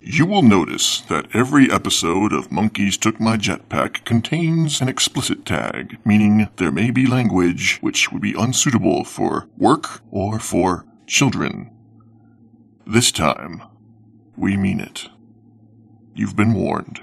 You will notice that every episode of Monkeys Took My Jetpack contains an explicit tag, meaning there may be language which would be unsuitable for work or for children. This time, we mean it. You've been warned.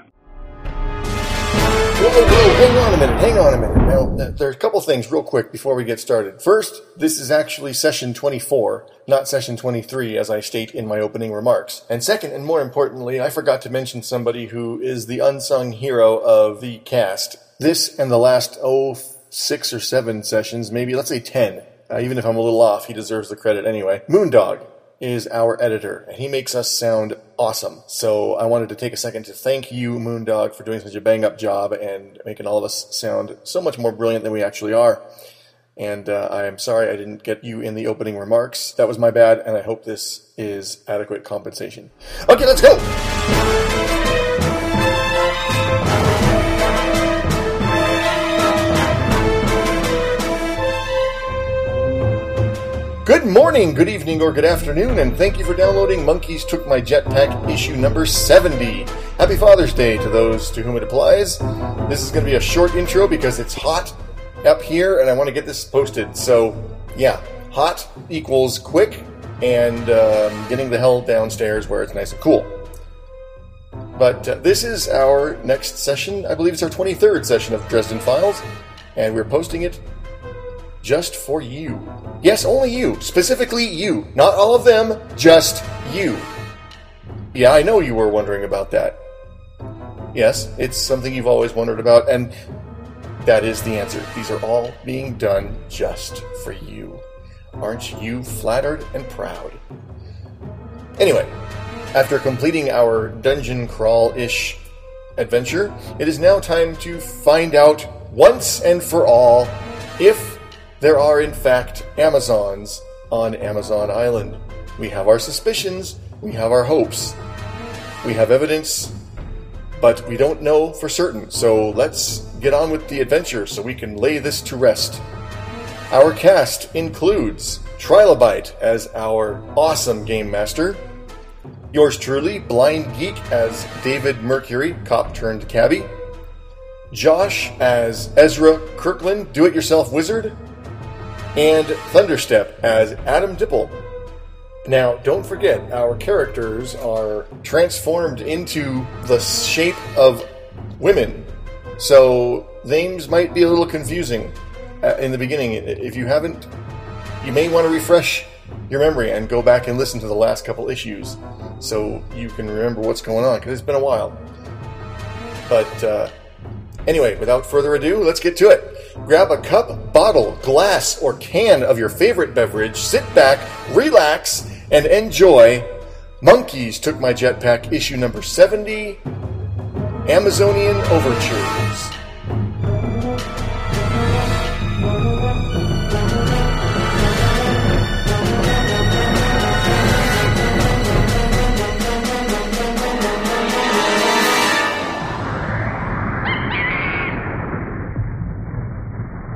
Whoa, whoa, whoa, hang on a minute, hang on a minute. Now, th- there's a couple things real quick before we get started. First, this is actually session 24, not session 23, as I state in my opening remarks. And second, and more importantly, I forgot to mention somebody who is the unsung hero of the cast. This and the last, oh, six or seven sessions, maybe, let's say 10. Uh, even if I'm a little off, he deserves the credit anyway. Moondog, is our editor, and he makes us sound awesome. So I wanted to take a second to thank you, Moondog, for doing such a bang up job and making all of us sound so much more brilliant than we actually are. And uh, I am sorry I didn't get you in the opening remarks. That was my bad, and I hope this is adequate compensation. Okay, let's go! Good morning, good evening, or good afternoon, and thank you for downloading Monkeys Took My Jetpack issue number 70. Happy Father's Day to those to whom it applies. This is going to be a short intro because it's hot up here and I want to get this posted. So, yeah, hot equals quick and um, getting the hell downstairs where it's nice and cool. But uh, this is our next session. I believe it's our 23rd session of Dresden Files, and we're posting it just for you. Yes, only you. Specifically you. Not all of them, just you. Yeah, I know you were wondering about that. Yes, it's something you've always wondered about, and that is the answer. These are all being done just for you. Aren't you flattered and proud? Anyway, after completing our dungeon crawl ish adventure, it is now time to find out once and for all if there are, in fact, Amazons on Amazon Island. We have our suspicions, we have our hopes, we have evidence, but we don't know for certain. So let's get on with the adventure so we can lay this to rest. Our cast includes Trilobite as our awesome game master, yours truly, Blind Geek as David Mercury, cop turned cabbie, Josh as Ezra Kirkland, do it yourself wizard, and Thunderstep as Adam Dipple. Now, don't forget, our characters are transformed into the shape of women, so names might be a little confusing uh, in the beginning. If you haven't, you may want to refresh your memory and go back and listen to the last couple issues so you can remember what's going on, because it's been a while. But, uh, Anyway, without further ado, let's get to it. Grab a cup, bottle, glass, or can of your favorite beverage, sit back, relax, and enjoy. Monkeys took my jetpack, issue number 70 Amazonian Overtures.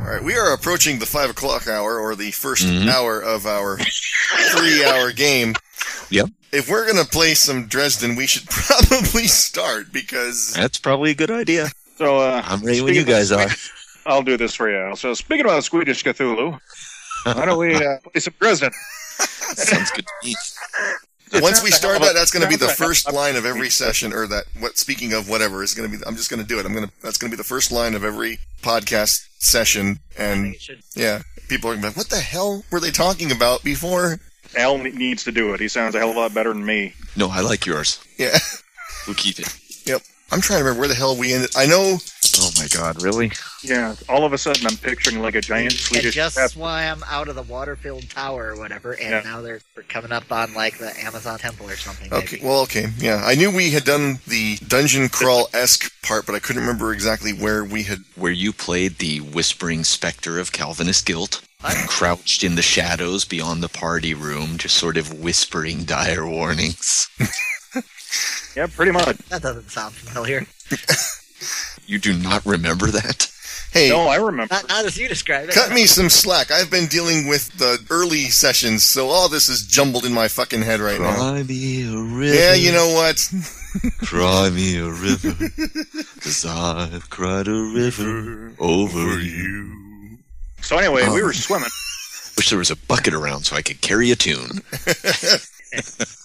All right, we are approaching the five o'clock hour, or the 1st hour of our three-hour game. Yep. If we're gonna play some Dresden, we should probably start because That's probably a good idea. So uh, I'm ready when you speaking guys of- are. I'll do this for you. So speaking about Swedish Cthulhu, why don't we uh, play some Dresden? Sounds good to me. once we start that, that's gonna be the first line of every session, or that what speaking of whatever is gonna be. I'm just gonna do it. I'm gonna that's gonna be the first line of every podcast session, and yeah, people are gonna be like, "What the hell were they talking about before?" Al ne- needs to do it. He sounds a hell of a lot better than me. No, I like yours. Yeah, We'll keep it. yep. I'm trying to remember where the hell we ended. I know Oh my god, really? Yeah, all of a sudden I'm picturing like a giant They Swedish just cat- swam out of the water-filled tower or whatever, and Yeah. now they're we're coming up on like the Amazon temple or something. Okay. Maybe. Well, okay. Yeah, I knew we had done the dungeon crawl esque part, but I couldn't remember exactly where we had. Where you played the whispering specter of Calvinist guilt, crouched in the shadows beyond the party room, just sort of whispering dire warnings. Yeah, pretty much. that doesn't sound familiar. You do not remember that? Hey, No, I remember. Not, not as you described it. cut me some slack. I've been dealing with the early sessions, so all this is jumbled in my fucking head right now. Cry me a river. Yeah, you know what? Cry me a river, cause I've cried a river over you. So anyway, we Oh. were swimming. Wish there was a bucket around so I could carry a tune.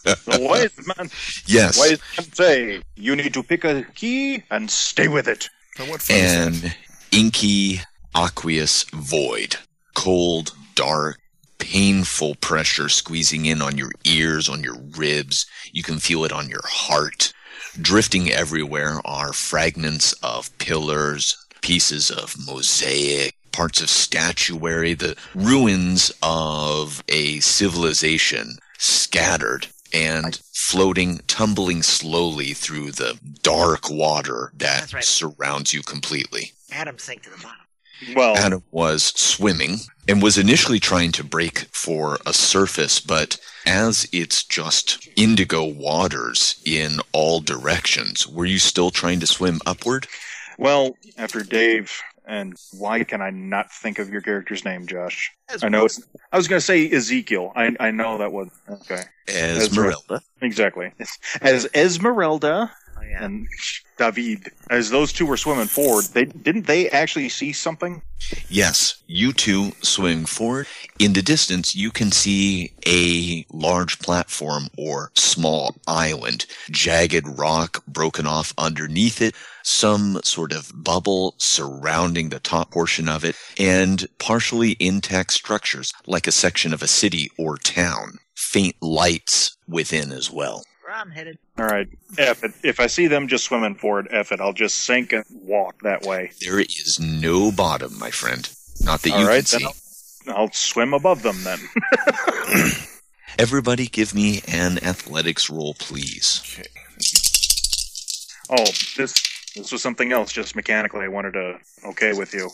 The wise man, Yes. wise man say, you need to pick a key and stay with it. But what fun is that? an inky, aqueous void. Cold, dark, painful pressure squeezing in on your ears, on your ribs. You can feel it on your heart. Drifting everywhere are fragments of pillars, pieces of mosaic, parts of statuary, the ruins of a civilization scattered and floating, tumbling slowly through the dark water that That's right. surrounds you completely. Adam sank to the bottom. Well, Adam was swimming and was initially trying to break for a surface, but as it's just indigo waters in all directions, were you still trying to swim upward? well, after Dave, and why can I not think of your character's name, Josh? That's I know it's. I was going to say Ezekiel. I, I know that was okay. As That's right. Merelda. Exactly. As Esmeralda Oh, yeah. and David, as those two were swimming forward, they didn't they actually see something? Yes, you two swim forward. In the distance, you can see a large platform or small island, jagged rock broken off underneath it, some sort of bubble surrounding the top portion of it, and partially intact structures like a section of a city or town. Faint lights within as well. Where I'm headed. All right, F it. If I see them just swimming forward, F it. I'll just sink and walk that way. There is no bottom, my friend. Not that All you right, can then see. I'll, I'll swim above them then. Everybody, give me an athletics roll, please. Okay. oh, this this was something else. Just mechanically, I wanted to okay with you.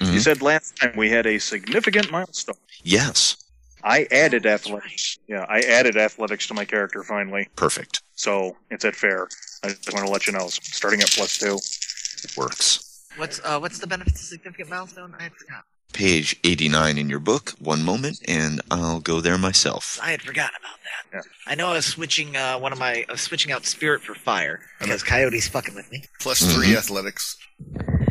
You Mhm. said last time we had a significant milestone. Yes, I added athletics. Yeah, I added athletics to my character finally. perfect. So it's at fair. I just want to let you know. so Starting at plus two. works. What's uh, what's the benefit of significant milestone? I had forgotten. Page 89 in your book. One moment, and I'll go there myself. I had forgotten about that. Yeah. I know I was switching uh, one of my I was switching out spirit for fire because coyote's fucking with me. Plus three athletics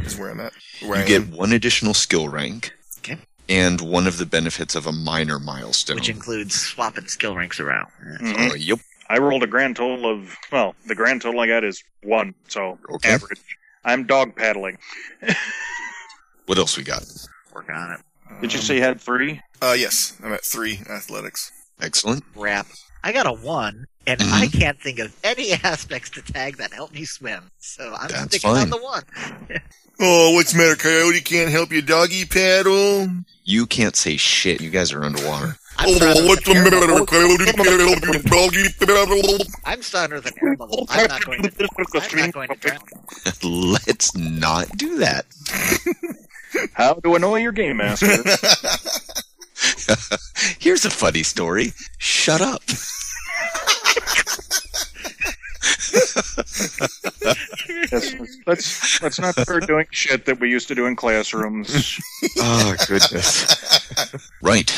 is where I'm at. Where mm-hmm. You I get am. one additional skill rank. Okay. And one of the benefits of a minor milestone. which includes swapping skill ranks around. Uh, yep. I rolled a grand total of well, the grand total I got is one, so Okay. average. I'm dog paddling. What else we got? Work on it. Did you say you had three? Uh, yes, I'm at three athletics. Excellent. Crap. I got a one, and Mhm. I can't think of any aspects to tag that help me swim. So I'm That's sticking fine. on the one. Oh, what's the matter, Coyote? Can't help you, doggy paddle. Oh, You can't say shit. You guys are underwater. I'm stunned with an air bubble. Coyote? Can't help you, doggy paddle. I'm stunned with an air bubble. I'm not going to. I'm not going to drown. Let's not do that. How to annoy your game master. Here's a funny story. Shut up. Yes, let's let's not start doing shit that we used to do in classrooms. Oh, goodness. right.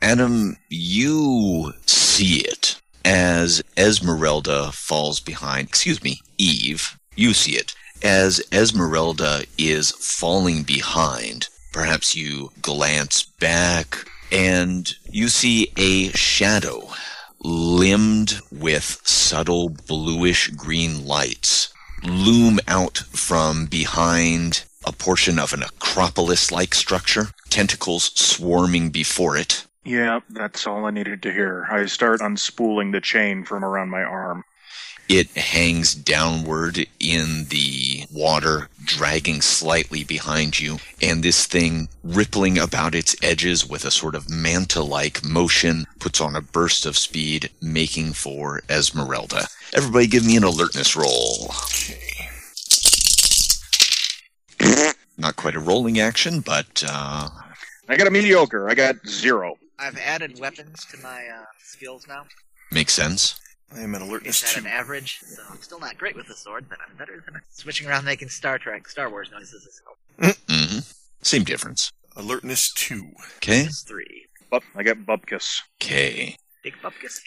Adam, you see it as Esmeralda falls behind. Excuse me, Eve. You see it as Esmeralda is falling behind. Perhaps you glance back and you see a shadow limbed with subtle bluish green lights loom out from behind a portion of an acropolis like structure, tentacles swarming before it. yeah, that's all I needed to hear. I start unspooling the chain from around my arm. It hangs downward in the water, dragging slightly behind you, and this thing, rippling about its edges with a sort of manta like motion, puts on a burst of speed, making for Esmeralda. Everybody give me an alertness roll. Not quite a rolling action, but uh, I got a mediocre. I got zero. I've added weapons to my uh, skills now. makes sense. I am at alertness It's at two. an average, so I'm still not great with the sword, but I'm better than it. Switching around making Star Trek, Star Wars noises is helpful. hmm Same difference. Alertness two. Okay. It's three. Bup, I got Bupkus. Okay. Big Bupkis,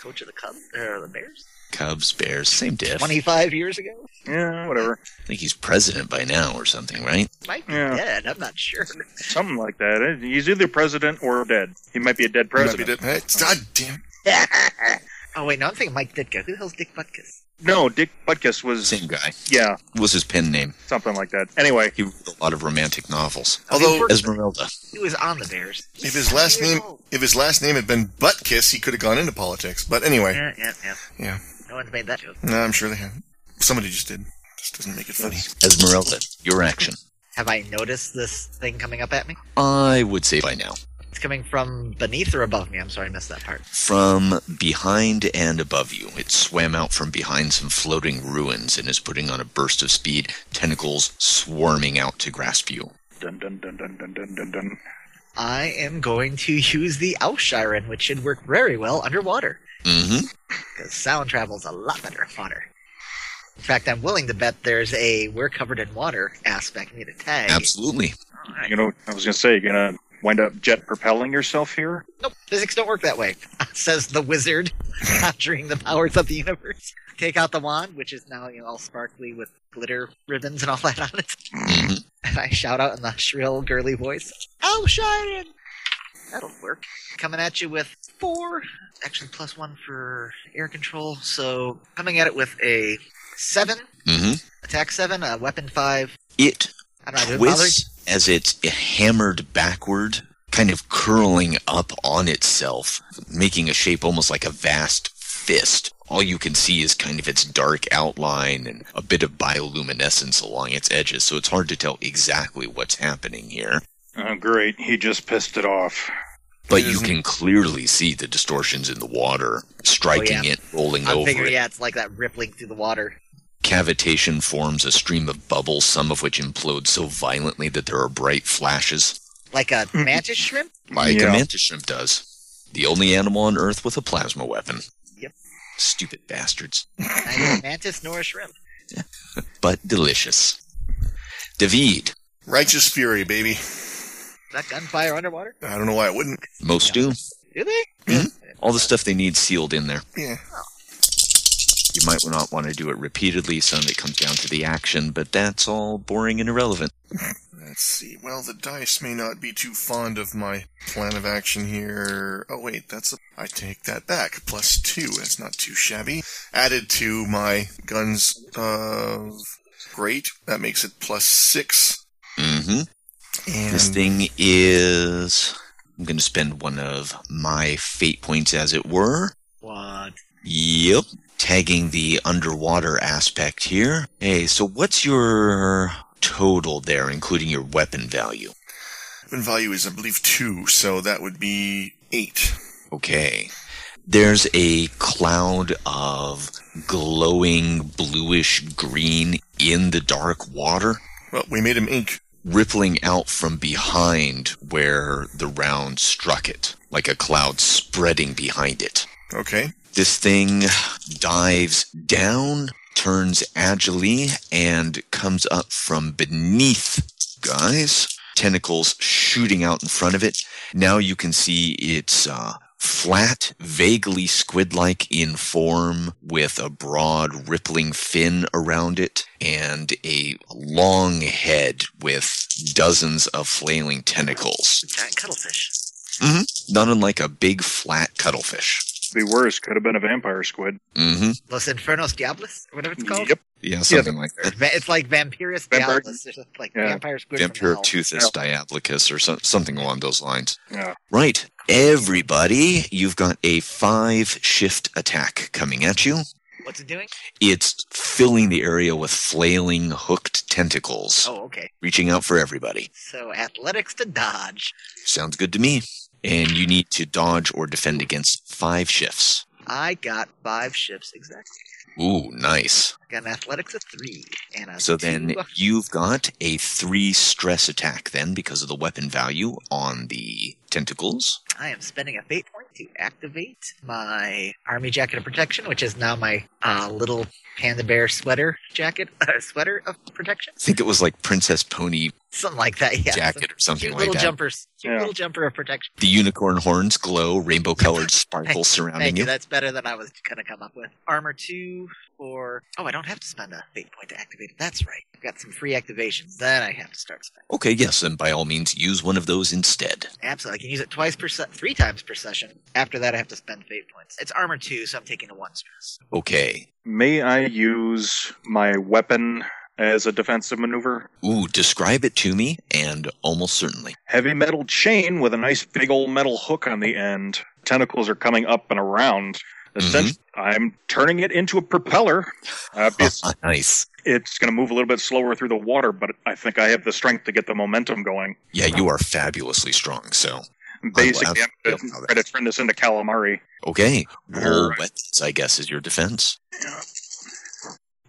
coach of the Cubs or the Bears. Cubs, Bears, same diff. 25 years ago? Yeah, whatever. I think he's president by now or something, right? Might be Yeah. dead. I'm not sure. Something like that. Eh, He's either president or dead. He might be a dead president. Might be that- Hey, God damn. oh, wait, no, I'm thinking Mike Ditka. Who the hell's Dick Butkus? No, Dick Butkus was Same guy. yeah, What was his pen name? something like that. Anyway, He wrote a lot of romantic novels. Oh, he Although worked- Esmeralda. He was on the Bears. if his last Years name old. if his last name had been Buttkiss, he could have gone into politics. But anyway, Yeah, yeah, yeah. Yeah. No one's made that joke. no, I'm sure they have. Somebody just did. Just doesn't make it funny. Esmeralda, your action. Have I noticed this thing coming up at me? I would say by now. It's coming from beneath or above me. I'm sorry, I missed that part. From behind and above you, it swam out from behind some floating ruins and is putting on a burst of speed, tentacles swarming out to grasp you. dun dun dun dun dun dun dun dun. I am going to use the Auschiren, which should work very well underwater. Mm-hmm. because sound travels a lot better in water. In fact, I'm willing to bet there's a we're covered in water aspect. I need a tag. Absolutely. Alright. You know, I was gonna say you're gonna wind up jet propelling yourself here. Nope, physics don't work that way, says the wizard, conjuring the powers of the universe. Take out the wand, which is now you know, all sparkly with glitter ribbons and all that on it. hmm And I shout out in the shrill, girly voice, Outshining! That'll work. Coming at you with four, actually plus one for air control. So coming at it with a seven hmm attack seven, uh, weapon five. It I don't know. Bother. twists as it's hammered backward, kind of curling up on itself, making a shape almost like a vast fist. All you can see is kind of its dark outline and a bit of bioluminescence along its edges, so it's hard to tell exactly what's happening here. Oh, great! He just pissed it off. But It you isn't- can clearly see the distortions in the water, striking Oh, yeah. it, rolling I'm over figuring, it. yeah, it's like that rippling through the water. Cavitation forms a stream of bubbles, some of which implode so violently that there are bright flashes. Like a mantis shrimp? like Yeah. a mantis shrimp does. The only animal on Earth with a plasma weapon. Yep. Stupid bastards, Neither a mantis nor a shrimp. but delicious. David, Righteous fury, baby. Is that gunfire underwater? I don't know why it wouldn't. most do. Do they? All the stuff they need sealed in there. Yeah. You might not want to do it repeatedly, so that it comes down to the action, but that's all boring and irrelevant. Let's see. Well, the dice may not be too fond of my plan of action here. Oh wait, that's a. I take that back. Plus two. That's not too shabby. Added to my guns of great. That makes it plus six. Mm-hmm. And This thing is. I'm going to spend one of my fate points, as it were. What? Yep. Tagging the underwater aspect here. Hey, so what's your total there, including your weapon value? weapon value is, I believe, two. So that would be eight. Okay. There's a cloud of glowing bluish green in the dark water, Well, we made him ink. rippling out from behind where the round struck it, like a cloud spreading behind it. Okay. This thing dives down, turns agilely, and comes up from beneath, guys. Tentacles shooting out in front of it. Now you can see it's uh, flat, vaguely squid like in form, with a broad, rippling fin around it, and a long head with dozens of flailing tentacles. Giant cuttlefish. Not unlike a big, flat cuttlefish. Be worse. Could have been a vampire squid. Mm hmm. Los Infernos Diablos? Or whatever it's called? Yep. Yeah, something like that. Va- It's like Vampirus Vampire- Diablos. There's like Yeah. vampire squid from Vampire hell. Toothus Diablicus or so, something along those lines. Yeah. Right. Everybody, you've got a five shift attack coming at you. What's it doing? It's filling the area with flailing, hooked tentacles, Oh, okay. reaching out for everybody. So athletics to dodge. Sounds good to me. And you need to dodge or defend against five shifts. I got five ships exactly. Ooh, nice. Got an athletics of three. And a So then two. you've got a three stress attack, then, because of the weapon value on the tentacles. I am spending a fate point to activate my army jacket of protection, which is now my uh, little panda bear sweater jacket, uh, sweater of protection, I think it was like Princess Pony something like that. Yeah, jacket or something Cute like little that. jumpers, cute Yeah. little jumper of protection. The unicorn horns glow, rainbow colored sparkles surrounding Thank you. you. That's better than I was going to come up with. Armor 2 for. Oh, I don't have to spend a fate point to activate it. That's right. I've got some free activations. Then I have to start spending. Okay, yes, then by all means use one of those instead. Absolutely. I can use it twice per se- three times per session. After that, I have to spend fate points. It's armor 2, so I'm taking a 1 stress. Okay. May I use my weapon as a defensive maneuver? Ooh, describe it to me, and almost certainly. Heavy metal chain with a nice big old metal hook on the end. Tentacles are coming up and around. Essentially, I'm turning it into a propeller. Obviously, Ah, nice. it's going to move a little bit slower through the water, but I think I have the strength to get the momentum going. Yeah, you are fabulously strong, so. Basically, I'm I going love to that. try to turn this into calamari. Okay. Roll Alright. weapons, I guess, is your defense.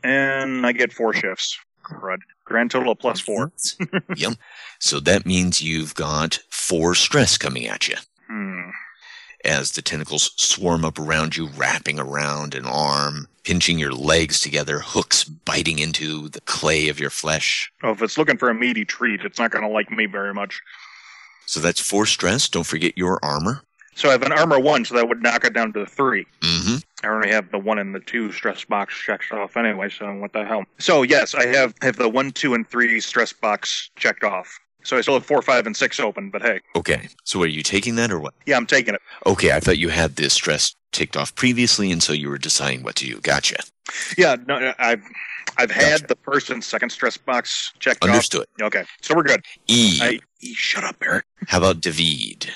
And I get four shifts. Crud. Grand total of plus four. yep. So that means you've got four stress coming at you Hmm. as the tentacles swarm up around you, wrapping around an arm, pinching your legs together, hooks biting into the clay of your flesh. Oh, if it's looking for a meaty treat, it's not going to like me very much. So that's four stress. Don't forget your armor. So I have an armor one, so that would knock it down to three. Mm-hmm. I already have the one and the two stress box checked off anyway, so what the hell? So yes, I have have the one, two, and three stress box checked off. So I still have four, five, and six open, but hey. Okay. So are you taking that or what? Yeah, I'm taking it. Okay, I thought you had this stress ticked off previously, and so you were deciding what to do. Gotcha. Yeah, no, no, I've I've had Gotcha. the person's second stress box checked Understood. off. Okay. So we're good. E. I, E, shut up, Eric. How about David?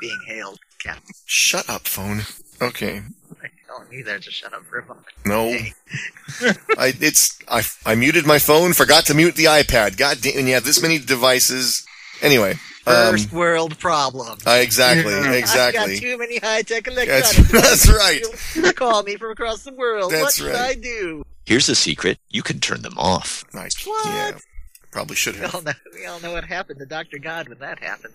Being hailed. God, Shut up, phone. Okay. I'm telling you there to shut up for a moment. No. I it's I, I muted my phone, forgot to mute the iPad. God damn, and you have this many devices. Anyway, um, First world problem. I, exactly, I've got exactly. too many high tech electronics. That's, that's right. You'll call me from across the world. what That's should right. I do? Here's a secret. You can turn them off. I, What? yeah, probably should We have. all know, we all know what happened to Dr. God when that happened.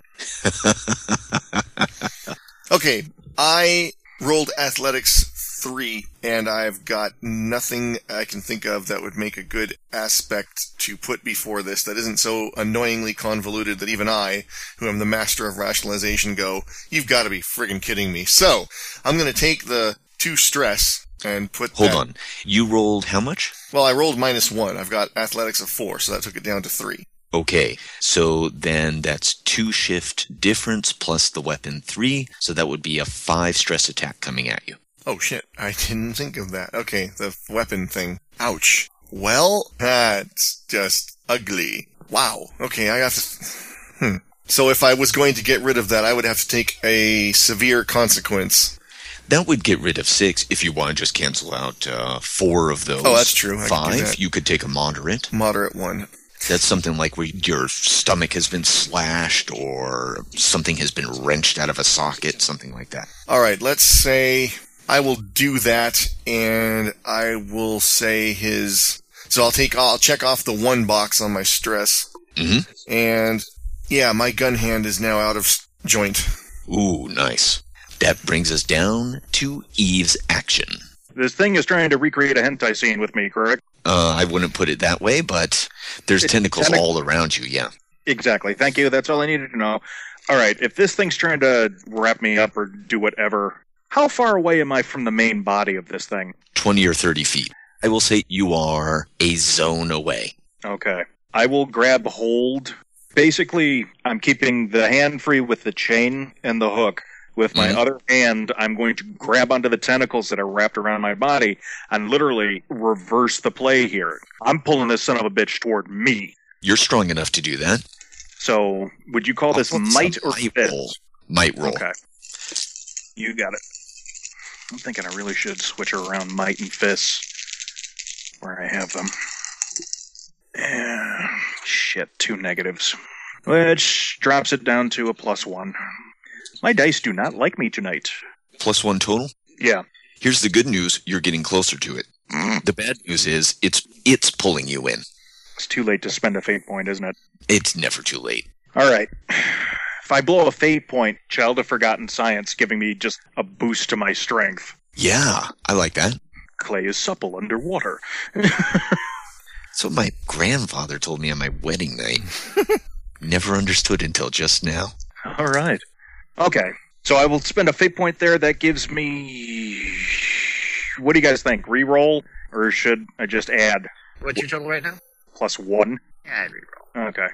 Okay, I rolled athletics three, and I've got nothing I can think of that would make a good aspect to put before this that isn't so annoyingly convoluted that even I, who am the master of rationalization, go, you've got to be friggin' kidding me. So I'm gonna take the two stress and put. Hold that- on. You rolled how much? Well, I rolled minus one. I've got athletics of four, so that took it down to three. Okay, so then that's two shift difference plus the weapon three, so that would be a five stress attack coming at you. Oh shit, I didn't think of that. Okay, the weapon thing. Ouch. Well, that's just ugly. Wow. Okay, I have to. Hmm. So if I was going to get rid of that, I would have to take a severe consequence. That would get rid of six if you want to just cancel out uh, four of those. Oh, that's true. I could do five, that. you could take a moderate. Moderate one. That's something like where your stomach has been slashed or something has been wrenched out of a socket, something like that. Alright, let's say I will do that and I will say his. So I'll take, I'll check off the one box on my stress. Mhm. And yeah, my gun hand is now out of s- joint. Ooh, nice. That brings us down to Eve's action. This thing is trying to recreate a hentai scene with me, correct? Uh, I wouldn't put it that way, but there's It's tentacles tentac- all around you, yeah. Exactly. Thank you. That's all I needed to know. All right. If this thing's trying to wrap me up or do whatever, how far away am I from the main body of this thing? 20 or 30 feet. I will say you are a zone away. Okay. I will grab hold. Basically, I'm keeping the hand free with the chain and the hook. With my Mhm. other hand, I'm going to grab onto the tentacles that are wrapped around my body and literally reverse the play here. I'm pulling this son of a bitch toward me. You're strong enough to do that. So, would you call this I'll put might some or fist? roll. Might roll. Okay. You got it. I'm thinking I really should switch around might and fists where I have them. Eh, shit, two negatives. Which drops it down to a plus one. My dice do not like me tonight. Plus one total. Yeah. Here's the good news you're getting closer to it. The bad news is it's it's pulling you in. It's too late to spend a fate point, isn't it? It's never too late. All right. If I blow a fate point, Child of Forgotten Science giving me just a boost to my strength. Yeah, I like that. Clay is supple underwater. That's what my grandfather told me on my wedding night. Never understood until just now. All right. Okay. So I will spend a fate point there. That gives me. What do you guys think? Reroll? Or should I just add What's your total right now? plus one? Yeah, I reroll. Okay.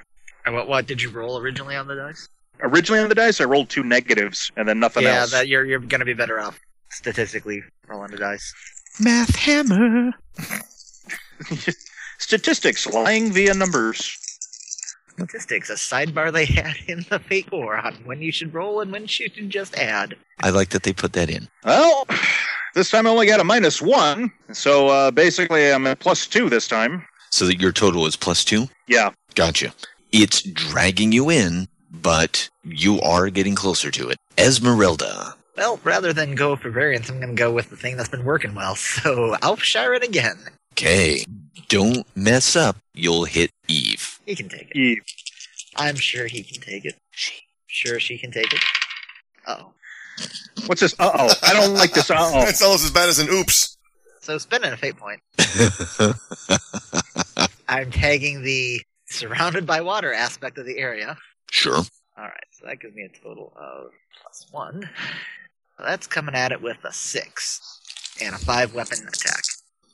And what what did you roll originally on the dice? Originally on the dice, I rolled two negatives and then nothing yeah, else. that you're you're gonna be better off statistically rolling the dice. Math hammer. Statistics lying via numbers. Statistics, a sidebar they had in the fate war on when you should roll and when you should just add. I like that they put that in. Well, this time I only got a minus one, so uh, basically I'm at plus two this time. So that your total is plus two? Yeah, Gotcha. It's dragging you in, but you are getting closer to it. Esmeralda. Well, rather than go for variance, I'm gonna go with the thing that's been working well. So I'll share it again. Okay. Don't mess up. You'll hit Eve. He can take it. Eve. I'm sure he can take it. Sure she can take it. Oh. What's this? Uh oh. I don't like this. Uh oh. That's almost as bad as an oops. So spinning a fate point. I'm tagging the surrounded by water aspect of the area. sure. Alright, so that gives me a total of plus one. So that's coming at it with a six. And a five weapon attack.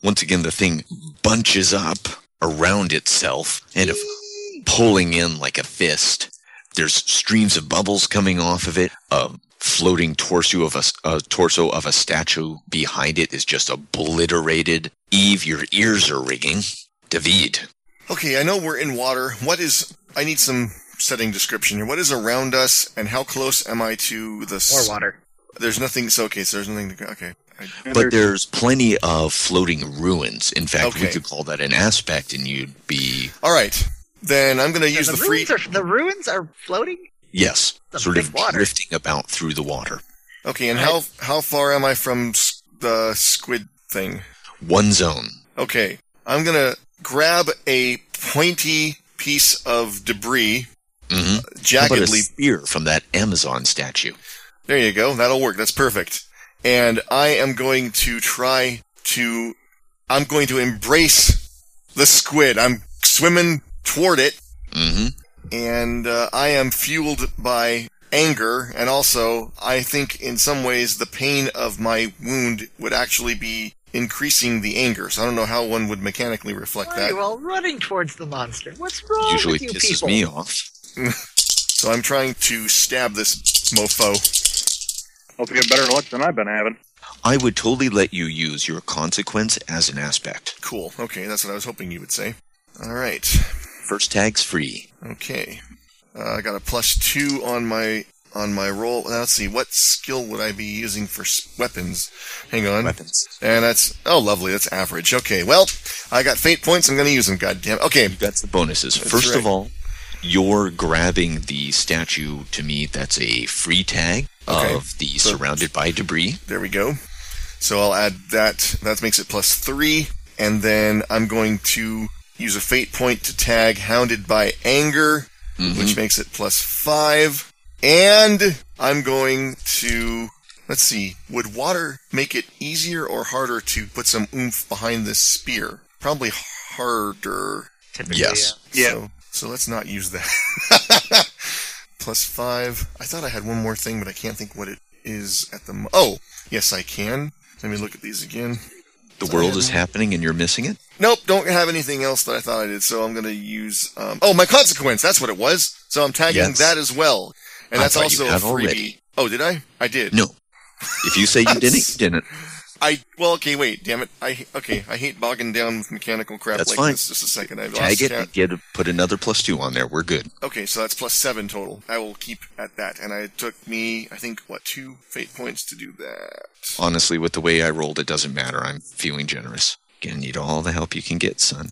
Once again, the thing bunches up around itself and if pulling in like a fist. There's streams of bubbles coming off of it. A floating torso of a, s- a torso of a statue behind it is just obliterated. Eve, your ears are ringing. David, Okay, I know we're in water. What is? I need some setting description here. What is around us, and how close am I to the? More s- water. There's nothing. So okay, so there's nothing to go. Okay, I, And But there's- there's plenty of floating ruins. In fact, we Okay. could call that an aspect, and you'd be all right. Then I'm gonna use the, the free. ruins are, the ruins are floating? yes, The sort big of water. drifting about through the water. Okay, and how how far am I from s- the squid thing? One zone. Okay, I'm gonna grab a pointy piece of debris, hmm How about a jaggedly. spear from that Amazon statue? There you go. That'll work. That's perfect. And I am going to try to. I'm going to embrace the squid. I'm swimming toward it, hmm and uh, I am fueled by anger, and also I think in some ways the pain of my wound would actually be increasing the anger. So I don't know how one would mechanically reflect Why are that. you all running towards the monster? What's wrong Usually with Oh, you pisses people? me off. So I'm trying to stab this mofo. Hope you get better luck than I've been having. I would totally let you use your consequence as an aspect. Cool. Okay, that's what I was hoping you would say. All right. First tag's free. Okay. Uh, I got a plus two on my on my roll. Now, let's see. What skill would I be using for s- weapons? Hang on. Weapons. And that's oh lovely. That's average. Okay. Well, I got fate points. I'm going to use them. God damn. Okay. That's the bonuses. That's First of right. all, you're grabbing the statue to me. That's a free tag Okay. of the So- surrounded by debris. There we go. So I'll add that. That makes it plus three. And then I'm going to use a fate point to tag hounded by anger, Mhm. which makes it plus five. And I'm going to let's see. Would water make it easier or harder to put some oomph behind this spear? Probably harder. Typically, Yes. uh, Yeah. So, so let's not use that. Plus five. I thought I had one more thing, but I can't think what it is at the. Mo- oh, yes, I can. Let me look at these again. The world is happening and you're missing it? Nope, don't have anything else that I thought I did, so I'm going to use. Um, oh, my consequence. That's what it was. So I'm tagging Yes. that as well, and I that's thought you also a had freebie. already. Oh, did I? I did. No. If you say you didn't, you didn't. I well, okay, wait, damn it. I okay, I hate bogging down with mechanical crap That's like fine. this. Just a second, I've lost Tag it count. and get put another plus two on there. We're good. Okay, so that's plus seven total. I will keep at that. And I took me, I think, what, two fate points to do that. Honestly, with the way I rolled, it doesn't matter. I'm feeling generous. Gonna need all the help you can get, son.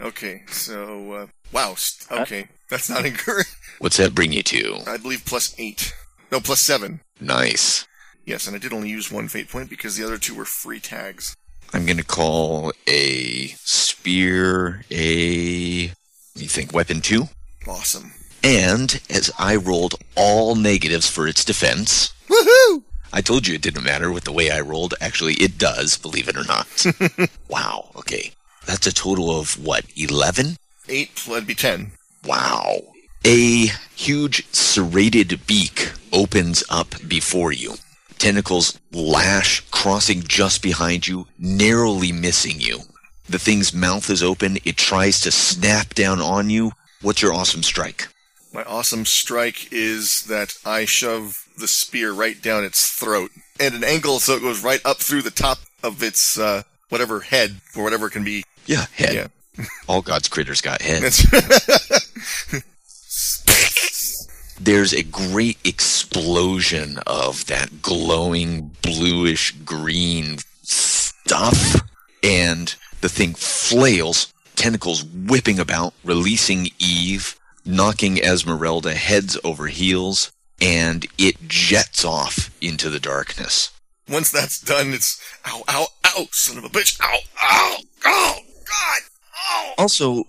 Okay, so, uh, wow. St- okay, that's not encouraged. What's that bring you to? I believe plus eight. No, plus seven. Nice. Yes, and I did only use one fate point because the other two were free tags. I'm gonna call a spear a. Let me think. Weapon two. Awesome. And as I rolled all negatives for its defense, Woohoo! I told you it didn't matter with the way I rolled. Actually, it does, believe it or not. wow, okay. That's a total of what, 11? Eight, pl- that'd be ten. Wow. A huge serrated beak opens up before you. Tentacles lash, crossing just behind you, narrowly missing you. The thing's mouth is open. It tries to snap down on you. What's your awesome strike? My awesome strike is that I shove the spear right down its throat at an angle so it goes right up through the top of its uh, whatever head or whatever it can be. Yeah, head. Yeah. All God's critters got heads. It's- There's a great explosion of that glowing bluish green stuff, and the thing flails, tentacles whipping about, releasing Eve, knocking Esmeralda heads over heels, and it jets off into the darkness. Once that's done, it's ow, ow, ow, son of a bitch, ow, ow, ow, God, ow. Also, uh,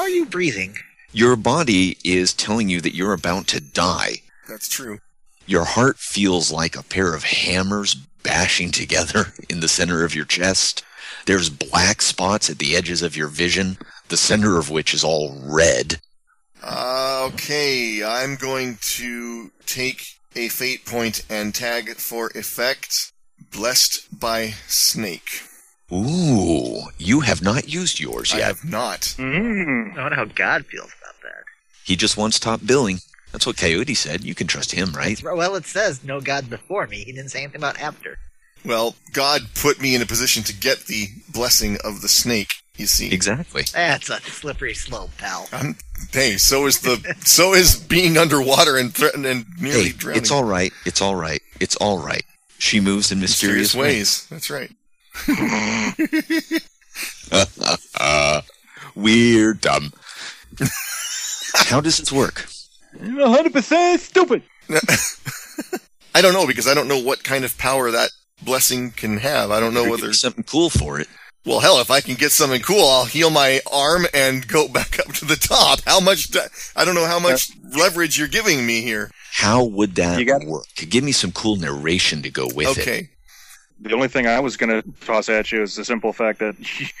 Are you breathing? your body is telling you that you're about to die. That's true. Your heart feels like a pair of hammers bashing together in the center of your chest. There's black spots at the edges of your vision, the center of which is all red. Uh, okay, I'm going to take a fate point and tag for effect. Blessed by snake. Ooh, you have not used yours I yet. have not. Mm. I wonder how God feels about that. He just wants top billing. That's what Coyote said. You can trust him, right? Well, it says no God before me. He didn't say anything about after. Well, God put me in a position to get the blessing of the snake. You see. Exactly. That's a slippery slope, pal. I'm, hey, so is the so is being underwater and threatened and nearly Hey, drowning. it's all right. It's all right. It's all right. She moves in Mysterious mysterious, ways. That's right. ways. We're dumb. How does this work? 100% stupid. I don't know because I don't know what kind of power that blessing can have. I don't know Give whether. me something cool for it. Well, hell, if I can get something cool, I'll heal my arm and go back up to the top. How much? Do, I don't know how much leverage you're giving me here. How would that You got- work? Give me some cool narration to go with it. okay. The only thing I was going to toss at you is the simple fact that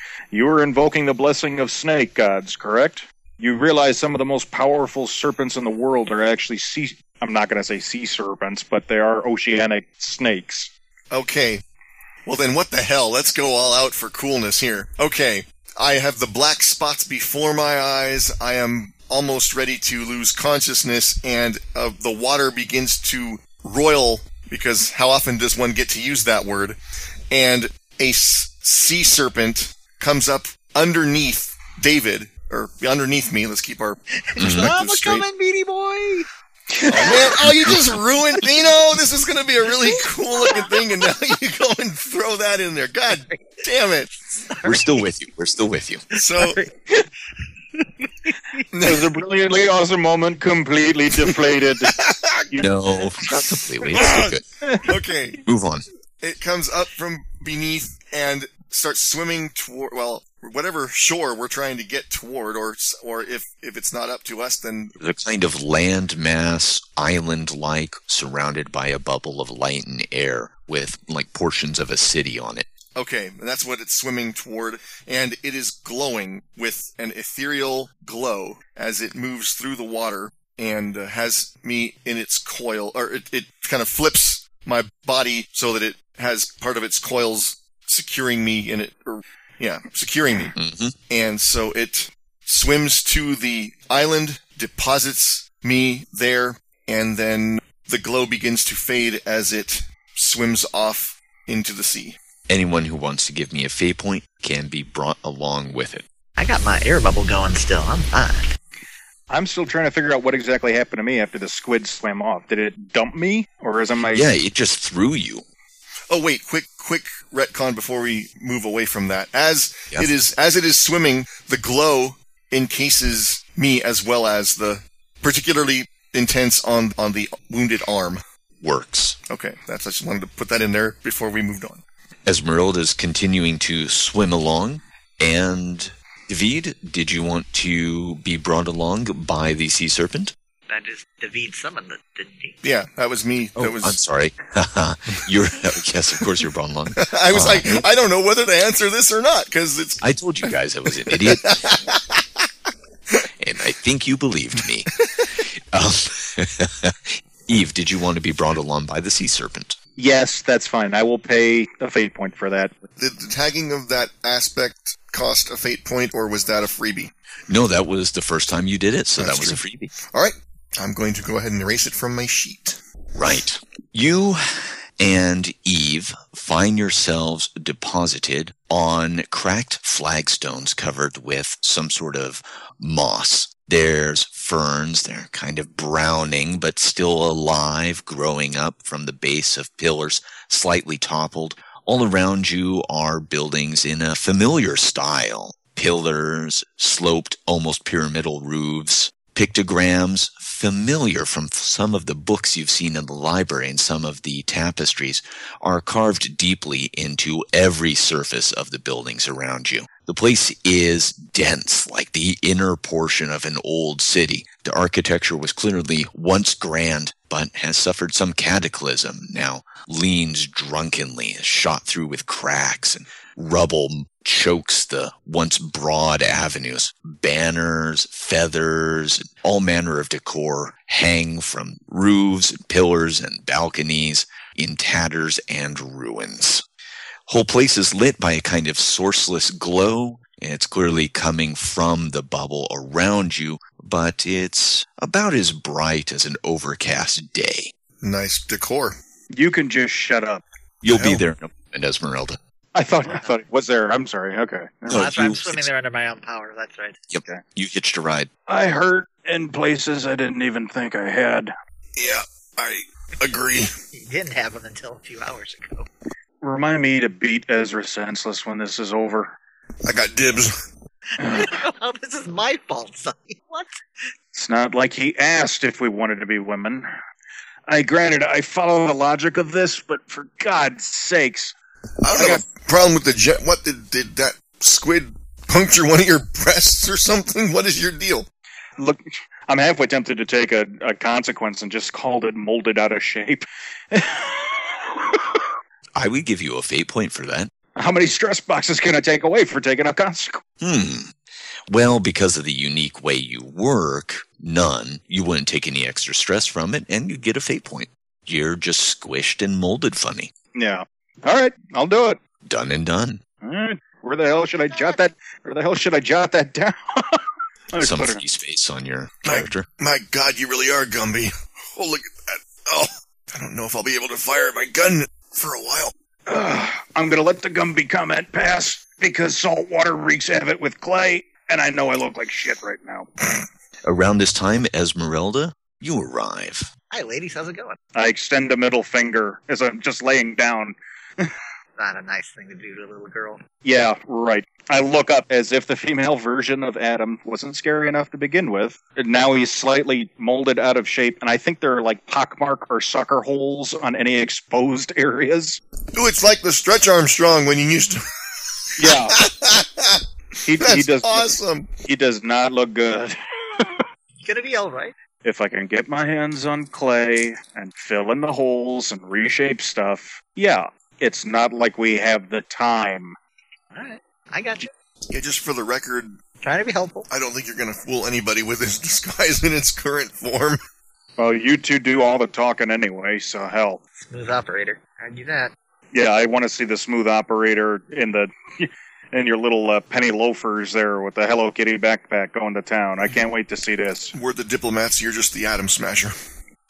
you were invoking the blessing of snake gods, correct? You realize some of the most powerful serpents in the world are actually sea. I'm not going to say sea serpents, but they are oceanic snakes. Okay. Well, then what the hell? Let's go all out for coolness here. Okay. I have the black spots before my eyes. I am almost ready to lose consciousness, and uh, the water begins to roil because how often does one get to use that word? And a s- sea serpent comes up underneath David, or underneath me. Let's keep our I'm perspective a straight. coming, meaty boy. Oh, man. Oh, you just ruined, you know, this is going to be a really cool looking thing, and now you go and throw that in there. God damn it. We're still with you. We're still with you. So, It was a brilliantly awesome moment, completely deflated. No, not completely. It's still good. okay, Move on. it comes up from beneath and starts swimming toward, well, whatever shore we're trying to get toward, or, s- or if, if it's not up to us, then There's a kind of land mass, island like, surrounded by a bubble of light and air with like portions of a city on it. okay, and that's what it's swimming toward, and it is glowing with an ethereal glow as it moves through the water and uh, has me in its coil, or it, it kind of flips my body so that it has part of its coils securing me in it, or, yeah, securing me. hmm and so it swims to the island, deposits me there, and then the glow begins to fade as it swims off into the sea. Anyone who wants to give me a fate point can be brought along with it. I got my air bubble going still. I'm fine. I'm still trying to figure out what exactly happened to me after the squid swam off. Did it dump me, or is my Yeah, it just threw you. Oh wait, quick quick retcon before we move away from that. As Yes. it is as it is swimming, the glow encases me as well as the particularly intense on on the wounded arm. Works. Okay, that's I just wanted to put that in there before we moved on. Esmeralda is continuing to swim along, and David, did you want to be brought along by the sea serpent? I just David summoned it, didn't he? Yeah, that was me. Oh, that I'm was. sorry. you're yes, of course you're Bon Lung. I was Uh, like, I don't know whether to answer this or not because it's I told you guys I was an idiot, and I think you believed me. Um, Eve, did you want to be brought along by the sea serpent? Yes, that's fine. I will pay a fate point for that. did the tagging of that aspect cost a fate point, or was that a freebie? No, that was the first time you did it, so That's that was a freebie. All right, I'm going to go ahead and erase it from my sheet. Right. You and Eve find yourselves deposited on cracked flagstones covered with some sort of moss. There's ferns, they're kind of browning, but still alive, growing up from the base of pillars, slightly toppled. All around you are buildings in a familiar style pillars, sloped, almost pyramidal roofs, pictograms familiar from some of the books you've seen in the library and some of the tapestries are carved deeply into every surface of the buildings around you. The place is dense, like the inner portion of an old city. The architecture was clearly once grand, but has suffered some cataclysm now, leans drunkenly, is shot through with cracks and rubble chokes the once broad avenues. Banners, feathers, all manner of decor hang from roofs, and pillars, and balconies in tatters and ruins. Whole place is lit by a kind of sourceless glow, and it's clearly coming from the bubble around you, but it's about as bright as an overcast day. Nice decor. You can just shut up. You'll be Hell. there in Esmeralda. I thought I thought it was there. I'm sorry. Okay. No, that's right. you- I'm swimming there under my own power. That's right. You hitched a ride. I hurt in places I didn't even think I had. Yeah, I agree. You didn't have them until a few hours ago. Remind me to beat Ezra senseless when this is over. I got dibs. well, this is my fault, Sonny. What? It's not like he asked if we wanted to be women. I granted I follow the logic of this, but for God's sakes, I don't have a problem with the jet. What did did that squid puncture one of your breasts or something? What is your deal? look, I'm halfway tempted to take a, a consequence and just called it molded out of shape. I would give you a fate point for that. How many stress boxes can I take away for taking a consequence? Hmm. Well, because of the unique way you work, none. You wouldn't take any extra stress from it, and you get a fate point. You're just squished and molded funny. Yeah. All right, I'll do it. Done and done. All right. Hmm? Where the hell should I jot that? Where the hell should I jot that down? I Some put it- free space on your Right. character. My God, you really are Gumby. Oh look at that. Oh, I don't know if I'll be able to fire my gun for a while. Ugh, I'm gonna let the Gumby comment pass because salt water wreaks havoc with clay, and I know I look like shit right now. Around this time, Esmeralda, you arrive. Hi, ladies. How's it going? I extend a middle finger as I'm just laying down. Not a nice thing to do to a little girl. Yeah, right. I look up as if the female version of Adam wasn't scary enough to begin with. And now he's slightly molded out of shape, and I think there are like pockmark or sucker holes on any exposed areas. Ooh, it's like the stretch Armstrong when you used to. Yeah, he, he That's does. awesome. He does not look good. You gonna be all right. if I can get my hands on clay and fill in the holes and reshape stuff, yeah, it's not like we have the time. All right. I got you. Yeah, just for the record, Trying to be helpful. I don't think you're going to fool anybody with this disguise in its current form. Well, you two do all the talking anyway, so hell. Smooth operator. I knew that. Yeah, I want to see the smooth operator in the in your little uh, penny loafers there with the Hello Kitty backpack going to town. I can't wait to see this. We're the diplomats, you're just the atom smasher.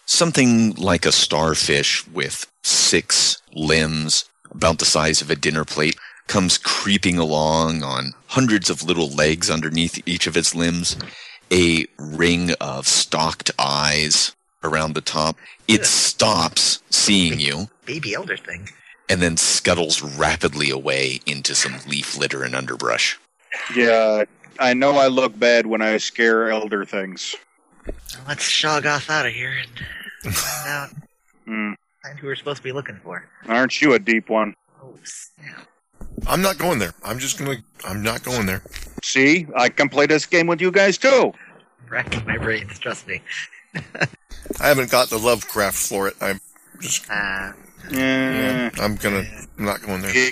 Something like a starfish with six limbs, about the size of a dinner plate, comes creeping along on hundreds of little legs underneath each of its limbs, a ring of stalked eyes around the top. It Yeah. stops seeing you Baby elder thing. and then scuttles rapidly away into some leaf litter and underbrush. Yeah, I know I look bad when I scare elder things. Let's shog off out of here and find out Mm, find who we're supposed to be looking for. aren't you a deep one? Oh, snap. I'm not going there. I'm just going to. I'm not going there. See, I can play this game with you guys too. Racking my brains, trust me. I haven't got the Lovecraft for it. I'm just. Uh, Yeah, I'm gonna. I'm not going there.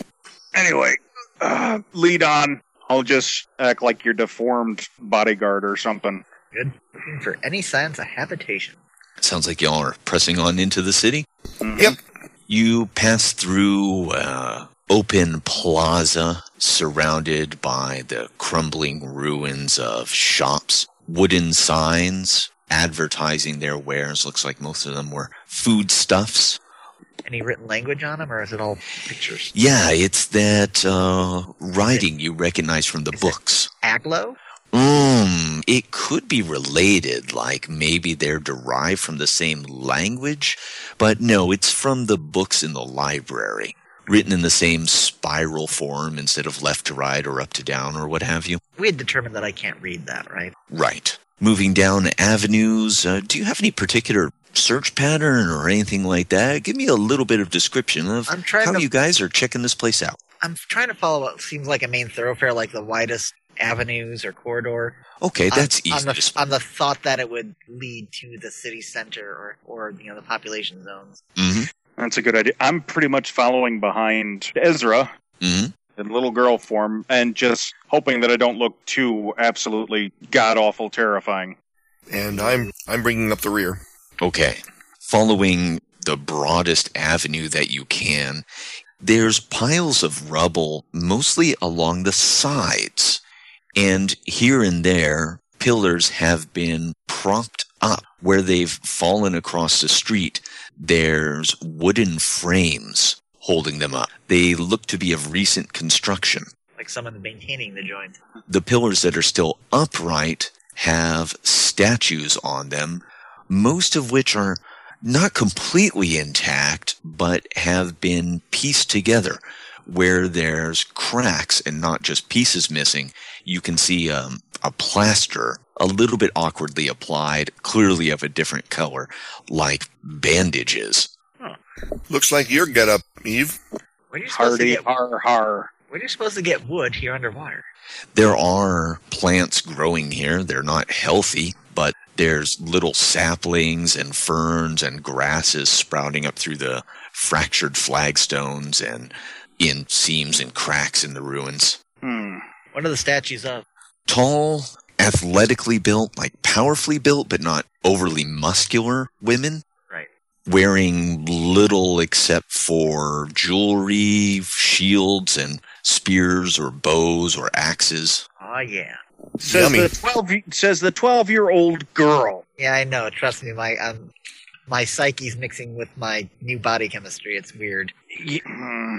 Anyway, uh, lead on. I'll just act like your deformed bodyguard or something. looking for any signs of habitation. Sounds like y'all are pressing on into the city. Mhm. Yep. You pass through uh, open plaza surrounded by the crumbling ruins of shops, wooden signs advertising their wares. Looks like most of them were foodstuffs. Any written language on them, or is it all pictures? Yeah, it's that uh, writing you recognize from the Is it- books. Aglo? Mm, it could be related, like maybe they're derived from the same language, but no, it's from the books in the library, written in the same spiral form instead of left to right or up to down or what have you. We had determined that I can't read that, right? Right. Moving down avenues, uh, do you have any particular search pattern or anything like that? Give me a little bit of description of I'm trying how to. you guys are checking this place out. I'm trying to follow what seems like a main thoroughfare, like the widest avenues or corridor. Okay, on- that's on easy. the, on the thought that it would lead to the city center or, or you know the population zones. hmm That's a good idea. I'm pretty much following behind Ezra hmm in little girl form and just hoping that I don't look too absolutely god awful terrifying. And I'm I'm bringing up the rear. Okay. Following the broadest avenue that you can, there's piles of rubble, mostly along the sides. And here and there, pillars have been propped up where they've fallen across the street. There's wooden frames holding them up. They look to be of recent construction Like someone maintaining the joint. the pillars that are still upright have statues on them, most of which are not completely intact, but have been pieced together. Where there's cracks and not just pieces missing, you can see um, a plaster a little bit awkwardly applied, clearly of a different color, like bandages. Looks like your getup, Eve. Where are you supposed Hardy to get? har har. Where are you supposed to get wood here underwater? There are plants growing here. They're not healthy, but there's little saplings and ferns and grasses sprouting up through the fractured flagstones and in seams and cracks in the ruins. Hmm. One of the statues of Tall, athletically built, like powerfully built, but not overly muscular women. Right. Wearing little except for jewelry, shields, and spears or bows or axes. Oh yeah. Says Yummy. the twelve says the twelve year old girl. Yeah, I know. Trust me, my um, my psyche's mixing with my new body chemistry. It's weird. Ye- hmm.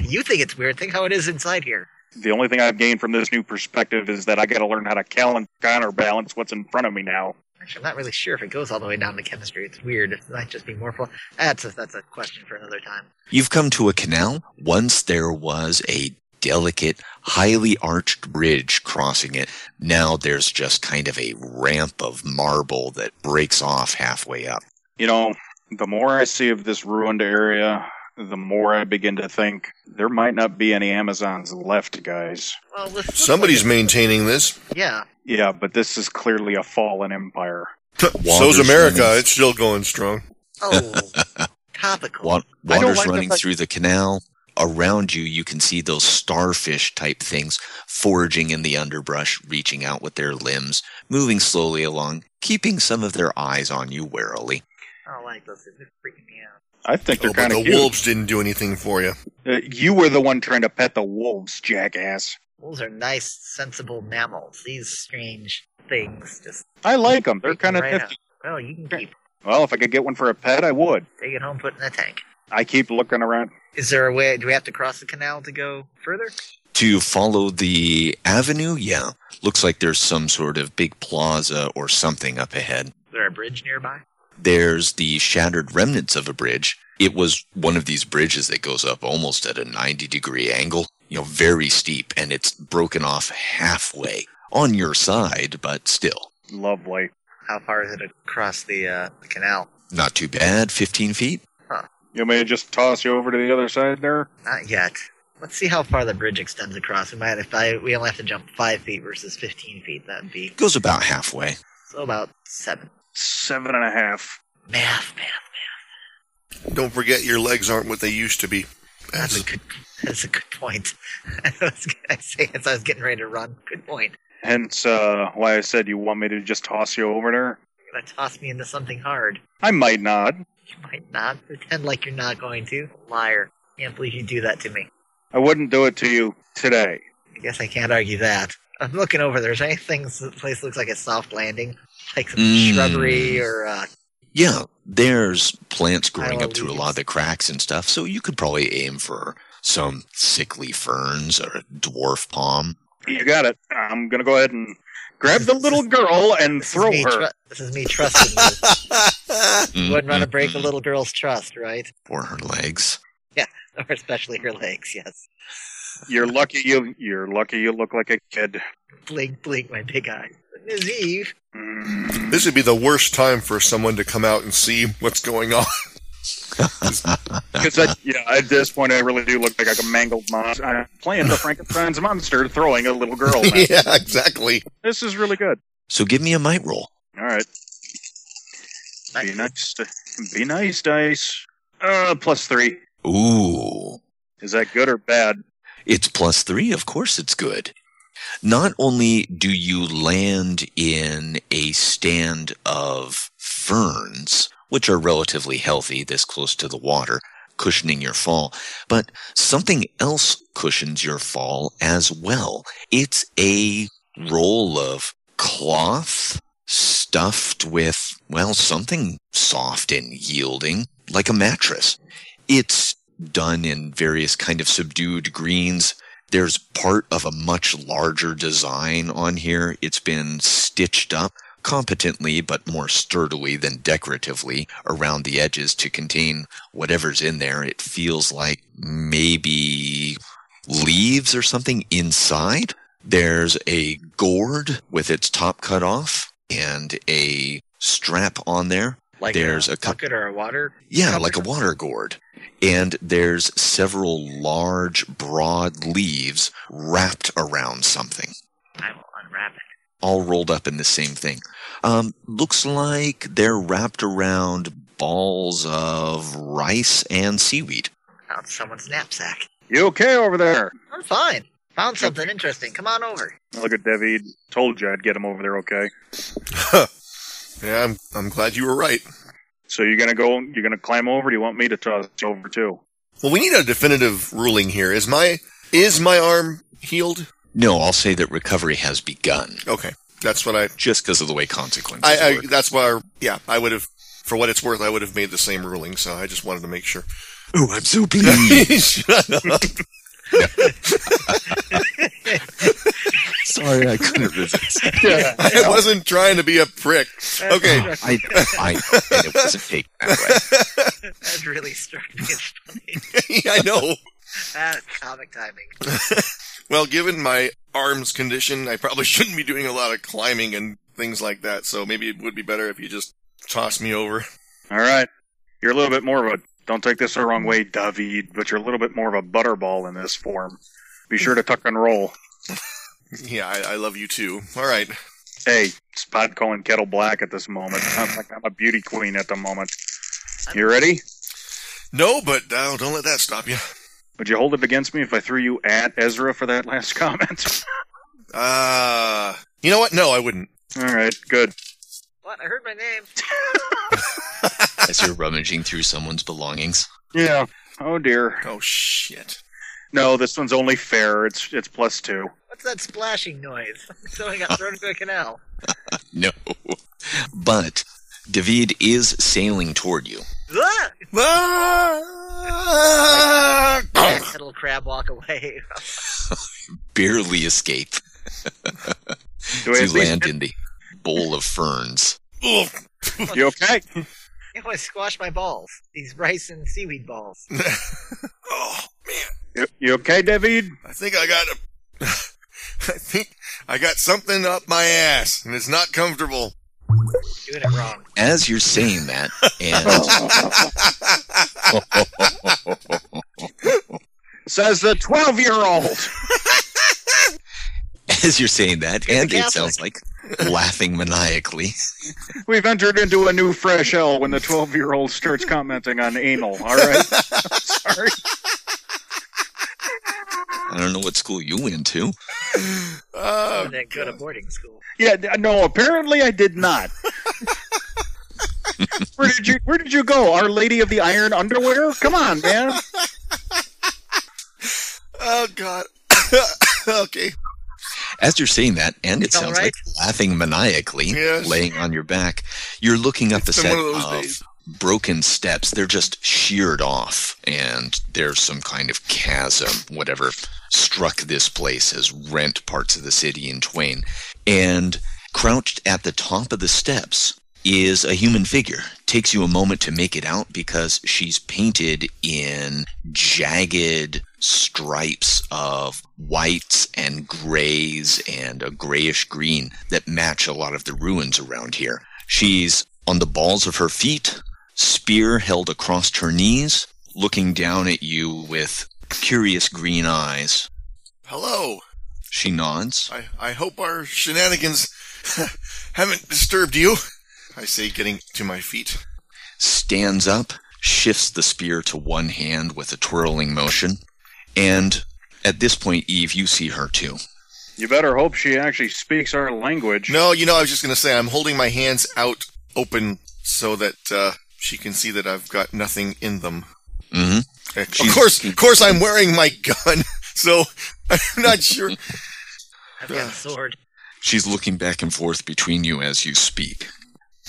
You think it's weird? Think how it is inside here. The only thing I've gained from this new perspective is that I got to learn how to cal- counterbalance what's in front of me now. Actually, I'm not really sure if it goes all the way down to chemistry. It's weird. It might just be morpho. That's a, that's a question for another time. You've come to a canal. Once there was a delicate, highly arched bridge crossing it. Now there's just kind of a ramp of marble that breaks off halfway up. You know, the more I see of this ruined area, the more I begin to think there might not be any Amazons left, guys. Well, this looks Somebody's like maintaining this. it. yeah. Yeah, but this is clearly a fallen empire. So's Wanders America. running- It's still going strong. Oh, topical. Wa- I don't Water's like the running fact- through the canal. Around you, you can see those starfish type things foraging in the underbrush, reaching out with their limbs, moving slowly along, keeping some of their eyes on you warily. I don't like those. They're freaking me out. I think they're Oh, but kind the of cute. wolves didn't do anything for you. Uh, you were the one trying to pet the wolves, jackass. Wolves are nice, sensible mammals. These strange things just. I like them. They're freak me kind of right nifty. out. Well, you can keep. Well, if I could get one for a pet, I would. Take it home, put it in a tank. I keep looking around. Is there a way? Do we have to cross the canal to go further? to follow the avenue yeah looks like there's some sort of big plaza or something up ahead Is there a bridge nearby? there's the shattered remnants of a bridge it was one of these bridges that goes up almost at a 90 degree angle you know very steep and it's broken off halfway on your side but still Lovely. How far is it across the, uh, the canal? not too bad 15 feet You may just toss you over to the other side there. Not yet. Let's see how far the bridge extends across. We might, if I, we only have to jump five feet versus fifteen feet, that'd be goes about halfway so about seven. seven and a half. Math, math. Don't forget your legs aren't what they used to be. That's a good. That's a good point. I was I say as I was getting ready to run. Good point. Hence uh, why I said you want me to just toss you over there. You're gonna toss me into something hard. I might not. You might not pretend like you're not going to. Liar! Can't believe you do that to me. I wouldn't do it to you today. I guess I can't argue that. I'm looking over there. Is there anything the place looks like a soft landing? Like some Mm. shrubbery or uh, Yeah, there's plants growing Iowa up through a lot of the cracks and stuff, so you could probably aim for some sickly ferns or a dwarf palm. You got it. I'm gonna go ahead and grab the little girl and this throw is me her. tru- this is me trusting you. Mm, You wouldn't want to mm, break a mm, little girl's trust, right? Or her legs. Or especially her legs, yes. You're lucky you. You're lucky you look like a kid. Blink, blink, my big eye. Ms. Eve, Mm. This would be the worst time for someone to come out and see what's going on. Because yeah, at this point, I really do look like a mangled monster. I'm playing the Frankenstein's monster, throwing a little girl. yeah, exactly. This is really good. So give me a might roll. All right, be nice. To, be nice, dice. Uh, plus three. Ooh. Is that good or bad? It's plus three. Of course, it's good. Not only do you land in a stand of ferns, which are relatively healthy this close to the water, cushioning your fall, but something else cushions your fall as well. It's a roll of cloth stuffed with, well, something soft and yielding, like a mattress. It's done in various kind of subdued greens. There's part of a much larger design on here. It's been stitched up competently but more sturdily than decoratively around the edges to contain whatever's in there. It feels like maybe leaves or something inside. There's a gourd with its top cut off and a strap on there. like uh, There's a, a cou- bucket or a water? Yeah, Copper like a cup? water gourd. And there's several large, broad leaves wrapped around something, I will unwrap it. all rolled up in the same thing. Um, looks like they're wrapped around balls of rice and seaweed. Found someone's knapsack. You okay over there? I'm fine. Found something interesting. Come on over. Look at David. Told you I'd get him over there. Okay. Yeah, I'm, I'm glad you were right. So you're gonna go. You're gonna climb over. Do you want me to toss you over too? Well, we need a definitive ruling here. Is my is my arm healed? No, I'll say that recovery has begun Okay, that's what I just because of the way consequences I, I work. that's why I, yeah I would have for what it's worth I would have made the same ruling. So I just wanted to make sure. oh, I'm so pleased. Shut up. Sorry, I couldn't resist. I wasn't trying to be a prick. Okay. I, I, and it wasn't taken that way. That really struck me as funny. I know. That's comic timing. Well, given my arm's condition, I probably shouldn't be doing a lot of climbing and things like that. So maybe it would be better if you just toss me over. All right. You're a little bit more of a don't take this the wrong way, David, but you're a little bit more of a butterball in this form. Be sure to tuck and roll. Yeah, I, I love you too. All right. Hey, it's pot calling kettle black at this moment. I'm like I'm a beauty queen at the moment. You ready? No, but uh, don't let that stop you. Would you hold it against me if I threw you at Ezra for that last comment? Uh, you know what? No, I wouldn't. All right, good. What? I heard my name. As you're rummaging through someone's belongings. Yeah. Oh dear. Oh, shit. No, this one's only fair. It's it's plus two. What's that splashing noise? Someone got thrown into a canal. No. But David is sailing toward you. Ah! Ah! Little crab walk away. Barely escape Do I to at least- land in the bowl of ferns. Ugh. You okay? You always squash my balls. These rice and seaweed balls. oh, man. You, you okay, David? I think I got a. I think I got something up my ass, and it's not comfortable. Doing it wrong. As you're saying that, Oh. and Says the twelve year old. as you're saying that, and it Catholic. sounds like laughing maniacally. We've entered into a new fresh hell when the 12 year old starts commenting on anal, alright? Sorry. I don't know what school you went to. Oh, and then go to God. boarding school. Yeah, d- no, apparently I did not. where did you where did you go? Our Lady of the Iron Underwear? Come on, man. oh God. okay. As you're saying that, and it It's all sounds right. like laughing maniacally, Yes. laying on your back, you're looking up It's a been set one of those of, days. broken steps. They're just sheared off, and there's some kind of chasm, whatever struck this place has rent parts of the city in twain. And crouched at the top of the steps is a human figure. Takes you a moment to make it out because she's painted in jagged stripes of whites and grays and a grayish green that match a lot of the ruins around here. She's on the balls of her feet, spear held across her knees, looking down at you with curious green eyes. Hello. She nods. I, I hope our shenanigans haven't disturbed you. I say, getting to my feet. stands up, shifts the spear to one hand with a twirling motion, and at this point, Eve, you see her too. You better hope she actually speaks our language. No, you know, I was just going to say, I'm holding my hands out open so that uh, she can see that I've got nothing in them. Eh, hmm of She's- course, of course, I'm wearing my gun, so I'm not sure. I've got a sword. She's looking back and forth between you as you speak.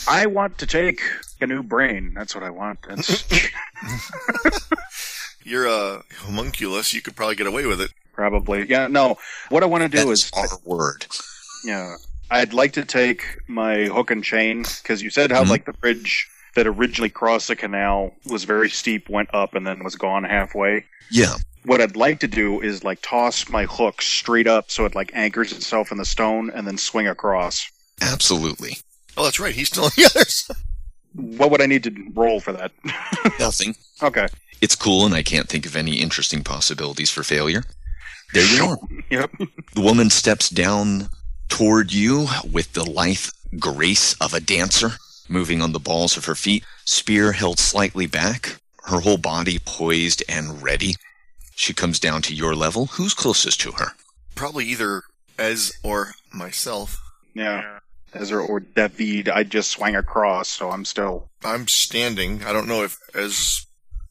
I want to take a new brain. That's what I want. That's You're a homunculus. You could probably get away with it. probably yeah, no. What I want to do That's is our word. Yeah. I'd like to take my hook and chain because you said how Mhm. like the bridge that originally crossed the canal was very steep, went up, and then was gone halfway. Yeah. What I'd like to do is like toss my hook straight up so it like anchors itself in the stone and then swing across. Absolutely. Oh, that's right. He's still on the others. What would I need to roll for that? Nothing. okay. It's cool, and I can't think of any interesting possibilities for failure. There you are. Yep. The woman steps down toward you with the lithe grace of a dancer, moving on the balls of her feet, spear held slightly back, her whole body poised and ready. She comes down to your level. Who's closest to her? Probably either Ez or myself. Yeah. Ezra or David, I just swung across, so I'm still I'm standing. I don't know if Ez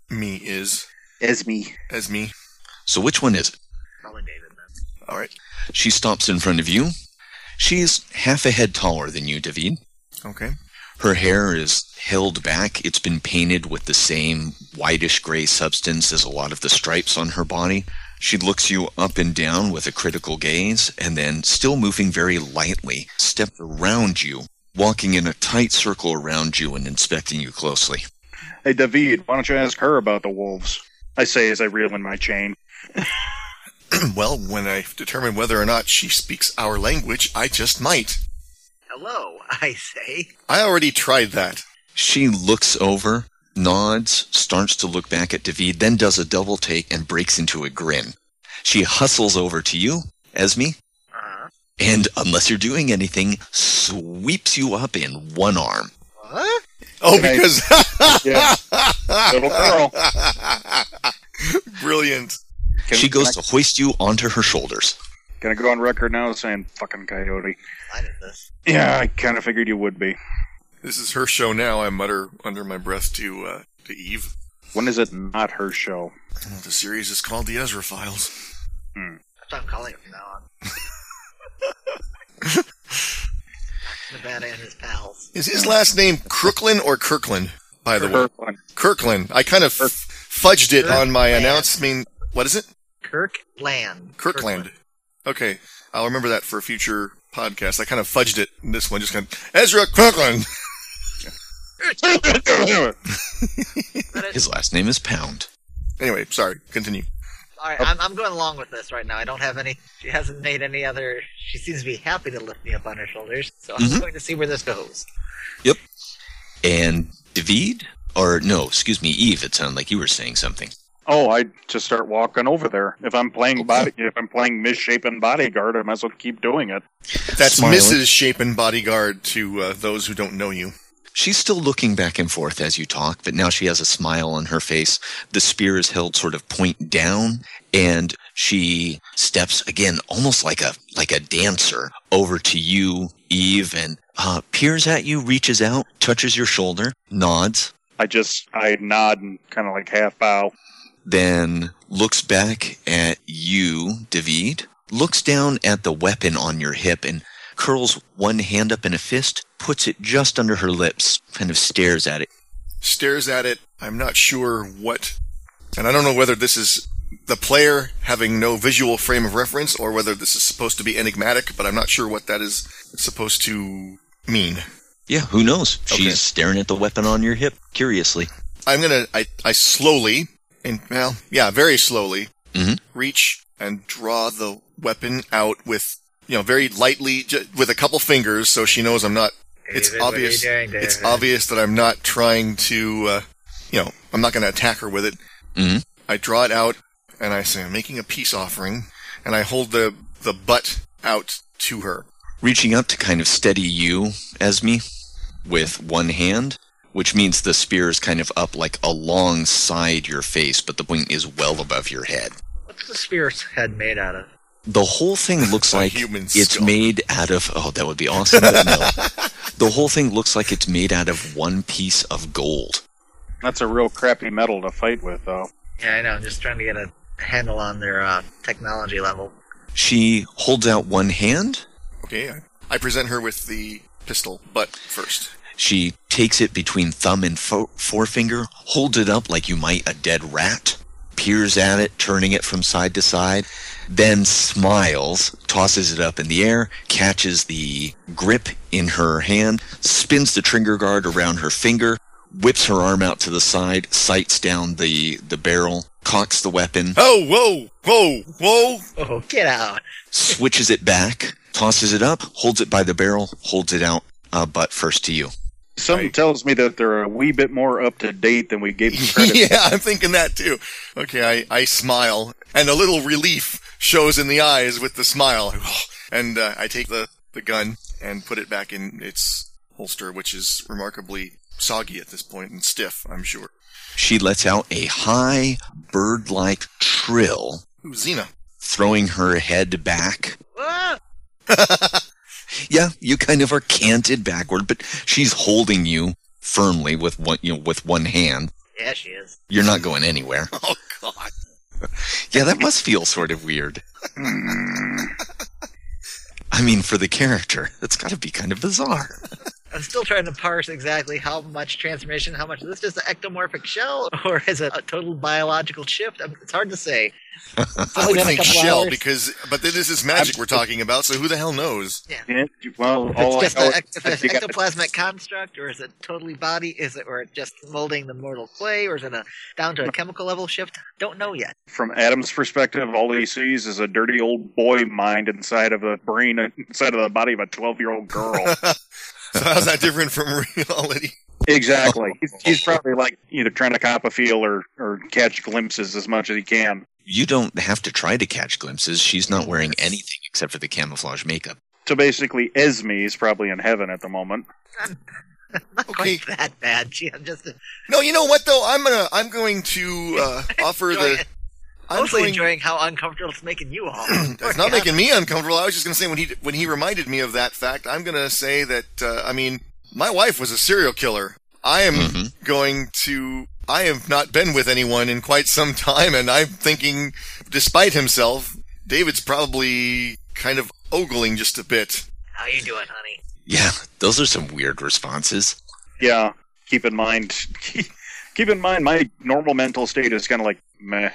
me is Esme. Ez me. So, which one is it? Probably David. Then. All right. She stops in front of you. She's half a head taller than you, David. Okay. Her hair is held back. It's been painted with the same whitish gray substance as a lot of the stripes on her body. She looks you up and down with a critical gaze and then, still moving very lightly, steps around you, walking in a tight circle around you and inspecting you closely. Hey, David, why don't you ask her about the wolves? I say as I reel in my chain. well, when I determine whether or not she speaks our language, I just might. Hello, I say. I already tried that. She looks over, nods, starts to look back at David, then does a double take and breaks into a grin. She hustles over to you, Esme, Uh, and unless you're doing anything, sweeps you up in one arm. what? Oh, Can I- because Yeah. Little girl. brilliant. Can- she goes can I- to hoist you onto her shoulders. Can I go on record now saying fucking coyote? I did this. Yeah, I kind of figured you would be. This is her show now. I mutter under my breath to uh, to Eve. When is it not her show? Well, the series is called the Ezra Files. That's what I'm calling it from now on. Nevada and his pals. Is his last name Crooklyn or Kirkland? By the way, Her one. Kirkland. I kind of f- fudged it on my announcement. What is it? Kirk Land. Kirkland. Okay, I'll remember that for a future podcast. I kind of fudged it in this one. Just kind of Ezra Kirkland. His last name is Pound. Anyway, sorry. Continue. All right, I'm, I'm going along with this right now. I don't have any. She hasn't made any other. She seems to be happy to lift me up on her shoulders, so I'm Mhm. going to see where this goes. And David? Or no, excuse me, Eve, it sounded like you were saying something. Oh, I just start walking over there. If I'm playing body, if I'm playing misshapen bodyguard, I might as well keep doing it. That's Smiling. Mrs. Shapen Bodyguard to uh, those who don't know you. She's still looking back and forth as you talk, but now she has a smile on her face. The spear is held sort of point down, and she steps again, almost like a like a dancer, over to you, Eve, and uh, peers at you, reaches out, touches your shoulder, nods, I just I nod and kind of like half bow. then looks back at you, David, looks down at the weapon on your hip and curls one hand up in a fist, puts it just under her lips, kind of stares at it. Stares at it. I'm not sure what, and I don't know whether this is the player having no visual frame of reference or whether this is supposed to be enigmatic, but I'm not sure what that is supposed to mean. Yeah, who knows? Okay. She's staring at the weapon on your hip curiously. I'm gonna. I, I slowly and well, yeah, very slowly Mhm. reach and draw the weapon out with you know very lightly ju- with a couple fingers, so she knows I'm not. It's David, what are you obvious. doing, It's David? obvious that I'm not trying to. Uh, you know, I'm not gonna attack her with it. Mhm. I draw it out and I say I'm making a peace offering, and I hold the the butt out to her. Reaching up to kind of steady you, Esme, with one hand, which means the spear is kind of up like alongside your face, but the point is well above your head. What's the spirit's head made out of? The whole thing looks A like human it's skull. made out of. Oh, that would be awesome. But no. the whole thing looks like it's made out of one piece of gold. That's a real crappy metal to fight with, though. Yeah, I know. I'm just trying to get a handle on their uh, technology level. She holds out one hand. Okay, I, I present her with the pistol butt first. She takes it between thumb and fo- forefinger, holds it up like you might a dead rat, peers at it, turning it from side to side, then smiles, tosses it up in the air, catches the grip in her hand, spins the trigger guard around her finger, whips her arm out to the side, sights down the, the barrel, cocks the weapon, Oh, whoa, whoa, whoa! Oh, get out! switches it back, tosses it up, holds it by the barrel, holds it out uh, butt first to you. Something Right. tells me that they're a wee bit more up to date than we gave them credit. yeah, I'm thinking that too. Okay, I, I smile, and a little relief shows in the eyes with the smile. And uh, I take the, the gun and put it back in its holster, which is remarkably soggy at this point and stiff, I'm sure. She lets out a high, bird like trill, Ooh, Xena. throwing her head back. Whoa! Yeah, you kind of are canted backward, but she's holding you firmly with one, you know, with one hand. Yeah, she is. You're not going anywhere. Oh, God. Yeah, that must feel sort of weird. I mean, for the character, that's got to be kind of bizarre. I'm still trying to parse exactly how much transformation, how much is this just an ectomorphic shell, or is it a total biological shift? I mean, it's hard to say. I would Another think couple shell hours. because, but this is magic we're talking about, so who the hell knows? Yeah, Well, If all it's I just know an is ec- if that it's you got the- ectoplasmic construct, or is it totally body? Is it or it just molding the mortal clay, or is it a down to a chemical level shift? Don't know yet. from Adam's perspective, all he sees is a dirty old boy mind inside of the brain, inside of the body of a twelve-year-old girl. So how's that different from reality? exactly. He's, he's probably like either trying to cop a feel or or catch glimpses as much as he can. You don't have to try to catch glimpses. She's not wearing anything except for the camouflage makeup. So basically, Esme is probably in heaven at the moment. Not Okay. quite that bad. Gee, I'm just No, you know what though? I'm gonna, I'm going to uh, offer the. enjoying- I'm mostly going- enjoying how uncomfortable it's making you all. It's not making me uncomfortable. I was just going to say when he when he reminded me of that fact, I'm going to say that uh, I mean my wife was a serial killer. I am Mhm. going to. I have not been with anyone in quite some time, and I'm thinking, despite himself, David's probably kind of ogling just a bit. How you doing, honey? Yeah, those are some weird responses. Yeah. Keep in mind. Keep in mind, my normal mental state is kind of like meh.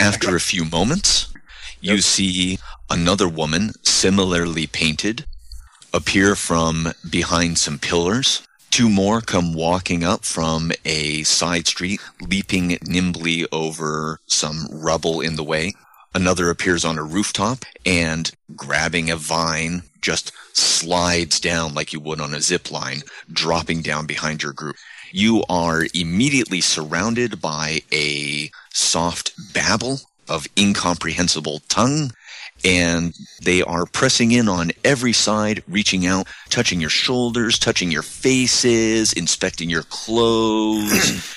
After a few moments, you see another woman, similarly painted, appear from behind some pillars. Two more come walking up from a side street, leaping nimbly over some rubble in the way. Another appears on a rooftop and, grabbing a vine, just slides down like you would on a zip line, dropping down behind your group. You are immediately surrounded by a soft babble of incomprehensible tongue, and they are pressing in on every side, reaching out, touching your shoulders, touching your faces, inspecting your clothes,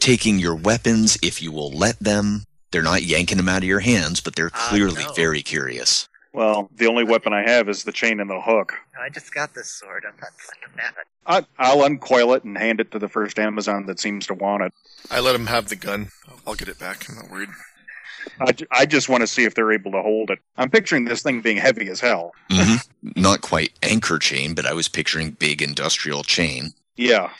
taking your weapons if you will let them. They're not yanking them out of your hands, but they're Ah, clearly no. very curious. Well, the only weapon I have is the chain and the hook. I just got this sword. I'm not fucking mad. I, I'll uncoil it and hand it to the first Amazon that seems to want it. I let him have the gun. I'll- I'll get it back. I'm not worried. I, ju- I just want to see if they're able to hold it. I'm picturing this thing being heavy as hell. hmm Not quite anchor chain, but I was picturing big industrial chain. Yeah.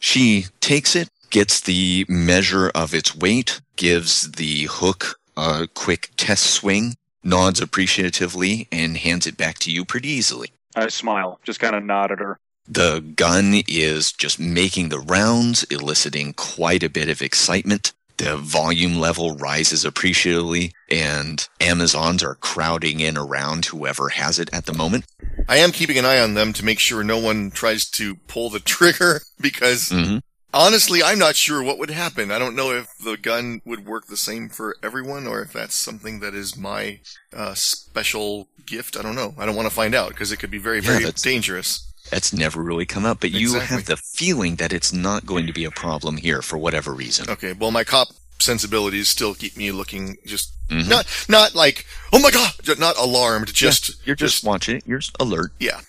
She takes it, gets the measure of its weight, gives the hook a quick test swing, nods appreciatively, and hands it back to you pretty easily. I smile, just kind of nod at her. The gun is just making the rounds, eliciting quite a bit of excitement. The volume level rises appreciatively, and Amazons are crowding in around whoever has it at the moment. I am keeping an eye on them to make sure no one tries to pull the trigger because Mm-hmm. honestly, I'm not sure what would happen. I don't know if the gun would work the same for everyone or if that's something that is my uh, special gift. I don't know. I don't want to find out because it could be very, Yeah, very that's- dangerous. That's never really come up, but you Exactly. have the feeling that it's not going to be a problem here for whatever reason. Okay. Well, my cop sensibilities still keep me looking just Mhm. not, not like, oh my God, ju- not alarmed, just, You're just, watching it. You're s- alert. Yeah.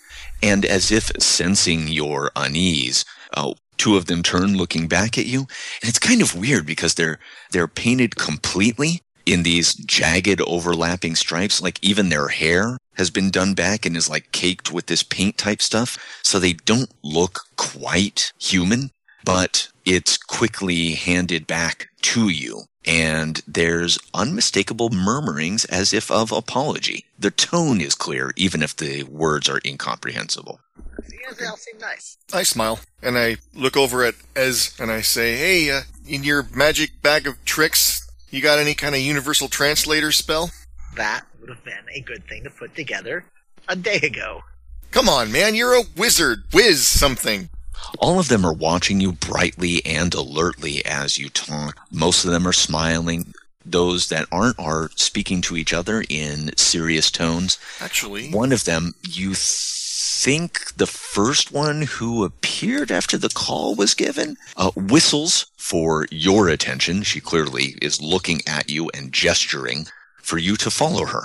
And as if sensing your unease, uh, two of them turn looking back at you, and it's kind of weird because they're they're painted completely in these jagged overlapping stripes. Like even their hair has been done back and is like caked with this paint type stuff, so they don't look quite human. But it's quickly handed back to you. And there's unmistakable murmurings as if of apology. The tone is clear, even if the words are incomprehensible. You guys all seem nice. I smile and I look over at Ez and I say, "Hey, uh, in your magic bag of tricks, you got any kind of universal translator spell? That would have been a good thing to put together a day ago. Come on, man, you're a wizard. Whiz something." All of them are watching you brightly and alertly as you talk. Most of them are smiling. Those that aren't are speaking to each other in serious tones. Actually, One of them, you think the first one who appeared after the call was given, uh, whistles for your attention. She clearly is looking at you and gesturing for you to follow her.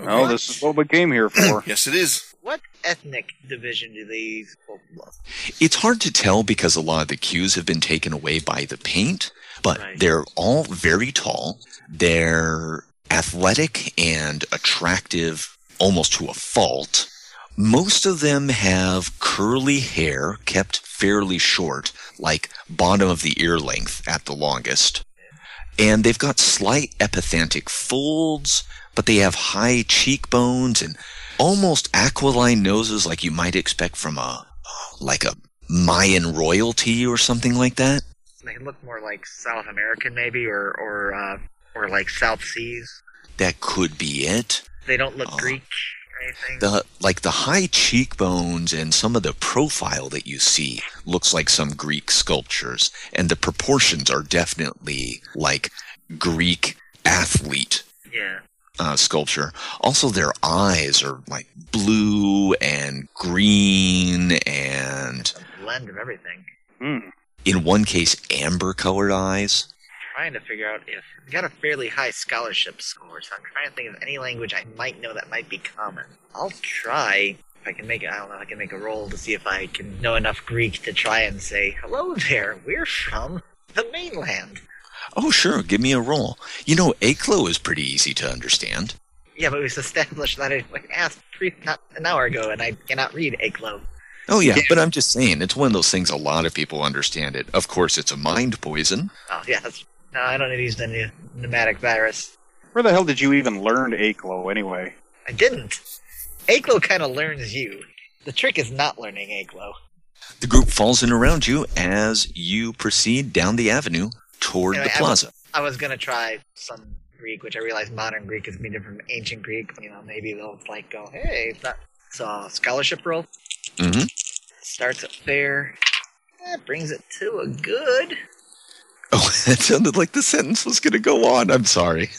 Oh, this is what we came here for. yes, it is. What ethnic division do these people belong to? It's hard to tell because a lot of the cues have been taken away by the paint, but Right. they're all very tall. They're athletic and attractive almost to a fault. Most of them have curly hair kept fairly short, like bottom of the ear length at the longest. And they've got slight epithantic folds, but they have high cheekbones and almost aquiline noses like you might expect from a like a Mayan royalty or something like that. They look more like South American, maybe, or or uh, or like South Seas. That could be it. They don't look Oh. Greek or anything. The like the high cheekbones and some of the profile that you see looks like some Greek sculptures, and the proportions are definitely like Greek athlete yeah. uh, sculpture. Also, their eyes are like blue and green and A blend of everything. Hmm. in one case amber colored eyes. Trying to figure out if I got a fairly high scholarship score, so I'm trying to think of any language I might know that might be common. I'll try if I can make I don't know if I can make a roll to see if I can know enough Greek to try and say, Hello there, we're from the mainland. Oh, sure, give me a roll. You know, Aklo is pretty easy to understand. Yeah, but it was established that I like, asked three, not an hour ago, and I cannot read Aglo. Oh yeah, but I'm just saying it's one of those things a lot of people understand it. Of course it's a mind poison. Oh, yeah, that's, no, I don't need to use the new pneumatic virus. Where the hell did you even learn Aklo anyway? I didn't. Aglo kind of learns you. The trick is not learning Aglo. The group falls in around you as you proceed down the avenue toward Yeah, the I- plaza. I was gonna try some Greek, which I realized modern Greek is made from ancient Greek. You know, maybe they'll like go, hey, it's not. So scholarship roll hmm starts at fair. That brings it to a good. Oh, that sounded like the sentence was going to go on. I'm sorry.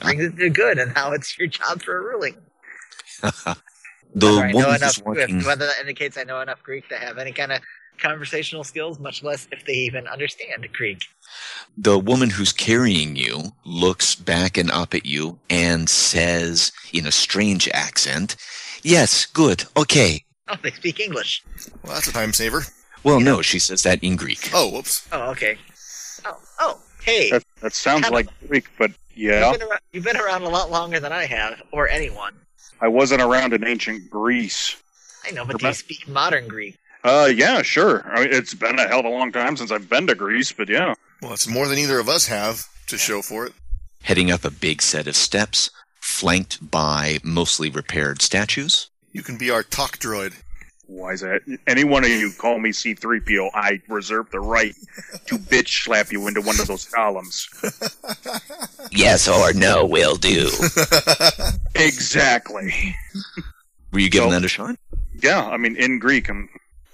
Brings it to good, and now it's your job for a ruling. The whether I know woman enough who's Greek- walking. whether that indicates I know enough Greek to have any kind of conversational skills, much less if they even understand Greek. The woman who's carrying you looks back and up at you and says in a strange accent, Yes, good, okay. Oh, they speak English. Well, that's a time saver. Well, no, she says that in Greek. Oh, whoops. Oh, okay. Oh, oh, hey. That, that sounds like Greek, but yeah, You've, been around, you've been around a lot longer than I have, or anyone. I wasn't around in ancient Greece. I know, but do you Remem- speak modern Greek? Uh, yeah, sure. I mean, it's been a hell of a long time since I've been to Greece, but yeah. Well, it's more than either of us have to show for it. Heading up a big set of steps, flanked by mostly repaired statues. You can be our talk droid. Why is that? Any one of you call me C3PO, I reserve the right to bitch slap you into one of those columns. Yes or no will do. Exactly. Were you giving So- that a shot? Yeah, I mean, in Greek, i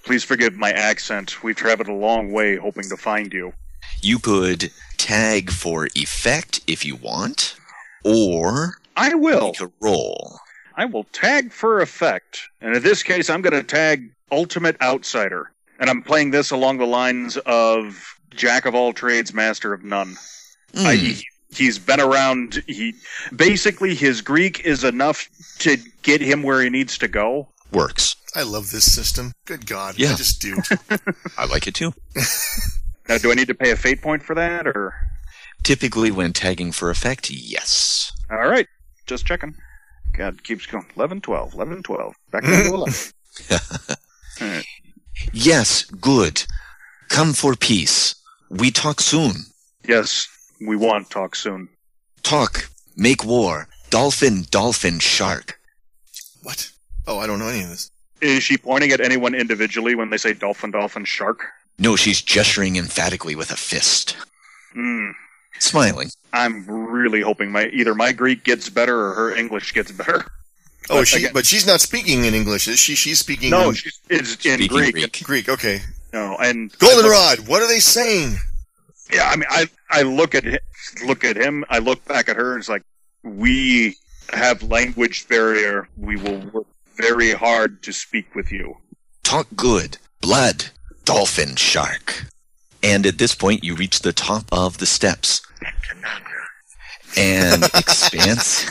please forgive my accent. We've traveled a long way hoping to find you. You could tag for effect if you want, or I will. make a roll. I will tag for effect. And in this case, I'm going to tag Ultimate Outsider. And I'm playing this along the lines of Jack of all trades, master of none. Hmm. I, he's been around. He basically his Greek is enough to get him where he needs to go. Works. I love this system. Good God. I Yeah. just do. I like it too. Now, do I need to pay a fate point for that, or Typically, when tagging for effect, yes. all right? Just checking. God keeps going. 11, 12, 11, 12. Back down to 11. Yes, good. Come for peace. We talk soon. Yes, we want talk soon. Talk. Make war. Dolphin, dolphin, shark. What? Oh, I don't know any of this. Is she pointing at anyone individually when they say dolphin, dolphin, shark? No, she's gesturing emphatically with a fist. Hmm. Smiling. I'm really hoping my either my Greek gets better or her English gets better. Oh, But she, again- but she's not speaking in English, is she? She's speaking No, in she's, it's in Speaking Greek. Greek. Greek. Okay. No, and Goldenrod, what are they saying? Yeah, I mean, I I look at him, look at him. I look back at her, and it's like we have language barrier. We will work very hard to speak with you. Talk good. Blood, dolphin, shark. And at this point, you reach the top of the steps. Tanagra. and expanse.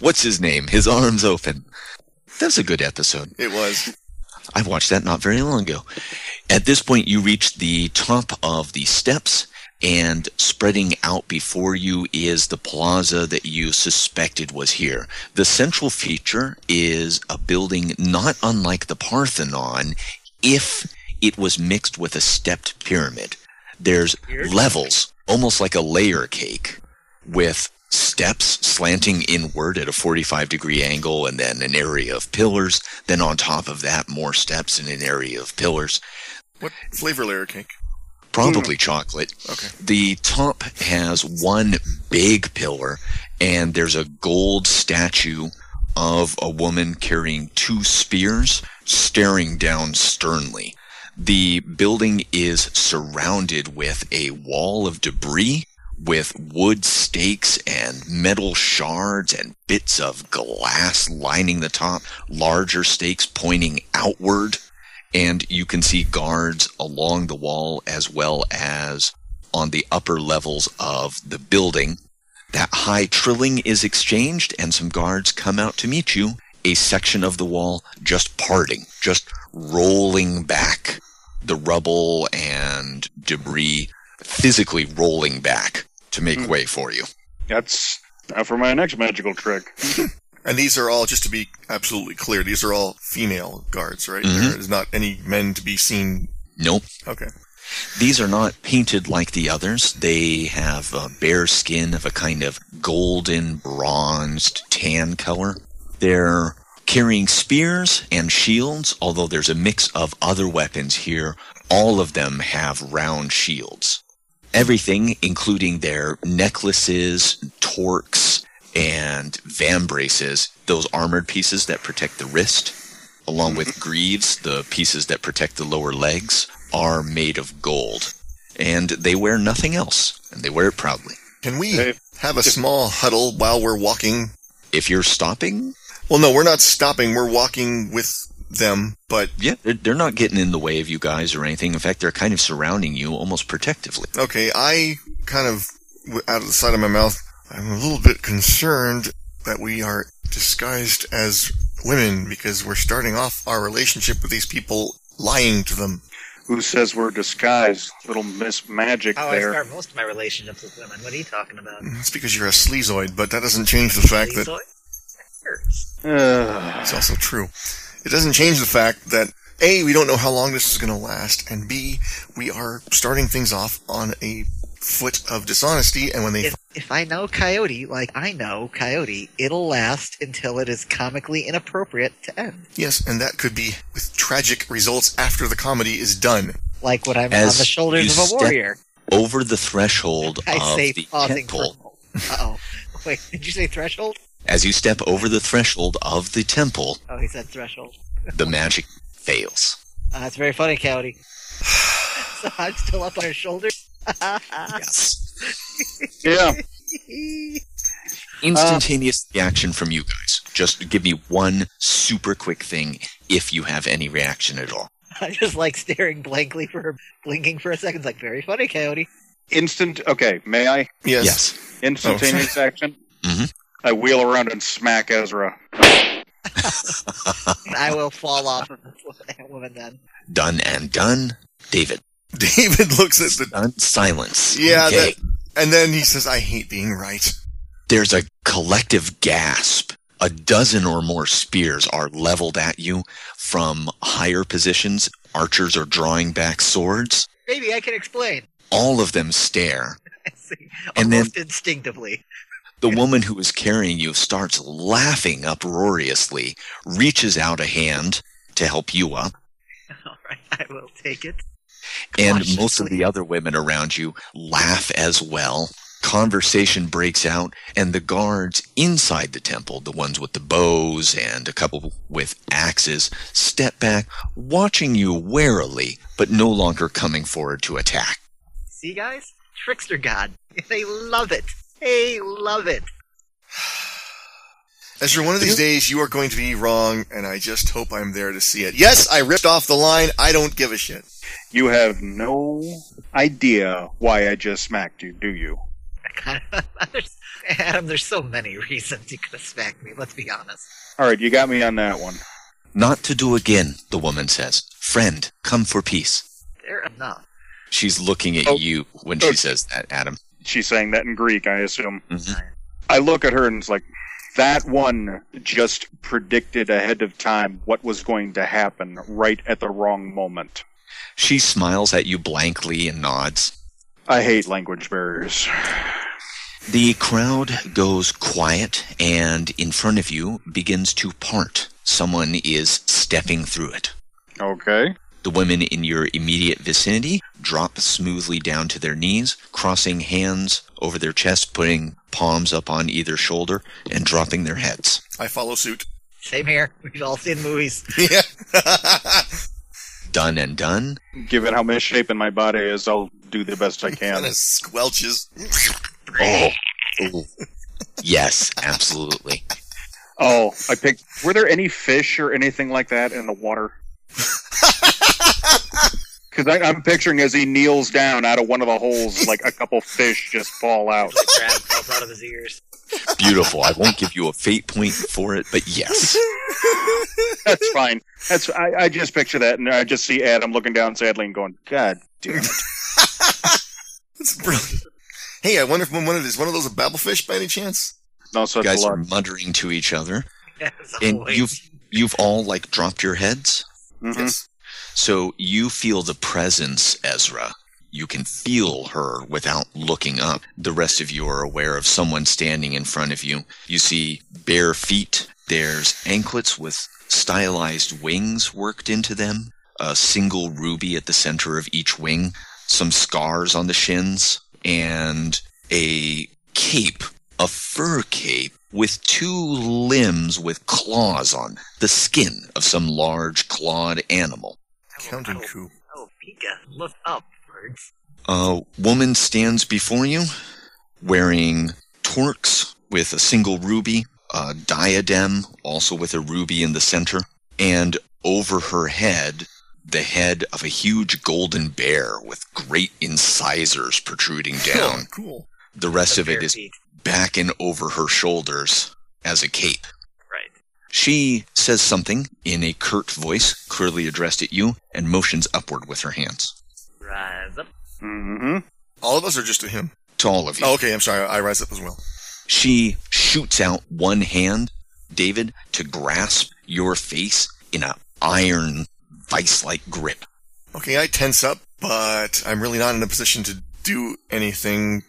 What's his name? His arms open. That was a good episode. It was. I watched that not very long ago. At this point, you reach the top of the steps, and spreading out before you is the plaza that you suspected was here. The central feature is a building not unlike the Parthenon if it was mixed with a stepped pyramid. There's Weird. levels, almost like a layer cake, with steps slanting inward at a 45 degree angle and then an area of pillars. Then on top of that, more steps and an area of pillars. What flavor layer cake? Probably chocolate. Okay. The top has one big pillar, and there's a gold statue of a woman carrying two spears, staring down sternly. The building is surrounded with a wall of debris with wood stakes and metal shards and bits of glass lining the top, larger stakes pointing outward and you can see guards along the wall as well as on the upper levels of the building. That high trilling is exchanged, and some guards come out to meet you. A section of the wall just parting, just rolling back. The rubble and debris physically rolling back to make way for you. That's now for my next magical trick. And these are all, just to be absolutely clear, these are all female guards, right? Mhm. There's not any men to be seen. Nope. Okay. These are not painted like the others. They have a bare skin of a kind of golden, bronzed, tan color. They're carrying spears and shields, although there's a mix of other weapons here. All of them have round shields. Everything, including their necklaces, torques, and van braces, those armored pieces that protect the wrist, along with greaves, the pieces that protect the lower legs, are made of gold. And they wear nothing else, and they wear it proudly. Can we Hey, have a small huddle while we're walking? If you're stopping, Well, no, we're not stopping. We're walking with them, but yeah, they're, they're not getting in the way of you guys or anything. In fact, they're kind of surrounding you almost protectively. okay, I kind of, w- out of the side of my mouth, I'm a little bit concerned that we are disguised as women because we're starting off our relationship with these people lying to them. Who says we're disguised? Little Miss Magic How Oh, I there. start most of my relationships with women. What are you talking about? That's because you're a sleazoid, but that doesn't change the fact that Please, boy? Hurts. Ugh. It's also true. It doesn't change the fact that A, we don't know how long this is going to last, and B, we are starting things off on a foot of dishonesty, and when they If, if I know Coyote, like I know Coyote, it'll last until it is comically inappropriate to end. yes, and that could be with tragic results after the comedy is done. Like when I'm As on the you shoulders of a step warrior. Over the threshold I of say the pausing temple, Uh oh. Wait, did you say threshold? as you step over the threshold of the temple, Oh, he said threshold. the magic fails. Uh, that's very funny, Coyote. so I'm still up on her shoulder. Yes. Yeah. Instantaneous reaction from you guys. Just give me one super quick thing if you have any reaction at all. I'm just like staring blankly for her, blinking for a second. It's like, very funny, Coyote. Instant. Okay. May I? Yes. Instantaneous action. Mhm. I wheel around and smack Ezra. And I will fall off of this woman then. Done and done. David, David looks at the. done. Silence. Yeah, Okay. that, and then he says, I hate being right. There's a collective gasp. A dozen or more spears are leveled at you from higher positions. Archers are drawing back swords. Maybe I can explain. All of them stare. I see. And then- Almost instinctively. The woman who is carrying you starts laughing uproariously, reaches out a hand to help you up, All right, I will take it. and Cautiously. most of the other women around you laugh as well. Conversation breaks out, and the guards inside the temple, the ones with the bows and a couple with axes, step back, watching you warily, but no longer coming forward to attack. See, guys? Trickster God. They love it. They love it. Ezra, one of these days you are going to be wrong, and I just hope I'm there to see it. Yes, I ripped off the line. I don't give a shit. You have no idea why I just smacked you, do you? there's, Adam, there's so many reasons you could have smacked me. Let's be honest. All right, you got me on that one. Not to do again, the woman says. Friend, come for peace. They're enough. She's looking at Oh. you when Oh. she says that, Adam. She's saying that in Greek, I assume. Mhm. I look at her and it's like, that one just predicted ahead of time what was going to happen right at the wrong moment. She smiles at you blankly and nods. I hate language barriers. The crowd goes quiet, and in front of you begins to part. Someone is stepping through it. Okay. The women in your immediate vicinity drop smoothly down to their knees, crossing hands over their chest, putting palms up on either shoulder, and dropping their heads. I follow suit. Same here. We've all seen movies. Yeah. Done and done. Given how misshapen my body is, I'll do the best I kind can. of squelches. Oh. Ooh. yes, absolutely. Oh, I picked. Were there any fish or anything like that in the water? Because I'm picturing as he kneels down out of one of the holes, like a couple fish just fall out. The crab falls out of his ears. Beautiful. I won't give you a fate point for it, but yes. That's fine. That's I, I just picture that, and I just see Adam looking down sadly and going, "God damn." It. That's brilliant. Hey, I wonder if one of is one of those a babblefish by any chance? No such You guys luck. are muttering to each other. As and always. you've you've all like dropped your heads Mhm. Yes. so you feel the presence ezra you can feel her without looking up the rest of you are aware of someone standing in front of you you see bare feet there's anklets with stylized wings worked into them a single ruby at the center of each wing some scars on the shins and a cape a fur cape with two limbs with claws on the skin of some large clawed animal. I will- I Counting will- coup. Oh, Pika, look upwards. A woman stands before you wearing torques with a single ruby, a diadem also with a ruby in the center, and over her head, the head of a huge golden bear with great incisors protruding down. cool. The rest The of it bare is feet. back and over her shoulders as a cape. Right. She says something in a curt voice, clearly addressed at you, and motions upward with her hands. Rise up. Mm-hmm. All of us are just to him. To all of you. Oh, okay. I'm sorry. I rise up as well. She shoots out one hand, David, to grasp your face in a iron vice like grip. Okay, I tense up, but I'm really not in a position to do anything.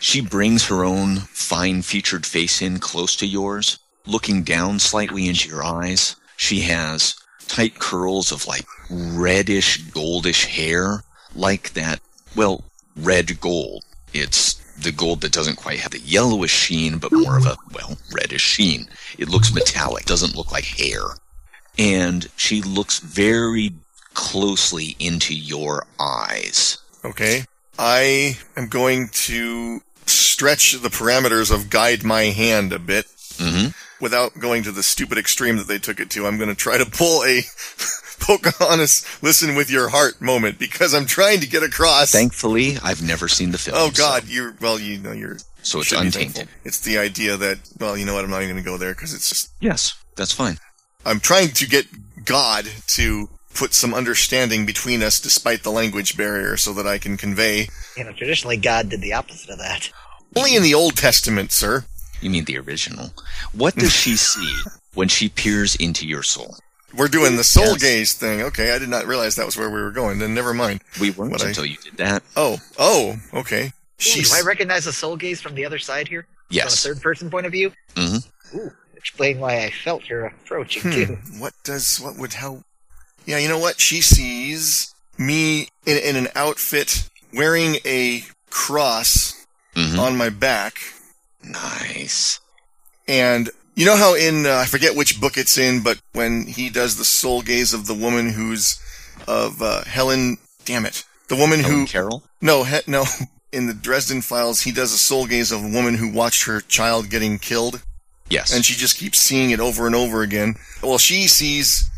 She brings her own fine featured face in close to yours, looking down slightly into your eyes. She has tight curls of like reddish goldish hair, like that, well, red gold. It's the gold that doesn't quite have the yellowish sheen, but more of a, well, reddish sheen. It looks metallic, doesn't look like hair. And she looks very closely into your eyes. Okay. I am going to stretch the parameters of guide my hand a bit hmm. without going to the stupid extreme that they took it to. I'm going to try to pull a Pocahontas listen with your heart moment because I'm trying to get across. Thankfully, I've never seen the film. oh so- God, you're well. You know you're. So it's should be untainted. thankful. It's the idea that well, you know what? I'm not even going to go there because it's just Yes, that's fine. I'm trying to get God to put some understanding between us despite the language barrier so that I can convey. You know, traditionally, God did the opposite of that. Only in the Old Testament, sir. You mean the original. What does she see when she peers into your soul? We're doing the soul Yes. gaze thing. Okay, I did not realize that was where we were going. Then never mind. We weren't What I- until you did that. Oh, oh, okay. Ooh, She's do I recognize the soul gaze from the other side here? Yes. From a third person point of view? Mhm. Ooh, explain why I felt your approaching, Mm-hmm. Hmm, too. what does what would how? Yeah, you know what? She sees me in, in an outfit wearing a cross Mhm. on my back. Nice. And you know how in uh, I forget which book it's in, but when he does the soul gaze of the woman who's of uh, Helen, damn it, the woman Helen who Carroll? no he, no in the Dresden Files he does a soul gaze of a woman who watched her child getting killed, Yes. and she just keeps seeing it over and over again. Well, she sees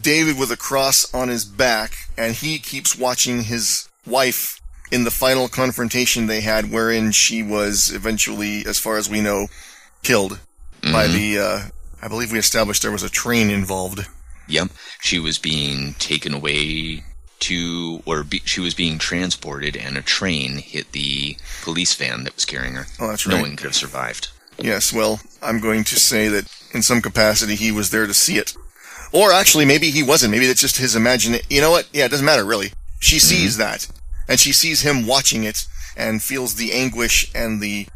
David with a cross on his back, and he keeps watching his wife in the final confrontation they had, wherein she was eventually, as far as we know, killed by Mhm. the uh, I believe we established there was a train involved. Yep. She was being taken away to, or be, she was being transported, and a train hit the police van that was carrying her. Oh, that's No right. one could have survived. Yes, well, I'm going to say that in some capacity he was there to see it. Or actually maybe he wasn't. Maybe that's just his imagination. You know what? Yeah, it doesn't matter really. She sees that and she sees him watching it and feels the anguish and the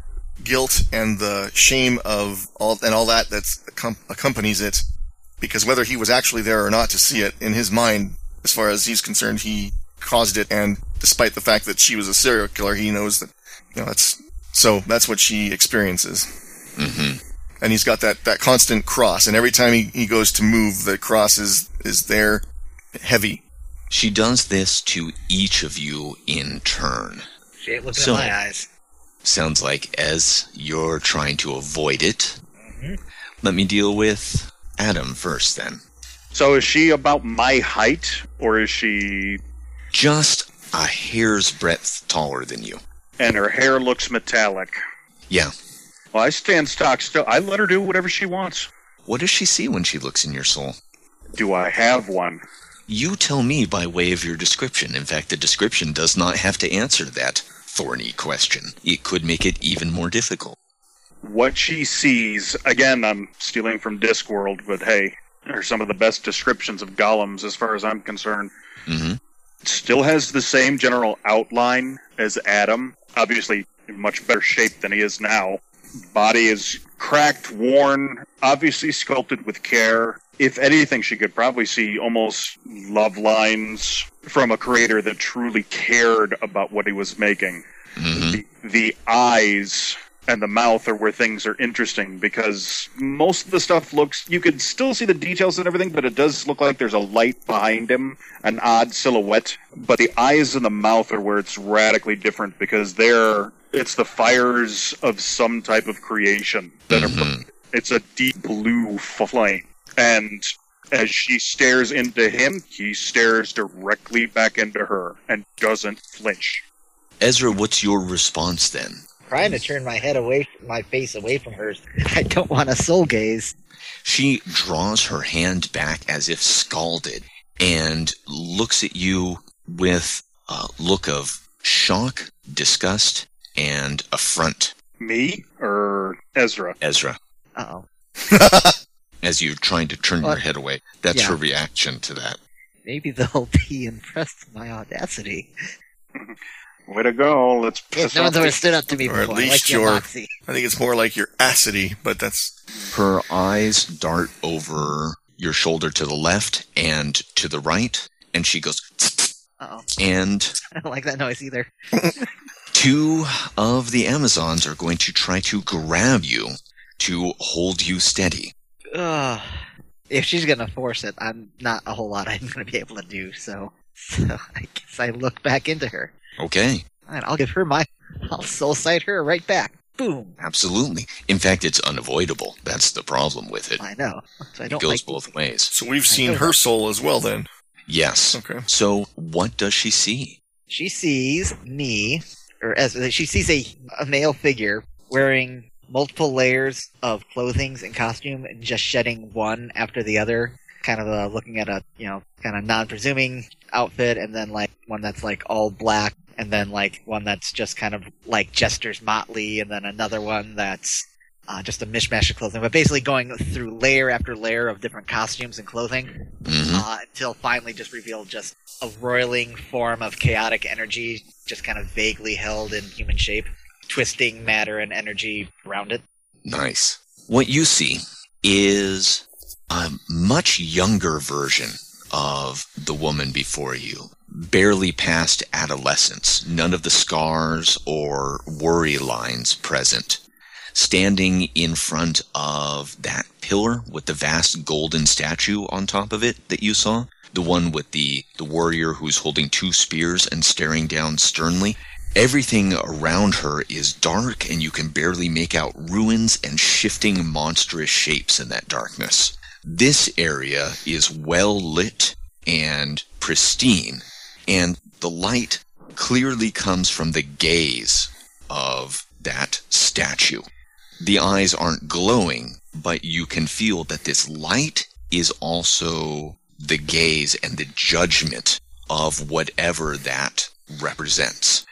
guilt and the shame of all and all that that accompanies it because whether he was actually there or not to see it in his mind as far as he's concerned he caused it and despite the fact that she was a serial killer he knows that you know that's so that's what she experiences and he's got that, that constant cross and every time he, he goes to move the cross is is there heavy She does this to each of you in turn. She ain't looking So- at my eyes. Sounds like as you're trying to avoid it. Let me deal with Adam first then. So is she about my height, or is she? Just a hair's breadth taller than you. And her hair looks metallic. Yeah. Well, I stand stock still. I let her do whatever she wants. What does she see when she looks in your soul? Do I have one? You tell me by way of your description. In fact, the description does not have to answer that thorny question. It could make it even more difficult. What she sees again. I'm stealing from Discworld, but hey, are some of the best descriptions of golems, as far as I'm concerned. hmm still has the same general outline as Adam. Obviously, in much better shape than he is now. Body is cracked, worn, obviously sculpted with care. If anything, she could probably see almost love lines from a creator that truly cared about what he was making. hmm The, the eyes, and the mouth are where things are interesting because most of the stuff looks you can still see the details and everything but it does look like there's a light behind him an odd silhouette but the eyes and the mouth are where it's radically different because they're it's the fires of some type of creation that are it's a deep blue f- flame and as she stares into him he stares directly back into her and doesn't flinch Ezra, what's your response then? Trying to turn my head away, my face away from hers. I don't want a soul gaze. She draws her hand back as if scalded and looks at you with a look of shock, disgust, and affront, me or ezra Ezra, Uh oh. as you're trying to turn your What? head away. That's Yeah. her reaction to that. Maybe they'll be impressed with my audacity. way to go let's Yes, piss no off one's ever the- stood up to me Or before. at least I like your your- moxie. I think it's more like your acity, but that's Her eyes dart over your shoulder to the left and to the right, and she goes, Uh oh. and I don't like that noise either. two of the Amazons are going to try to grab you to hold you steady. Ugh. If she's gonna force it, I'm not a whole lot I'm gonna be able to do. So, so I guess I look back into her. Okay, All right, I'll give her my. I'll soul sight her right back. Boom. absolutely. In fact, it's unavoidable. That's the problem with it. I know. So I It don't goes like. both ways. so we've seen her soul as well. Then Yes. Hmm. okay, So, what does she see? She sees me, or as she sees a, a male figure wearing multiple layers of clothing and costume, and just shedding one after the other. Kind of uh, looking at a you know kind of non-presuming outfit, and then like one that's like all black, and then like one that's just kind of like Jester's motley, and then another one that's uh, just a mishmash of clothing. But basically going through layer after layer of different costumes and clothing hmm uh, until finally just revealed just a roiling form of chaotic energy, just kind of vaguely held in human shape, twisting matter and energy around it. Nice. What you see is a much younger version of the woman before you, barely past adolescence, none of the scars or worry lines present, standing in front of that pillar with the vast golden statue on top of it that you saw. The one with the, the warrior who's holding two spears and staring down sternly. Everything around her is dark, and you can barely make out ruins and shifting monstrous shapes in that darkness. This area is well lit and pristine, and the light clearly comes from the gaze of that statue. The eyes aren't glowing, but you can feel that this light is also the gaze and the judgment of whatever that represents.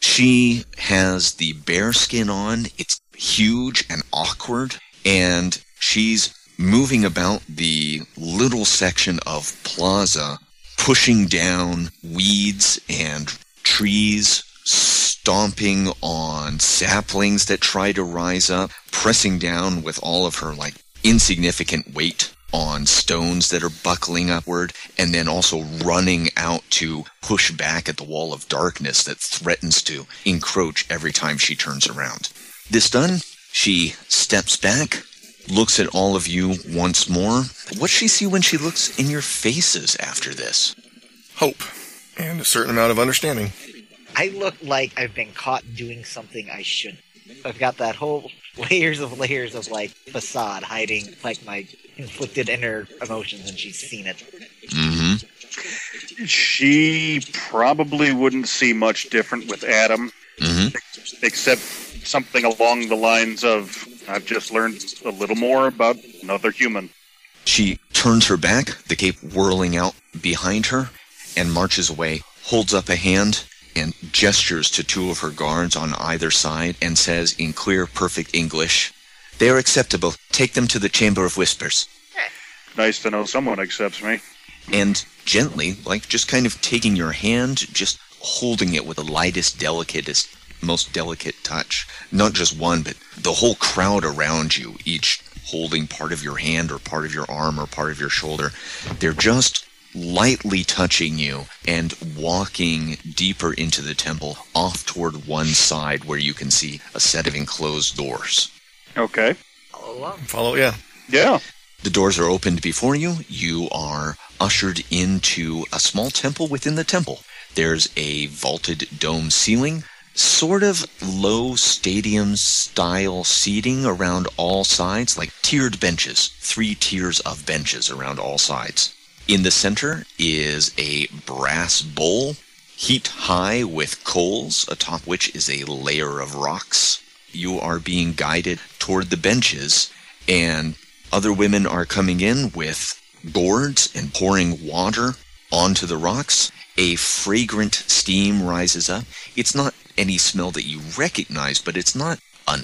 She has the bear skin on. It's huge and awkward. And she's moving about the little section of plaza, pushing down weeds and trees, stomping on saplings that try to rise up, pressing down with all of her like insignificant weight on stones that are buckling upward, and then also running out to push back at the wall of darkness that threatens to encroach every time she turns around. This done, she steps back, looks at all of you once more. What's she see when she looks in your faces after this? hope and a certain amount of understanding. I look like I've been caught doing something I shouldn't. I've got that whole layers of layers of like facade hiding like my conflicted inner emotions, and she's seen it. hmm She probably wouldn't see much different with Adam, hmm except something along the lines of I've just learned a little more about another human. She turns her back, the cape whirling out behind her, and marches away, holds up a hand, and gestures to two of her guards on either side and says in clear, perfect English, They are acceptable. Take them to the Chamber of Whispers. Nice to know someone accepts me. And gently, like just kind of taking your hand, just holding it with the lightest, delicatest, most delicate touch. Not just one, but the whole crowd around you, each holding part of your hand or part of your arm or part of your shoulder. They're just lightly touching you and walking deeper into the temple off toward one side where you can see a set of enclosed doors. Okay. Follow along. Follow, yeah. Yeah. The doors are opened before you. You are ushered into a small temple within the temple. There's a vaulted dome ceiling, sort of low stadium style seating around all sides, like tiered benches, three tiers of benches around all sides. In the center is a brass bowl, heaped high with coals, atop which is a layer of rocks. You are being guided toward the benches, and other women are coming in with gourds and pouring water onto the rocks. A fragrant steam rises up. It's not any smell that you recognize, but it's not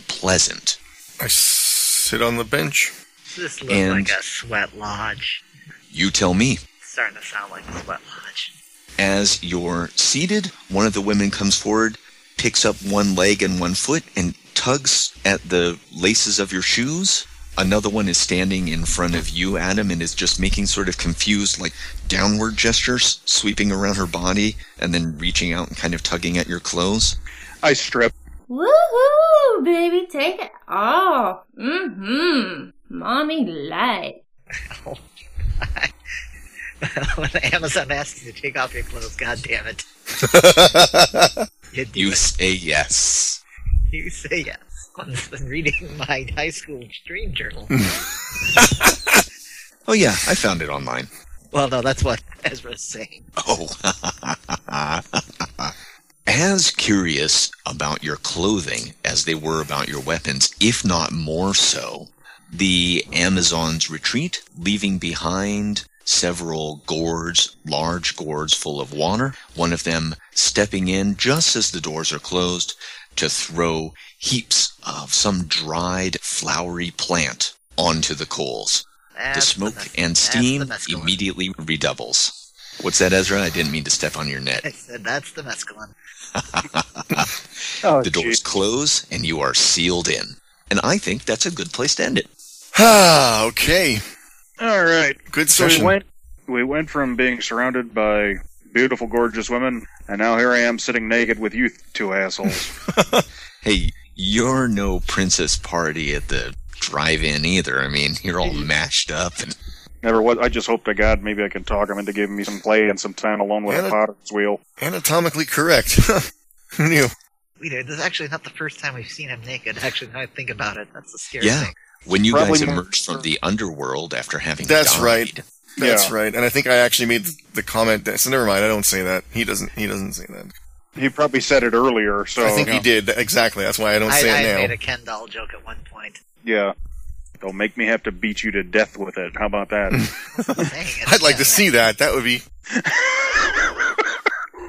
unpleasant. I sit on the bench. This looks And- like a sweat lodge. You tell me. It's starting to sound like a sweat lodge. As you're seated, one of the women comes forward, picks up one leg and one foot, and tugs at the laces of your shoes. Another one is standing in front of you, Adam, and is just making sort of confused, like downward gestures, sweeping around her body, and then reaching out and kind of tugging at your clothes. I strip. Woohoo, baby, take it off. Mm-hmm. Mommy light. when Amazon asks you to take off your clothes, god damn it. you, do You it. say yes. you say yes. I've been reading my high school dream journal. Hmm. Oh, yeah, I found it online. well, no, that's what Ezra's saying. Oh. as curious about your clothing as they were about your weapons, if not more so, the Amazons retreat, leaving behind several gourds, large gourds full of water, one of them stepping in just as the doors are closed to throw heaps of some dried flowery plant onto the coals. The That's smoke mes- and that's the steam mescaline. immediately redoubles. What's that, Ezra? I didn't mean to step on your I net. said, that's the mescaline. Oh, The doors close and you are sealed in. And I think that's a good place to end it. Ah, okay. All right. Good So we session. went, we went from being surrounded by beautiful, gorgeous women, and now here I am sitting naked with you two assholes. Hey, you're no princess party at the drive-in either. I mean, you're all mashed up and Never was. I just hope to God maybe I can talk them into giving me some play and some time alone with Yeah. a potter's wheel. Anatomically correct. Who knew? We did. This is actually not the first time we've seen him naked. Actually, now I think about it, that's the scary Yeah. thing. when you Probably guys more- emerge from the underworld after having That's died, right. That's Yeah. right. And I think I actually made th- the comment that. So never mind. I don't say that. He doesn't. He doesn't say that. He probably said it earlier, so I think yeah. he did exactly. That's why I don't I, say I it made now. a Ken doll joke at one point. Yeah. They'll make me have to beat you to death with it. How about that? Saying it I'd like again, to see that. That would be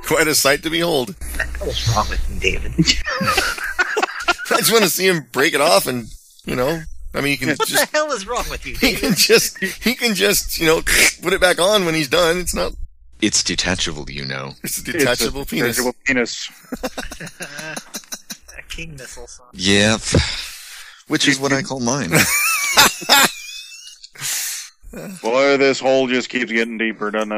quite a sight to behold. What was wrong with you, David? I just want to see him break it off, and you know, I mean, you can What just the hell is wrong with you, he David? can just he can just you know put it back on when he's done. It's not It's detachable, you know. it's a It's a detachable penis. detachable penis. A king missile song. Yep. Which is what I call mine. Boy, this hole just keeps getting deeper, doesn't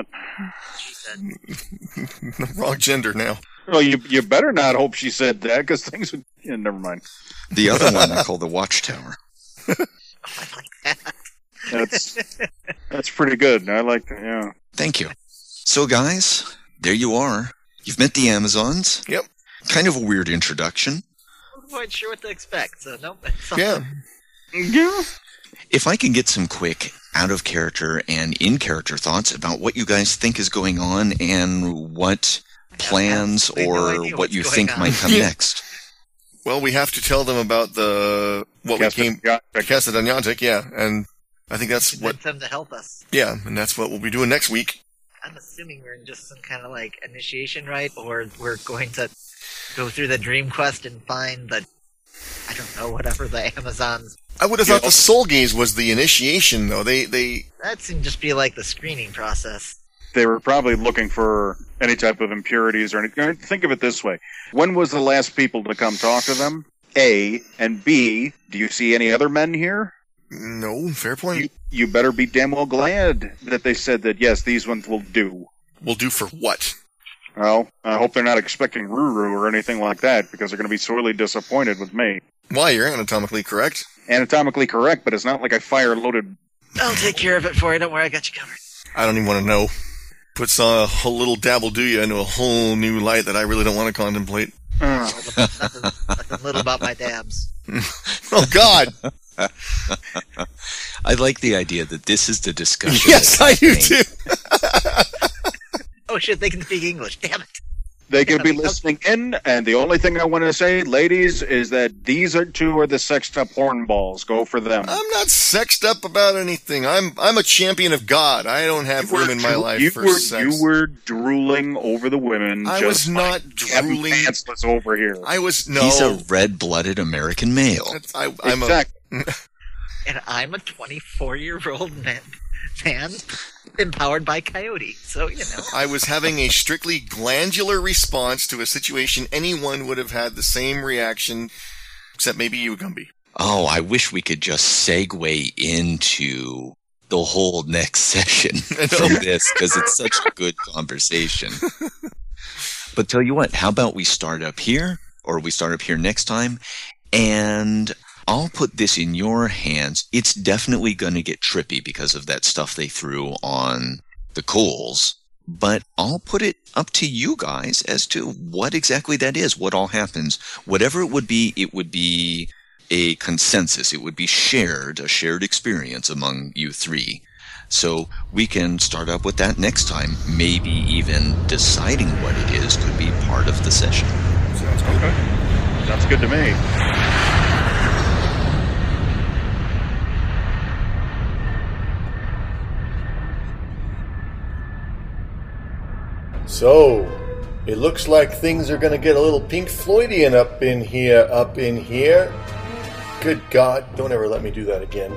it? Wrong gender now. Well, you you better not hope she said that, because things would. Yeah, never mind. The other one I call the watchtower. I like that. That's that's pretty good. I like that. Yeah. Thank you. So, guys, there you are. You've met the Amazons. Yep. Kind of a weird introduction. I'm not quite sure what to expect, so nope. It's all- Yeah, If I can get some quick out of character and in character thoughts about what you guys think is going on and what plans absolutely no or idea what what's you going think on. might come Yeah. next. Well, we have to tell them about the what Cast we came it- yeah, Casa Danyantic, yeah, and I think that's what Convince them to help us. yeah, and that's what we'll be doing next week. I'm assuming we're in just some kind of like initiation rite, or we're going to go through the dream quest and find the I don't know whatever the Amazons. I would have thought the soul gaze was the initiation, though. They they That seemed to just be like the screening process. They were probably looking for any type of impurities or anything. Think of it this way: When was the last people to come talk to them? A and B. Do you see any other men here? No, fair point. You, you better be damn well glad that they said that, yes, these ones will do. Will do for what? Well, I hope they're not expecting Ruru or anything like that because they're going to be sorely disappointed with me. Why, you're anatomically correct. Anatomically correct, but it's not like I fire loaded. I'll take care of it for you. Don't worry, I got you covered. I don't even want to know. Puts a, a little dabble do you into a whole new light that I really don't want to contemplate. Uh, nothing, nothing little about my dabs. Oh God! I like the idea that this is the discussion. yes, I do too. Oh shit, they can speak English. Damn it. they could be listening in, and the only thing I want to say, ladies, is that these are two are the sexed up hornballs. Go for Oh, them. I'm not sexed up about anything. I'm I'm a champion of God. I don't have room in my You- life you for were, sex. You were drooling over the women. I was just not like Captain drooling. Pants was over here. I was no. He's a red-blooded American male. That's- I, I'm a- exactly. And I'm a 24 year old man, man empowered by Coyote. So, you know. I was having a strictly glandular response to a situation anyone would have had the same reaction, except maybe you, Gumby. Oh, I wish we could just segue into the whole next session from this because it's such a good conversation. But tell you what, how about we start up here or we start up here next time and I'll put this in your hands. It's definitely going to get trippy because of that stuff they threw on the coals, but I'll put it up to you guys as to what exactly that is, what all happens. Whatever it would be, it would be a consensus. It would be shared, a shared experience among you three. So we can start up with that next time. Maybe even deciding what it is could be part of the session. Sounds good to me. So, it looks like things are going to get a little Pink Floydian up in here, up in here. Good God, don't ever let me do that again.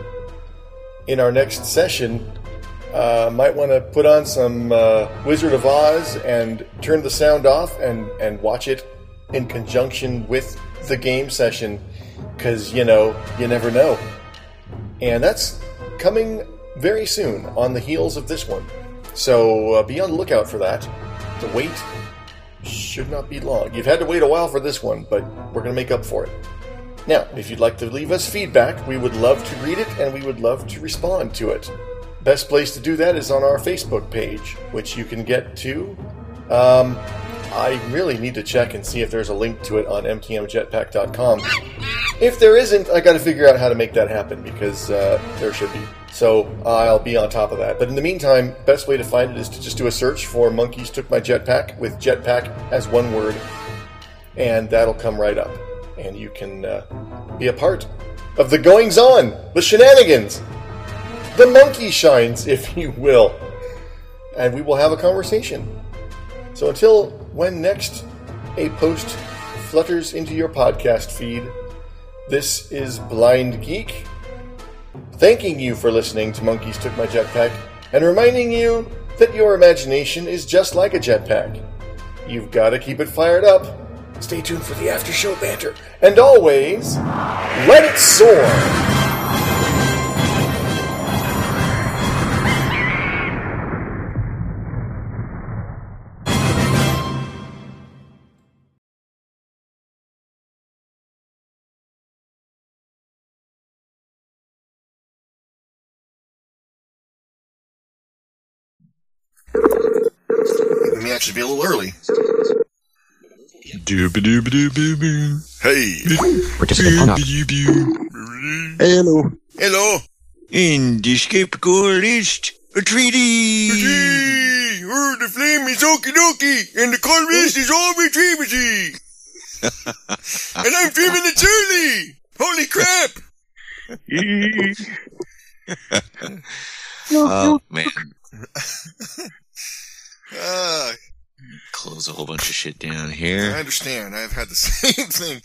In our next session, uh, might want to put on some uh, Wizard of Oz and turn the sound off and, and watch it in conjunction with the game session, because, you know, you never know. And that's coming very soon on the heels of this one. So uh, be on the lookout for that. The wait should not be long. You've had to wait a while for this one, but we're going to make up for it. Now, if you'd like to leave us feedback, we would love to read it and we would love to respond to it. Best place to do that is on our Facebook page, which you can get to. Um, I really need to check and see if there's a link to it on mtmjetpack.com. If there isn't, I got to figure out how to make that happen because uh, there should be. So I'll be on top of that. But in the meantime, best way to find it is to just do a search for "monkeys took my jetpack" with jetpack as one word, and that'll come right up, and you can uh, be a part of the goings on, the shenanigans, the monkey shines, if you will, and we will have a conversation. So until when next a post flutters into your podcast feed. This is Blind Geek, thanking you for listening to Monkeys Took My Jetpack and reminding you that your imagination is just like a jetpack. You've got to keep it fired up. Stay tuned for the after show banter. And always, let it soar! We may actually be a little early. Hey. Hello. Hello. In the scapegoat list, a treaty. Hey, oh, the flame is okie dokie, and the colorist is all retrievesy. and I'm dreaming it's early. Holy crap. Oh man, Ah, close a whole bunch of shit down I here. understand. I've had the same thing.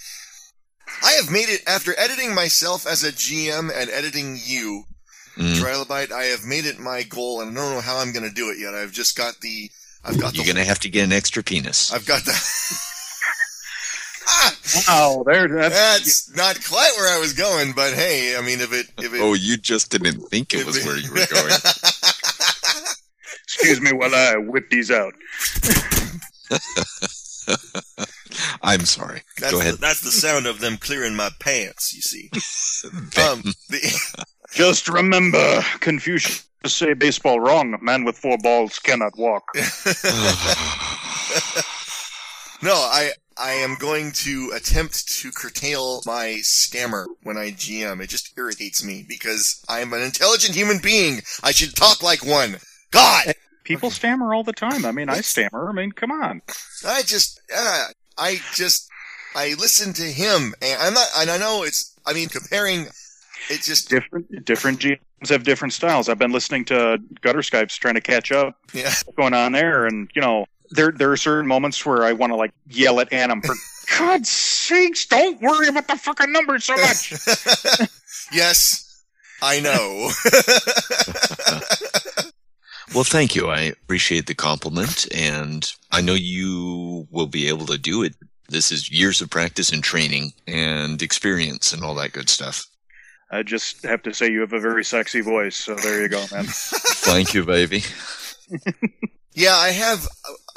I have made it after editing myself as a GM and editing you, Mm. Trilobite. I have made it my goal, and I don't know how I'm going to do it yet. I've just got the, I've got the You're gonna have to get an extra penis. I've got the. Wow, there. That's, That's not quite where I was going, but hey, I mean, if it, if it, Oh, you just didn't think it was where you were going. Excuse me while I whip these out. I'm sorry. that's, Go the- ahead. that's the sound of them clearing my pants. You see, um, the, Just remember, Confucius say baseball wrong. A man with four balls cannot walk. no, I, I am going to attempt to curtail my stammer when I GM. It just irritates me because I am an intelligent human being. I should talk like one. God, People stammer all the time. I mean, I stammer. I mean, come on. I just, uh, I just, I listen to him, and I'm not, and I know it's. I mean, comparing, it just, Different different GMs have different styles. I've been listening to gutter skypes trying to catch up. yeah. What's going on there? And you know, there there are certain moments where I want to like yell at Annam for God's sakes, don't worry about the fucking numbers so much. yes, I know. Well, thank you. I appreciate the compliment, and I know you will be able to do it. This is years of practice and training and experience and all that good stuff. I just have to say you have a very sexy voice. So there you go, man. Thank you, baby. yeah, I have.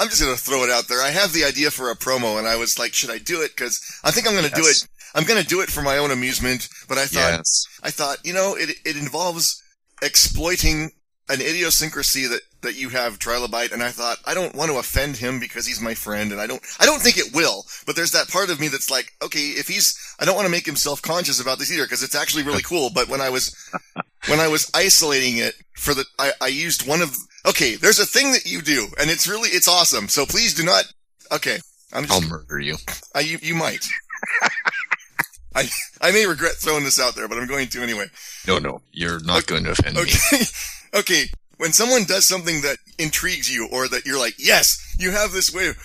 I'm just gonna throw it out there. I have the idea for a promo, and I was like, should I do it? Because I think I'm gonna do Yes. it. I'm gonna do it for my own amusement. But I thought, Yes. I thought, you know, it it involves exploiting an idiosyncrasy that that you have, trilobite, and I thought I don't want to offend him because he's my friend, and I don't I don't think it will. But there's that part of me that's like, okay, if he's I don't want to make him self conscious about this either because it's actually really cool. But when I was when I was isolating it for the I, I used one of okay, there's a thing that you do, and it's really it's awesome. So please do not okay. I'm I'll just, murder you. I, you, you might. I I may regret throwing this out there, but I'm going to anyway. No, no, you're not going to offend me. Okay. okay. When someone does something that intrigues you or that you're like, yes, you have this way, of-"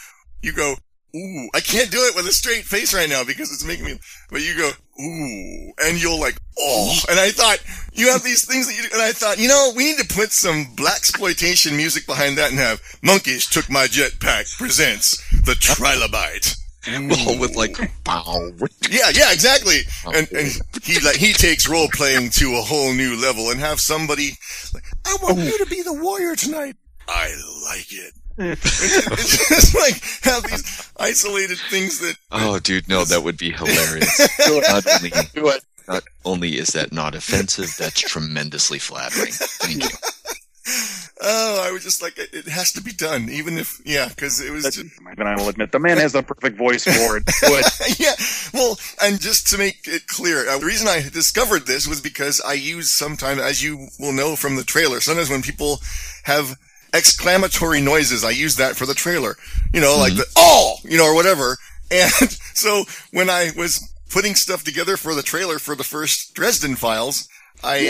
you go, ooh, I can't do it with a straight face right now because it's making me, but you go, ooh, and you'll like, oh, and I thought, you have these things that you do, and I thought, you know, we need to put some black exploitation music behind that and have Monkeys Took My Jetpack presents The Trilobite. Well, with like, wow. Yeah, yeah, exactly. And and he like he takes role playing to a whole new level and have somebody like I want you to be the warrior tonight. I like it. it's just like have these isolated things that Oh, dude, no, that would be hilarious. Not only, not only is that not offensive, that's tremendously flattering. Thank you. oh I was just like it, it has to be done even if yeah because it was just, Then I will admit the man has the perfect voice for it. But yeah. Well, and just to make it clear, uh, the reason I discovered this was because I use sometimes, as you will know from the trailer, sometimes when people have exclamatory noises, I use that for the trailer. You know, like the, oh, you know, or whatever. And so when I was putting stuff together for the trailer for the first Dresden Files, I,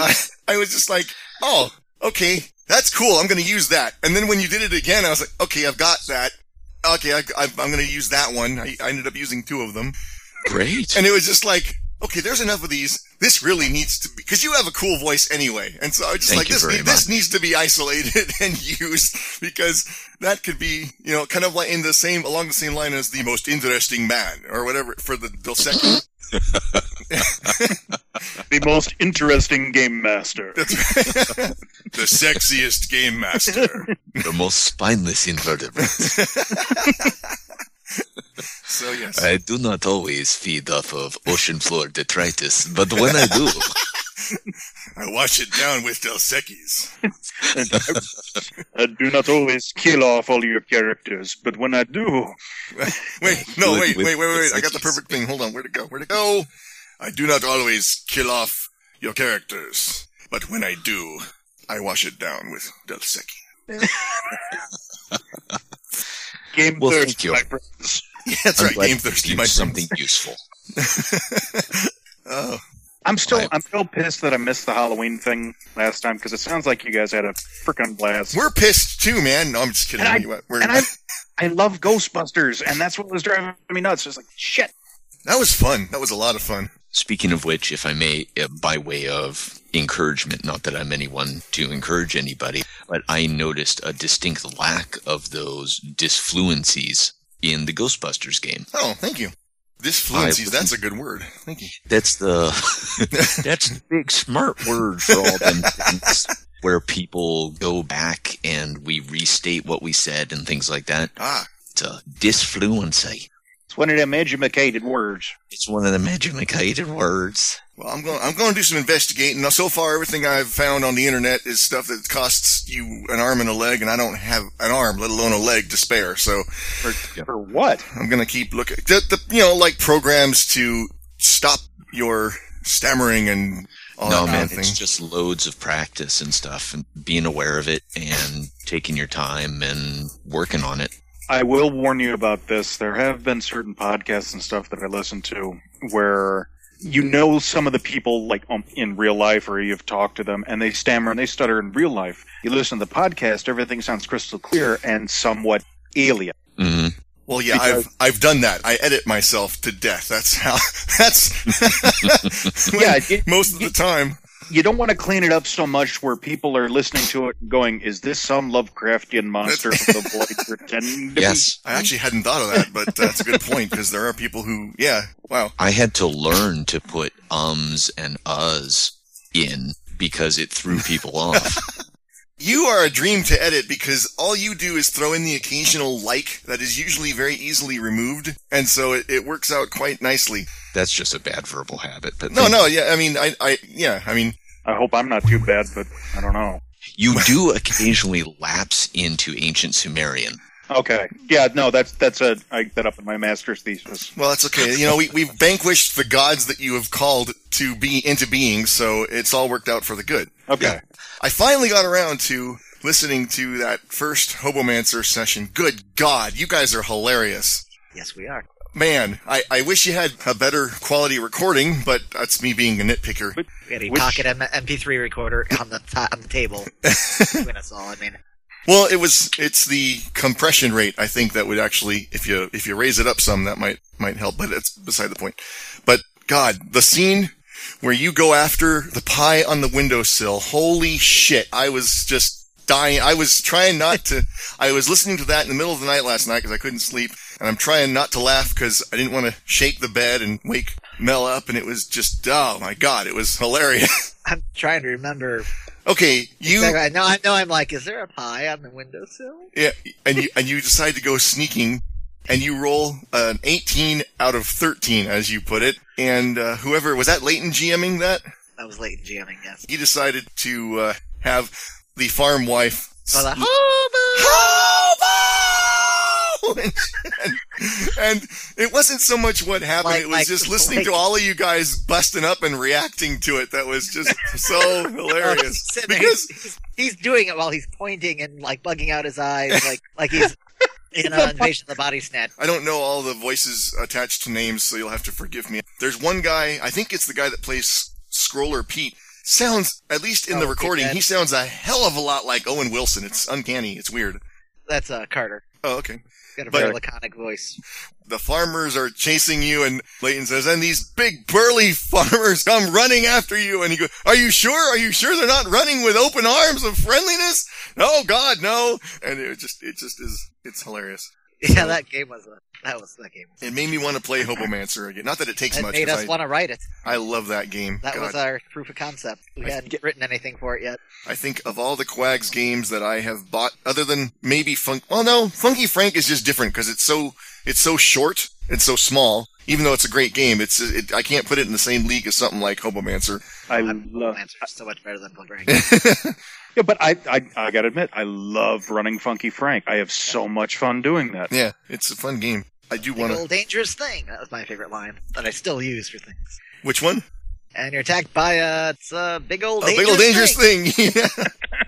uh, I, I was just like, oh, okay, that's cool. I'm going to use that. And then when you did it again, I was like, okay, I've got that. Okay, I, I, I'm going to use that one. I, I ended up using two of them. Great. And it was just like, okay, there's enough of these. This really needs to be, because you have a cool voice anyway. And so I was just Thank like, you this, very ne- this much. needs to be isolated and used because that could be, you know, kind of like in the same, along the same line as the most interesting man or whatever for the Del Secco. the most interesting game master. the sexiest game master. The most spineless invertebrate. So yes. I do not always feed off of ocean floor detritus, but when I do, I wash it down with Del Secchi's. I do not always kill off all your characters, but when I do, Wait, no, Good wait, wait, with wait, wait, wait. Del I got the Secchi's. perfect thing. Hold on. Where'd it go? Where'd it go? I do not always kill off your characters, but when I do, I wash it down with Del Secchi. game Well, thirst, thank you. my friends. Yeah, that's I'm right. glad Game to thirsty, use my something useful. Oh, I'm still Right. I'm still pissed that I missed the Halloween thing last time because it sounds like you guys had a freaking blast. we're pissed too, man. No, I'm just kidding. And I- Anyway, we're- and I I love Ghostbusters, and that's what was driving me nuts. It's like shit. that was fun. That was a lot of fun. Speaking of which, if I may, uh, by way of encouragement, not that I'm anyone to encourage anybody, but I noticed a distinct lack of those disfluencies in the Ghostbusters game. Oh, thank you. This fluency, that's a good word. Thank you. That's the that's the big smart word for all them things where people go back and we restate what we said and things like that. Ah, It's a disfluency. It's one of them edumacated words. It's one of the magicated words. well, I'm going. I'm going to do some investigating. Now, so far, everything I've found on the internet is stuff that costs you an arm and a leg, and I don't have an arm, let alone a leg to spare. So For, for what? I'm going to keep looking. The, the, you know, like programs to stop your stammering and all no that man, kind of it's thing. just loads of practice and stuff and being aware of it and taking your time and working on it. I will warn you about this. There have been certain podcasts and stuff that I listen to where you know some of the people like um, in real life or you've talked to them and they stammer and they stutter in real life. You listen to the podcast, everything sounds crystal clear and somewhat alien. hmm Well, yeah, I've I've done that. I edit myself to death. That's how. That's Yeah, it- most of the time. You don't want to clean it up so much where people are listening to it and going, "Is this some Lovecraftian monster from the void pretending to Yes. I actually hadn't thought of that, but that's a good point because there are people who, yeah, wow, I had to learn to put ums and uhs in because it threw people off. you are a dream to edit because all you do is throw in the occasional like that is usually very easily removed, and so it, it works out quite nicely. That's just a bad verbal habit. But No, no, yeah, I mean, I, I, yeah, I mean, be?" I hope I'm not too bad, but I don't know. you do occasionally lapse into ancient Sumerian. Okay, yeah, no, that's that's a I get that up in my master's thesis. well, that's okay. You know, we we've vanquished the gods that you have called to be into being, so it's all worked out for the good. Okay, Yeah. I finally got around to listening to that first Hobomancer session. Good God, you guys are hilarious. Yes, we are. Man, I, I wish you had a better quality recording, but that's me being a nitpicker. We had a Which- pocket M- MP3 recorder on the to- on the table between us all. I mean, Well, it was it's the compression rate I think that would actually if you if you raise it up some that might might help, but it's beside the point. But God, the scene where you go after the pie on the windowsill, holy shit. I was just dying. I was trying not to I was listening to that in the middle of the night last night because I couldn't sleep, and I'm trying not to laugh because I didn't want to shake the bed and wake Mel up, and it was just oh my god, it was hilarious. I'm trying to remember. okay, you Exactly. I know. I know. I'm like, is there a pie on the windowsill? Yeah, and you and you decide to go sneaking, and you roll an 18 out of 13, as you put it. And uh, whoever was that Leighton GMing that, That was late in jamming. Yes. he decided to uh, have the farm wife. Oh, the Hobo! and, and it wasn't so much what happened; Like- it was like- just listening to like- all of you guys busting up and reacting to it. That was just so hilarious. He's sitting there, Because he's, he's, he's doing it while he's pointing and like bugging out his eyes, like like he's in an invasion of the body snatch. I don't know all the voices attached to names, so you'll have to forgive me. There's one guy, I think it's the guy that plays Scroller Pete. Sounds, at least in Oh, the Big recording, Ed. he sounds a hell of a lot like Owen Wilson. It's uncanny. It's weird. That's uh, Carter. Oh, okay. He's got a But- very laconic voice. The farmers are chasing you, and Leighton says, and these big burly farmers come running after you. And he goes, are you sure? Are you sure they're not running with open arms of friendliness? No, God, no. And it just, it just is, it's hilarious. Yeah, that game was a, that was that game. It made me want to play Hobomancer again. Not that it takes That much. made 'cause us I, want to write it. I love that game. That God. was our proof of concept. We I hadn't written anything for it yet. I think of all the Quags games that I have bought, other than maybe Funk. Well, no, Funky Frank is just different because it's so it's so short, it's so small. Even though it's a great game, it's it, I can't put it in the same league as something like Hobomancer. I I'm love Lancer so much better than Boomerang. Yeah, but I, I, I gotta admit, I love running Funky Frank. I have so much fun doing that. Yeah, it's a fun game. I do Big want to. old dangerous thing. That was my favorite line that I still use for things. Which one? And you're attacked by a it's a big old Oh, dangerous big old dangerous thing. thing.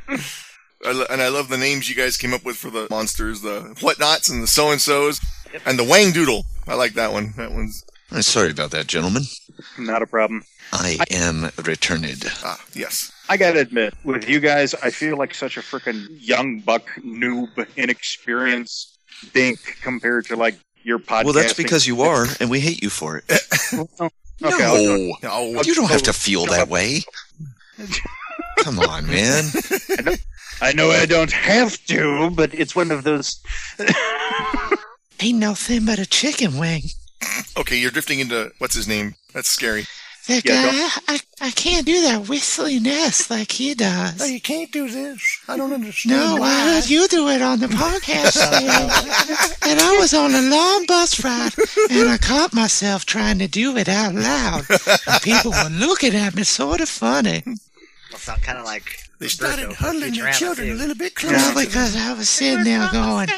Yeah. I lo- and I love the names you guys came up with for the monsters, the whatnots, and the so and so's, and the Wang Doodle. I like that one. That one's I'm sorry about that, gentlemen. Not a problem. I am returned. ah yes. I gotta admit, with you guys, I feel like such a freaking young buck, noob, inexperienced dink compared to like your podcast. Well, that's because you are, and we hate you for it. Okay, I'll do it. no, No. you don't have to feel that way. Come on, man. I know I don't have to, but it's one of those. Ain't no thing but a chicken wing. Okay, you're drifting into what's his name? That's scary. That Yeah, guy, I, I can't do that whistling S like he does. you can't do this. I don't understand. No, I heard you do it on the podcast, Steve. and I was on a long bus ride, and I caught myself trying to do it out loud. And people were looking at me, sort of funny, Well, sound kind of like They Roberto started from huddling their Futurama, children a too. little bit Well, closer. because I was sitting there going,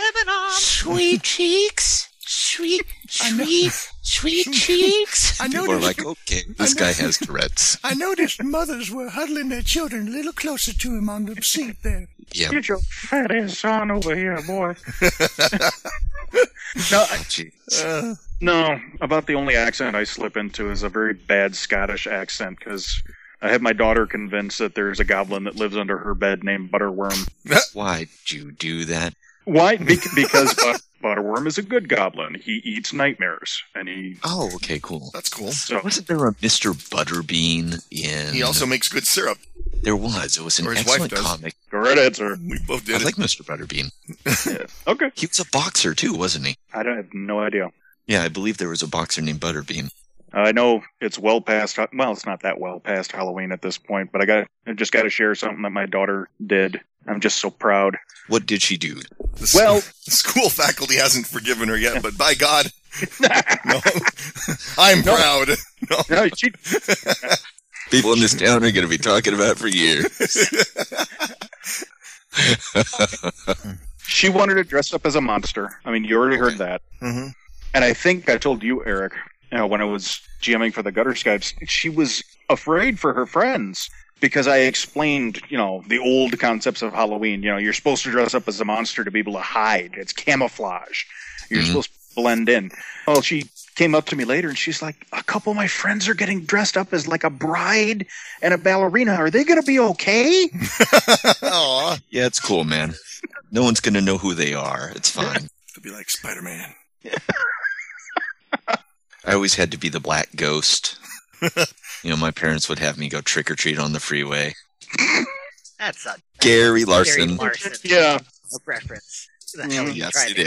"Sweet cheeks, sweet, sweet, sweet cheeks." I People are noticed, like, okay, this guy has Tourette's. I noticed mothers were huddling their children a little closer to him on the seat there. Yeah, Get your fat ass on over here, boy. gee. Uh, No, about the only accent I slip into is a very bad Scottish accent because I have my daughter convinced that there's a goblin that lives under her bed named Butterworm. Why'd you do that? Why? Be- because but- Butterworm is a good goblin. He eats nightmares, and he Oh, okay, cool. that's cool. so Wasn't there a Mr. Butterbean in? He also makes good syrup. there was. It was an Or his wife excellent does. comic. go right ahead, sir. We both I did like Mr. Butterbean. Okay, He was a boxer too, wasn't he? I don't have no idea. Yeah, I believe there was a boxer named Butterbean. Uh, I know it's well past. Well, it's not that well past Halloween at this point, but I got I just got to share something that my daughter did. I'm just so proud. What did she do? it. The s- Well- the school faculty hasn't forgiven her yet, but by God, no, I'm proud. No, she, People in this town are going to be talking about it for years. she wanted to dress up as a monster. I mean, you already heard that. Mm-hmm. and I think I told you, Eric, you know, when I was GMing for the Gutter Skypes, she was afraid for her friends because I explained, you know, the old concepts of Halloween. You know, you're supposed to dress up as a monster to be able to hide. It's camouflage. You're Mhm. supposed to blend in. Well, she came up to me later and she's like, "A couple of my friends are getting dressed up as like a bride and a ballerina. Are they going to be okay?" Aw. Yeah, it's cool, man. No one's going to know who they are. It's fine. It'll be like Spider Man. I always had to be the black ghost. You know, my parents would have me go trick or treat on the freeway. that's a Gary Gary Larson. Larson. Yeah. a reference. Who Mm. the hell you Yes, tried it to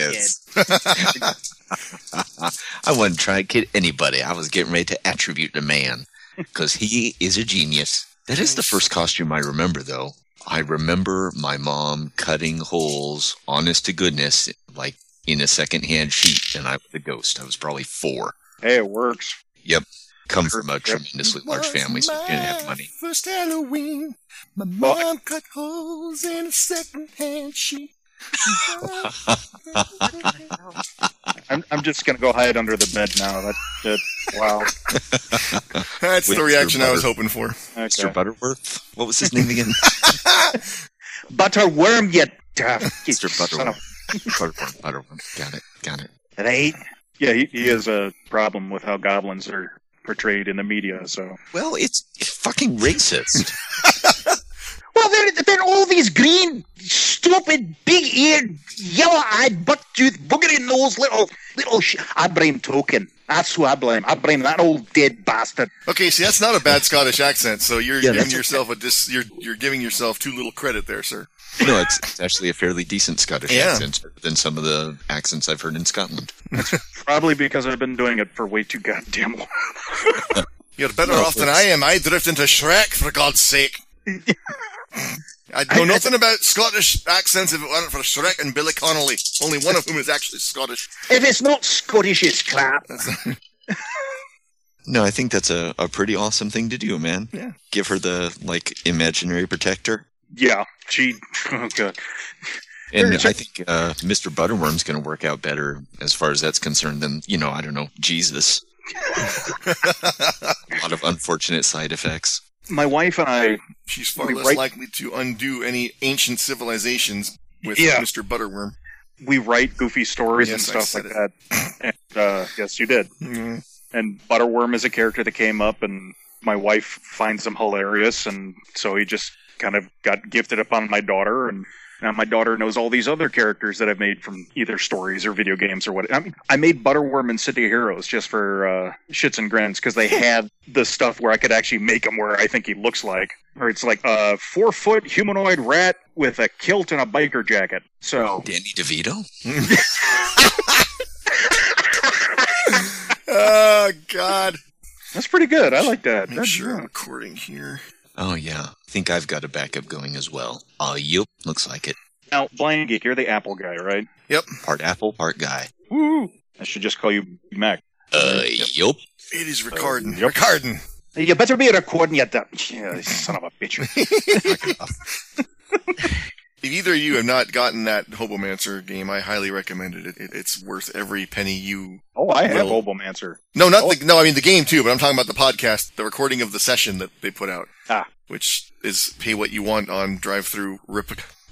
kid? is. I wasn't trying to kid anybody. I was getting ready to attribute the man because he is a genius. That is the first costume I remember, though. I remember my mom cutting holes, honest to goodness, like in a secondhand sheet, and I was a ghost. I was probably four. Hey, it works. Come from a tremendously large family, so we didn't have money. First Halloween, my Well, mom cut holes in a second-hand sheet. I'm, I'm just gonna go hide under the bed now. That's it. Wow. That's With the your reaction I was mother. hoping for. Okay. Mr. Butterworth? What was his name again? Butterworm, you tough. Mr. Butterworth. Butterworth. Butterworth. Got it. Got it. Yeah, he, he has a problem with how goblins are portrayed in the media. So, Well, it's fucking racist. Well, they're, they're all these green, stupid, big-eared, yellow-eyed, buck-toothed, boogery-nosed little, little. Sh- I blame Token. That's who I blame. I blame that old dead bastard. Okay, see, that's not a bad Scottish accent. So you're Yeah, giving that's- yourself a dis. You're you're giving yourself too little credit there, sir. No, it's, it's actually a fairly decent Scottish Yeah. accent than some of the accents I've heard in Scotland. probably because I've been doing it for way too goddamn long. You're better No, off than I am. I drift into Shrek for God's sake. I know nothing about Scottish accents if it weren't for Shrek and Billy Connolly, only one of whom is actually Scottish. If it's not Scottish, it's crap. No, I think that's a, a pretty awesome thing to do, man. Yeah. Give her the like imaginary protector. Yeah, she. Oh god. And Sure, sure. I think uh, Mr. Butterworm's going to work out better as far as that's concerned than, you know, I don't know, Jesus. a lot of unfortunate side effects. My wife and I. She's far We less write- likely to undo any ancient civilizations with Yeah. Mr. Butterworm. We write goofy stories Yes, I and stuff said like that. And uh, yes, you did. And Butterworm is a character that came up, and my wife finds him hilarious, and so he just kind of got gifted upon my daughter, and now my daughter knows all these other characters that I've made from either stories or video games or what. I, mean, I made Butterworm and City of Heroes just for uh, shits and grins because they had the stuff where I could actually make him where I think he looks like, or it's like a four foot humanoid rat with a kilt and a biker jacket. So Danny DeVito? Oh, God. That's pretty good. I like that. Make That's- sure I'm recording here. Oh, yeah. I think I've got a backup going as well. Uh, yep. Looks like it. Now, Blind Geek, you're the Apple guy, right? Part apple, part guy. Woo! I should just call you Mac. Uh, yep. It is recording. yep. Recording. You better be recording your dumb. Yeah, son of a bitch. If either of you have not gotten that Hobomancer game, I highly recommend it. it, it it's worth every penny you. Oh, I have Well- Obomancer. No, not Oh. the. No, I mean the game too. But I'm talking about the podcast, the recording of the session that they put out, Ah. which is pay what you want on drive through rip.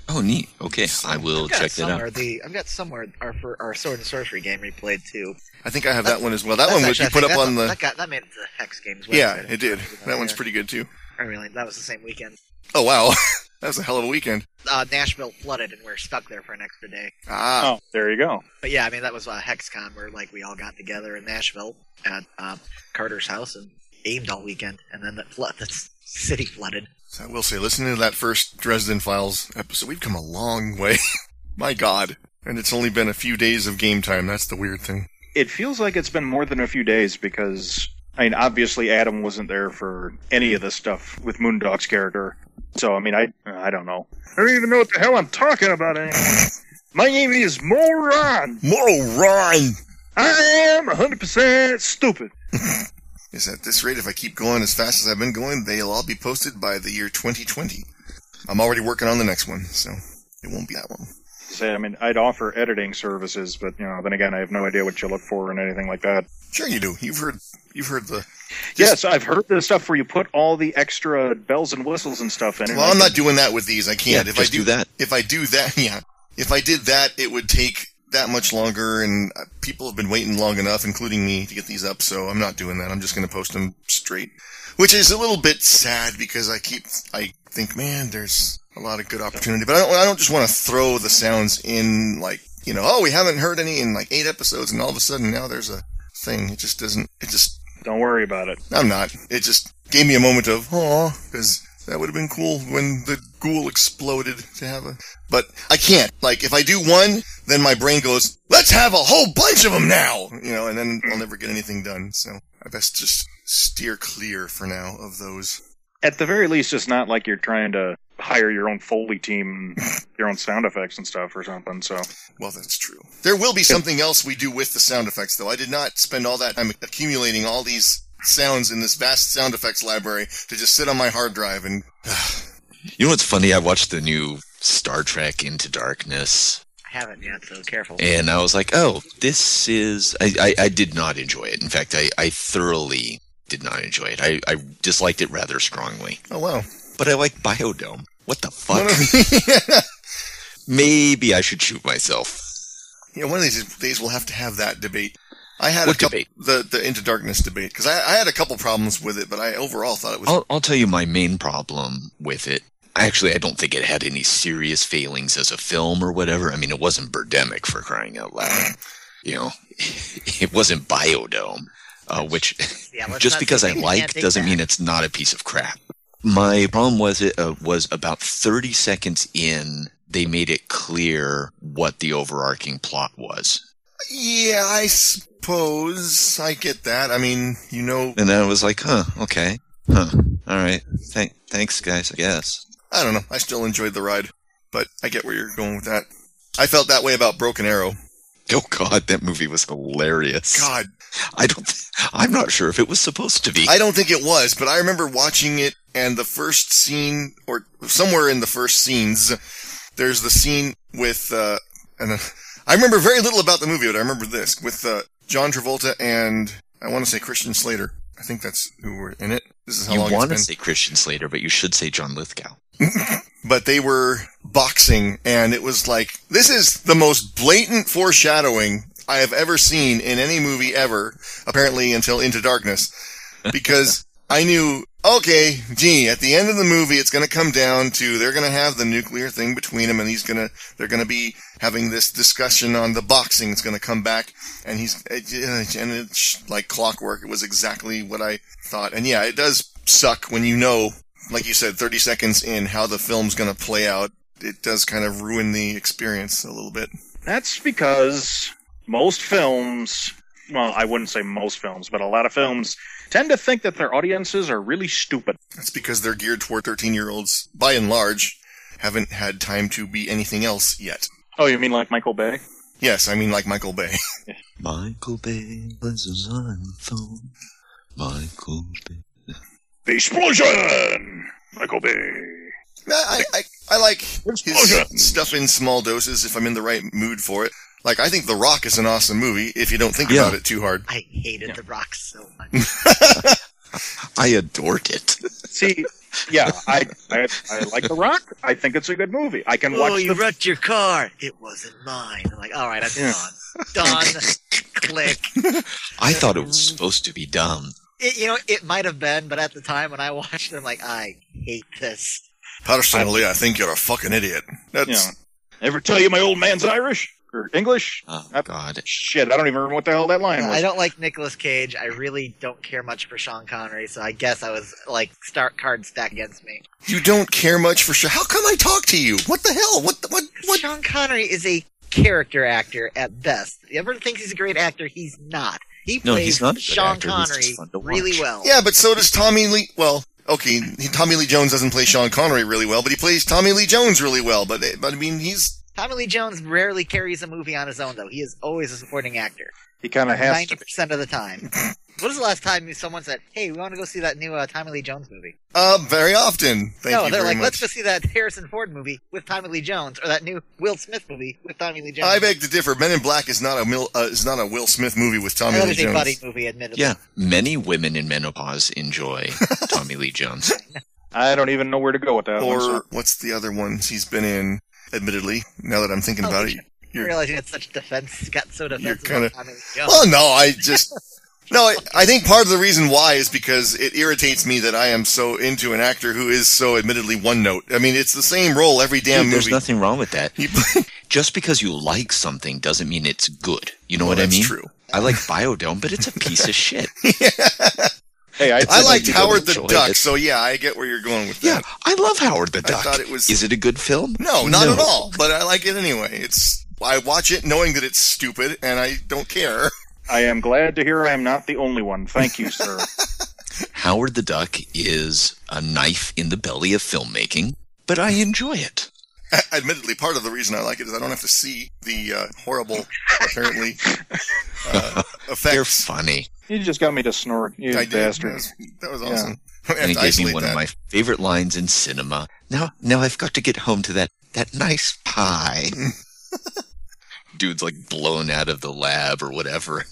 Oh, neat. Okay. I will I've got check that somewhere out. The, I've got somewhere our, for our sword and sorcery game we played too. I think I have that one as well. That one would was you put up on the. that, got, that made it to Hex Games. Website. Yeah, it did. That one's Yeah. pretty good too. I really that was the same weekend. Oh wow, that was a hell of a weekend. Uh, Nashville flooded and we were stuck there for an extra day. Ah, Oh, there you go. But yeah, I mean that was uh, HexCon where like we all got together in Nashville at uh, Carter's house and aimed all weekend, and then that flood, the s- city flooded. So I will say, listening to that first Dresden Files episode, we've come a long way. My God, and it's only been a few days of game time. That's the weird thing. It feels like it's been more than a few days because, I mean, obviously Adam wasn't there for any of this stuff with Moondog's character. So, I mean, I I don't know. I don't even know what the hell I'm talking about anymore. My name is Moron. Moron! I am 100% stupid. Is at this rate, if I keep going as fast as I've been going, they'll all be posted by the year 2020. I'm already working on the next one, so it won't be that long. Say, I mean, I'd offer editing services, but, you know, then again, I have no idea what you look for and anything like that. Sure, you do. You've heard, you've heard the. Yes, I've heard the stuff where you put all the extra bells and whistles and stuff in. and Well, I I'm can- not doing that with these. I can't. Yeah, if just I do, do that. if I do that, yeah. If I did that, it would take that much longer, and uh, people have been waiting long enough, including me, to get these up. So I'm not doing that. I'm just going to post them straight, which is a little bit sad because I keep, I think, man, there's a lot of good opportunity, but I don't, I don't just want to throw the sounds in like, you know, oh, we haven't heard any in like eight episodes, and all of a sudden now there's a thing. It just doesn't. It just Don't worry about it. I'm not. It just gave me a moment of aw, because that would have been cool when the ghoul exploded to have a. But I can't. Like, if I do one, then my brain goes, "Let's have a whole bunch of them now," you know, and then I'll never get anything done. So I best just steer clear for now of those. At the very least, it's not like you're trying to hire your own Foley team, your own sound effects and stuff or something. So, Well, that's true. There will be something else we do with the sound effects, though. I did not spend all that time accumulating all these sounds in this vast sound effects library to just sit on my hard drive and You know what's funny? I watched the new Star Trek Into Darkness I haven't yet, so careful. And I was like, oh, this is. I, I, I did not enjoy it. In fact, I, I thoroughly did not enjoy it. I, I disliked it rather strongly. oh wow. But I like Biodome. What the One fuck? of- Maybe I should shoot myself. Yeah, one of these days we'll have to have that debate. I had What a couple, debate? the the Into Darkness debate because I, I had a couple problems with it, but I overall thought it was I'll, I'll tell you my main problem with it. Actually, I don't think it had any serious failings as a film or whatever. I mean, it wasn't Birdemic for crying out loud. You know, it wasn't Biodome, uh, which Yeah, let's just not because say I we can't like take doesn't that. mean it's not a piece of crap. My problem was it uh, was about 30 seconds in, they made it clear what the overarching plot was. yeah, I suppose I get that. I mean, you know, And I was like, huh, okay. Huh. All right. Thank, thanks, guys, I guess. I don't know. I still enjoyed the ride, but I get where you're going with that. I felt that way about Broken Arrow. Oh, God, that movie was hilarious. God, I don't, th- I'm not sure if it was supposed to be. I don't think it was, but I remember watching it and the first scene, or somewhere in the first scenes, there's the scene with, uh, and uh, I remember very little about the movie, but I remember this with uh, John Travolta and I want to say Christian Slater. I think that's who were in it. This is how you long it's want to been. say Christian Slater, but you should say John Lithgow. But they were boxing, and it was like this is the most blatant foreshadowing I have ever seen in any movie ever. Apparently, until Into Darkness, because I knew, okay, gee, at the end of the movie, it's going to come down to they're going to have the nuclear thing between them, and he's going to they're going to be having this discussion on the boxing. It's going to come back, and he's uh, and it's like clockwork. It was exactly what I thought, and yeah, it does suck when you know, like you said, 30 seconds in how the film's going to play out. It does kind of ruin the experience a little bit. That's because most films well, I wouldn't say most films, but a lot of films tend to think that their audiences are really stupid. That's because they're geared toward 13 year olds, by and large, haven't had time to be anything else yet. Oh, you mean like Michael Bay? Yes, I mean like Michael Bay. Michael Bay plays his own phone. Michael Bay. The explosion! Michael Bay. Nah, I, I, I like his stuff in small doses if I'm in the right mood for it. Like, I think The Rock is an awesome movie if you don't think Yeah. about it too hard. I hated The Rock so much. I adored it. See, yeah, I, I I like The Rock. I think it's a good movie. I can watch oh, you the wrecked your car. It wasn't mine. I'm like, all right, I'm Yeah. done. Done. Click. I thought it was supposed to be dumb. It, you know, it might have been, but at the time when I watched it, I'm like, I hate this. Personally, I think you're a fucking idiot. That's, you know. Ever tell you my old man's Irish or English? Oh, Yep. God. Shit, I don't even remember what the hell that line I was. don't like Nicolas Cage. I really don't care much for Sean Connery, so I guess I was like start card stacked against me. You don't care much for sure. How come I talk to you? What the hell? What? The, what? What? Sean Connery is a character actor at best. Everyone thinks he's a great actor. He's not. He plays No, he's not a good Sean actor. He's Connery just fun to watch. really well. Yeah, but so does Tommy Lee. Well, okay, he- Tommy Lee Jones doesn't play Sean Connery really well, but he plays Tommy Lee Jones really well. But but I mean, he's Tommy Lee Jones rarely carries a movie on his own, though. He is always a supporting actor. he kind of has Ninety to. be. percent of the time. What was the last time someone said, "Hey, we want to go see that new uh, Tommy Lee Jones movie"? uh very often. Thank no, you they're very like, much. "Let's go see that Harrison Ford movie with Tommy Lee Jones, or that new Will Smith movie with Tommy Lee Jones." I beg to differ. Men in Black is not a Mil- uh, is not a Will Smith movie with Tommy That Lee was a Jones. buddy movie, admittedly. Yeah, many women in menopause enjoy Tommy Lee Jones. I don't even know where to go with that. one, so- Or what's the other ones he's been in? Admittedly, now that I'm thinking Oh, about it, I'm realizing it's such defense got so defensive. kinda- about Tommy Lee Jones. Well, no, I just no. I, I think part of the reason why is because it irritates me that I am so into an actor who is so admittedly one note. I mean, it's the same role every damn Dude, there's movie. nothing wrong with that. He- Just because you like something doesn't mean it's good. You know Well, what I Oh, that's mean? true. I like Biodome, but it's a piece of shit. hey, I, I know liked you don't Howard the enjoy Duck, it. so yeah, I get where you're going with Yeah, that. I love Howard the I Duck. thought it was- Is it a good film? No, not at all. But I like it anyway. It's I watch it knowing that it's stupid and I don't care. I am glad to hear I am not the only one. Thank you, sir. Howard the Duck is a knife in the belly of filmmaking, but I enjoy it. Admittedly, part of the reason I like it is I don't have to see the uh, horrible, apparently, uh, They're effects. funny. you just got me to snort, you I did. bastard. That was Yeah. awesome. I have And it to gave me isolate one that. of my favorite lines in cinema. Now, now I've got to get home to that that nice pie. Dude's like blown out of the lab or whatever.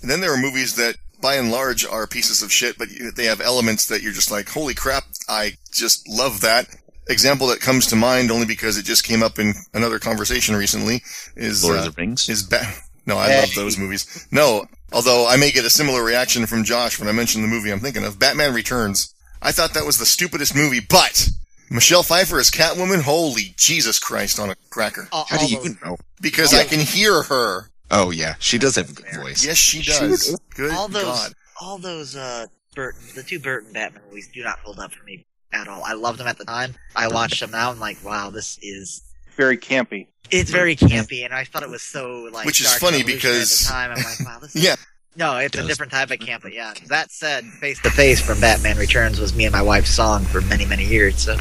And then there are movies that, by and large, are pieces of shit, but you, they have elements that you're just like, holy crap, I just love that. Example that comes to mind only because it just came up in another conversation recently is Lord uh, of the Rings. is ba- No, I love those movies. No, although I may get a similar reaction from Josh when I mention the movie I'm thinking of, Batman Returns. I thought that was the stupidest movie, but Michelle Pfeiffer as Catwoman, holy Jesus Christ on a cracker. all, How all do you those- know? Because I can hear her. Oh yeah, she does have a good voice. Yes, she does. Good all those, God. all those uh, Burton, the two Burton Batman movies do not hold up for me at all. I loved them at the time. I watched them now. I'm like, wow, this is. Very campy. It's very campy, and I thought it was so like. Which is dark funny and revolutionary because- at the time I'm like, wow, this. Is... Yeah. No, it's a Does. different type of camp, but yeah. That said, Face to Face from Batman Returns was me and my wife's song for many, many years. So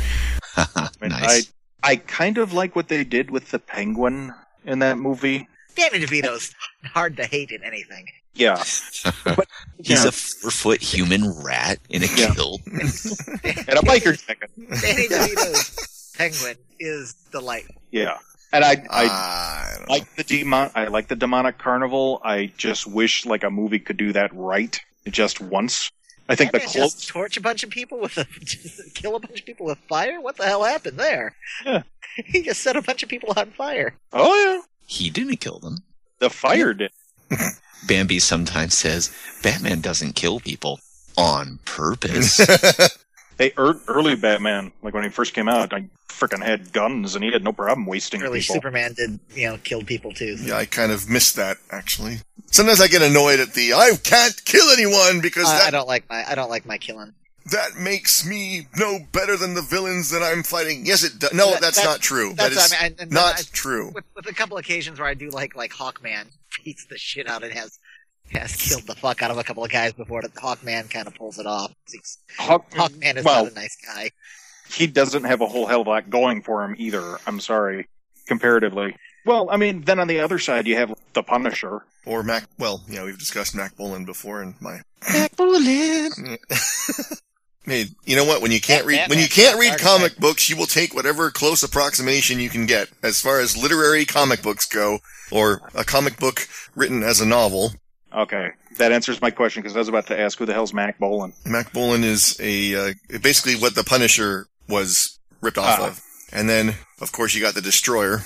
I mean, nice. I I kind of like what they did with the penguin in that movie. Danny DeVito's hard to hate in anything. Yeah. He's Yeah. a four-foot human rat in a Yeah. kilt. And a biker jacket. Danny DeVito's Penguin is delightful. Yeah. And I, I Ah, I don't know. like the demon. I like the demonic carnival. I just wish like a movie could do that right just once. I think the Batman close. just torch a bunch of people with a just kill a bunch of people with fire. What the hell happened there? Yeah. He just set a bunch of people on fire. Oh yeah, He didn't kill them. the fire did. Bambi sometimes says Batman doesn't kill people on purpose. They er- early Batman, like when he first came out, I freaking had guns and he had no problem wasting Early people. Superman did, you know, kill people too. Yeah, I kind of missed that actually. Sometimes I get annoyed at the I can't kill anyone because I, I that don't like my I don't like my killing. that makes me no better than the villains that I'm fighting. Yes, it does. No, That- that's that- not true. That That's is I mean, and- and then not I- true. With, with a couple occasions where I do like like Hawkman beats the shit out and has Has killed the fuck out of a couple of guys before. but Hawkman kind of pulls it off. It's- Hawk, Hawkman is well, not a nice guy. he doesn't have a whole hell of a lot going for him either. I'm sorry, comparatively. Well, I mean, then on the other side, you have the Punisher. Or Mac. Well, yeah, we've discussed Mac Bullen before, and my Hey, you know what? When you can't read when you can't read comic books, you will take whatever close approximation you can get as far as literary comic books go, or a comic book written as a novel. Okay, that answers my question because I was about to ask who the hell's Mac Bolan. Mac Bullen is a uh, basically what the Punisher was ripped off Ah. of, and then of course you got the Destroyer.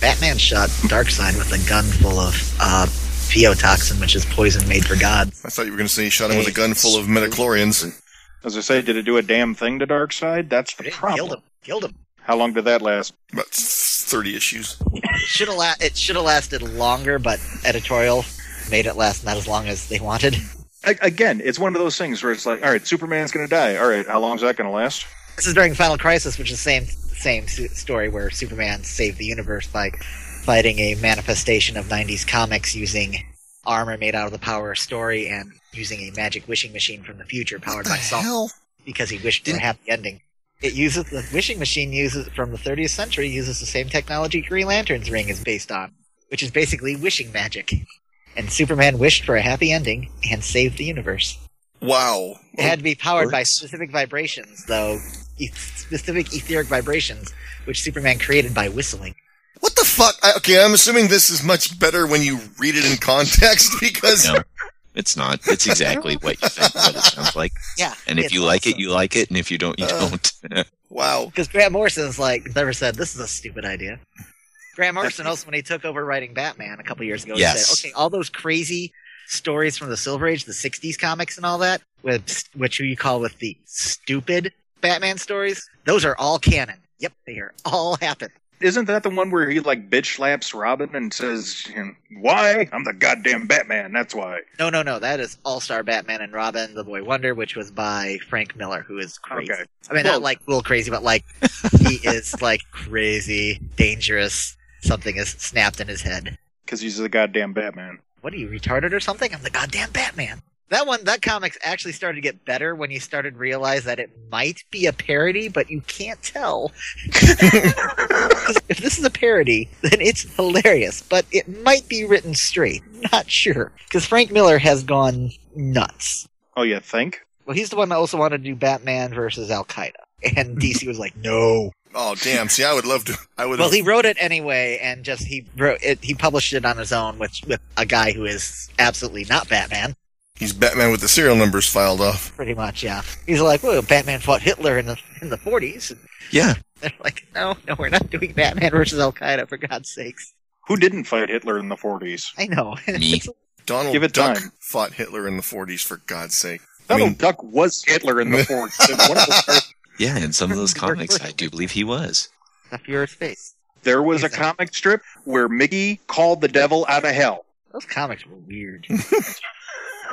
Batman shot Darkseid with a gun full of uh, pheotoxin, which is poison made for gods. I thought you were going to say you shot him with a gun full of metachlorians. As I say, did it do a damn thing to Darkseid? That's the It killed problem. him. Killed him. How long did that last? About thirty issues. It should have la- it should have lasted longer, but editorial made it last not as long as they wanted. I, again, it's one of those things where it's like, all right, Superman's going to die. All right, how long is that going to last? This is during Final Crisis, which is same same su- story where Superman saved the universe by fighting a manifestation of '90s comics using armor made out of the power of story and using a magic wishing machine from the future powered by salt. because he wished for a happy ending. It uses the wishing machine uses from the 30th century uses the same technology Green Lantern's ring is based on, which is basically wishing magic. And Superman wished for a happy ending and saved the universe. Wow. It had to be powered by works. specific vibrations, though e- specific etheric vibrations, which Superman created by whistling. What the fuck? I, okay, I'm assuming this is much better when you read it in context because No, it's not. It's exactly what you think what it sounds like. Yeah, And if you like it, you like it, and if you don't, you Uh. don't. wow. because Grant Morrison's like never said this is a stupid idea. Grant Morrison also, when he took over writing Batman a couple years ago, he Yes. said, "Okay, all those crazy stories from the Silver Age, the '60s comics, and all that, with which you call with the stupid Batman stories, those are all canon. Yep, they are all happen. Isn't that the one where he like bitch slaps Robin and says, "Why? I'm the goddamn Batman. That's why." No, no, no, that is All Star Batman and Robin, the Boy Wonder, which was by Frank Miller, who is crazy. Okay. I mean, Well- not like cool crazy, but like he is like crazy, dangerous. Something is snapped in his head." Because he's the goddamn Batman. what are you retarded or something? I'm the goddamn Batman. That one, that comics actually started to get better when you started to realize that it might be a parody, but you can't tell. 'Cause if this is a parody, then it's hilarious, but it might be written straight. Not sure. Because Frank Miller has gone nuts. Oh, you think? Well, he's the one that also wanted to do Batman versus Al Qaeda. And DC was like, no. Oh damn! See, I would love to. I would. Well, have he wrote it anyway, and just he wrote it. He published it on his own, which with a guy who is absolutely not Batman. he's Batman with the serial numbers filed off. pretty much, yeah. He's like, well, Batman fought Hitler in the in the forties. yeah. They're like, no, no, we're not doing Batman versus Al Qaeda for God's sakes. Who didn't fight Hitler in the 40s? I know. Me. It's- Donald Give it Duck time. fought Hitler in the 40s, for God's sake. I Donald mean, Duck was Hitler in the 40s. And one of the- Yeah, in some of those comics, I do believe he was. a furious face. there was a comic strip where Mickey called the devil out of hell. Those comics were weird. It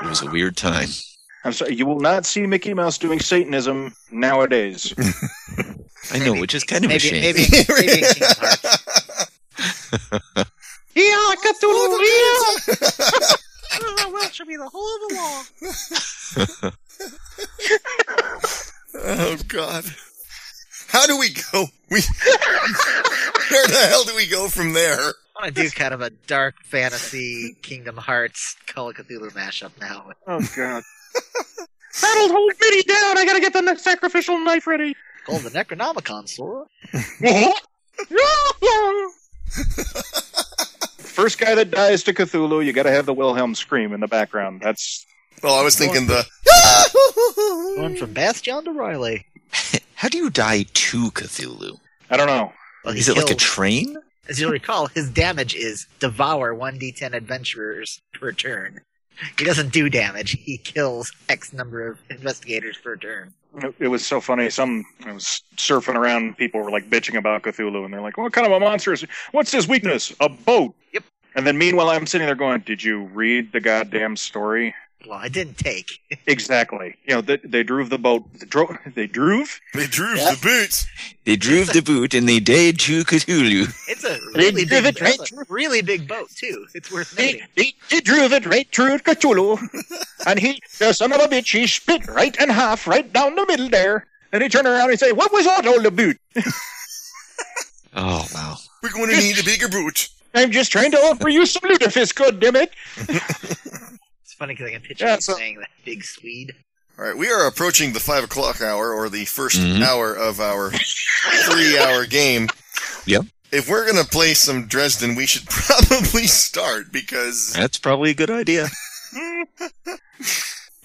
was a weird time. I'm sorry, you will not see Mickey Mouse doing Satanism nowadays. I know, which is kind of maybe, a shame. Maybe, maybe in Kingdom Hearts. Yeah, Cthulhu, yeah. oh, God. How do we go? We, where the hell do we go from there? I want to do kind of a dark fantasy Kingdom Hearts Call of Cthulhu mashup now. Oh, God. That'll hold me down. I gotta get the next sacrificial knife ready. Called the Necronomicon Sora. First guy that dies to Cthulhu, you gotta have the Wilhelm scream in the background. That's. Well, Oh, I was thinking the. Going from Bastion to Riley. How do you die to Cthulhu? I don't know. Well, he Is it like a killed- train? As you'll recall, his damage is devour 1d10 adventurers per turn. He doesn't do damage, he kills X number of investigators per turn. It was so funny. Some I was surfing around. People were like bitching about Cthulhu, and they're like, "What kind of a monster is? What's his weakness? A boat." Yep. And then meanwhile, I'm sitting there going, "Did you read the goddamn story?" Well, I didn't take. Exactly. You know, they, they drove the boat. They drove. They drove. They drew Yeah. the boots. They drew the boot and they did to Cthulhu. It's a They really did big, it right it's a really big boat too. It's worth He, noting. he, he drove it right through Cthulhu. and he, the son of a bitch, he split right in half, right down the middle there. And he turned around and said, What was that all about? Oh, wow. We're going to need a bigger boot. I'm just trying to offer you some lutefisk, goddammit. It's funny because I can picture Yeah, you so- saying that big Swede. All right, we are approaching the five o'clock hour, or the 1st Mhm. hour of our three-hour game. Yep. If we're gonna play some Dresden, we should probably start because That's probably a good idea.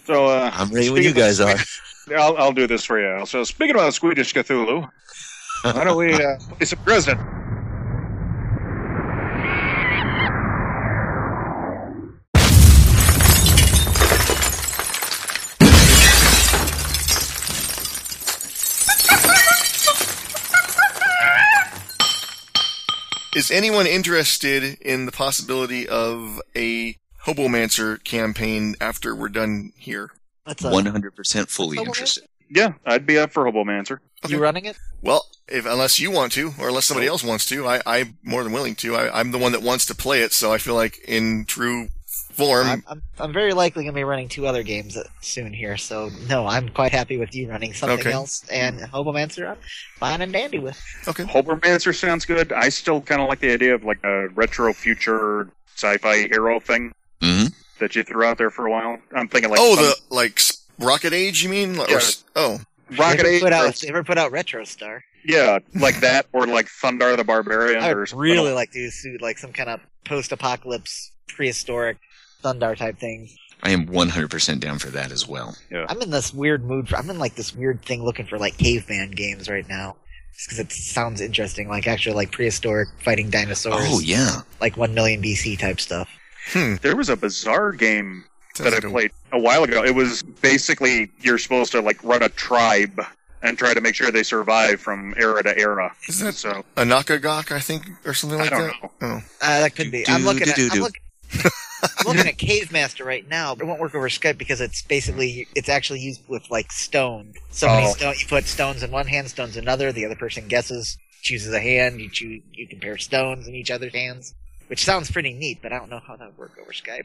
So uh, I'm ready when you speaking guys are. of- I'll, I'll do this for you. So speaking about Swedish Cthulhu, why don't we? Uh, it's a president. is anyone interested in the possibility of a Hobomancer campaign after we're done here? That's uh, a, 100% fully interested. Yeah, I'd be up for Hobomancer. you running it? Well, if unless you want to, or unless somebody else wants to, I, I'm more than willing to. I, I'm the one that wants to play it, so I feel like in true Um, form, I'm, I'm, I'm very likely going to be running two other games uh, soon here, so no, I'm quite happy with you running something Okay. else and Hobomancer. I'm fine and dandy with. Hobomancer sounds good. I still kind of like the idea of like a retro future sci-fi hero thing hmm that you threw out there for a while. I'm thinking like oh, some the like s- Rocket Age, you mean? Or Yeah. s- oh, they Rocket ever Age. put or- out, they ever put out Retro Star? yeah, like that, or like Thundar the Barbarian, I or would something. really like to do like some kind of post-apocalypse, prehistoric Thundar type thing. I am 100% down for that as well. I'm in this weird mood. For, I'm in like this weird thing looking for like caveman games right now, just because it sounds interesting. Like actually like prehistoric fighting dinosaurs, Oh, yeah. like one million BC type stuff. There was a bizarre game sounds that I like a- played a while ago. It was basically you're supposed to like run a tribe and try to make sure they survive from era to era. Is that So a Nakagak, I think, or something like I don't that? know. Oh, Uh, that could be. I'm Do, looking do, at. do, I'm do. look, I'm looking at Cave Master right now, but it won't work over Skype because it's basically it's actually used with like stone. So many Oh. stone. You put stones in one hand, stones in another. The other person guesses, chooses a hand. You choose. You compare stones in each other's hands, which sounds pretty neat. But I don't know how that would work over Skype.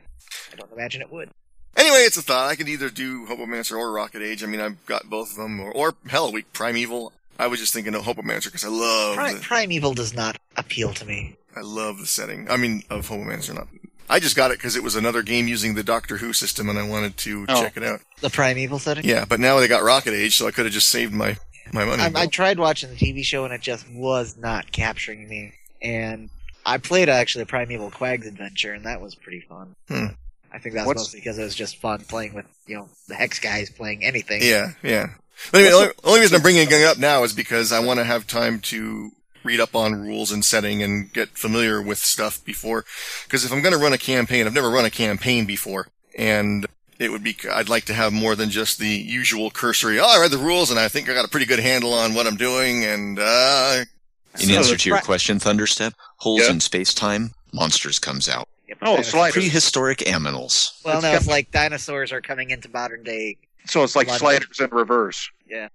I don't imagine it would. Anyway, it's a thought. I could either do Hobomancer or Rocket Age. I mean, I've got both of them, or, or hell, we Primeval. I was just thinking of Hobomancer because I love Prime, the, Primeval does not appeal to me. I love the setting. I mean, of Hobomancer, not. I just got it because it was another game using the Doctor Who system, and I wanted to Oh. check it out. The Primeval setting. Yeah, but now they got Rocket Age, so I could have just saved my my money. I, I tried watching the TV show and it just was not capturing me. And I played actually a Primeval Quags adventure and that was pretty fun. Hmm. I think that's What's- mostly because it was just fun playing with you know the hex guys playing anything. yeah, yeah. But anyway, the only, only reason I'm bringing it up now is because I want to have time to read up on rules and setting and get familiar with stuff before. Because if I'm going to run a campaign, I've never run a campaign before, and it would be I'd like to have more than just the usual cursory. Oh, I read the rules, and I think I got a pretty good handle on what I'm doing, and uh, In So answer the to your pri- question, Thunderstep, holes Yeah. in space time, monsters comes out. Yep. Oh, Dinosaurs- Sliders. Prehistoric aminals. Well, it's no, it's got- like dinosaurs are coming into modern day. So it's like Lot of- sliders in reverse.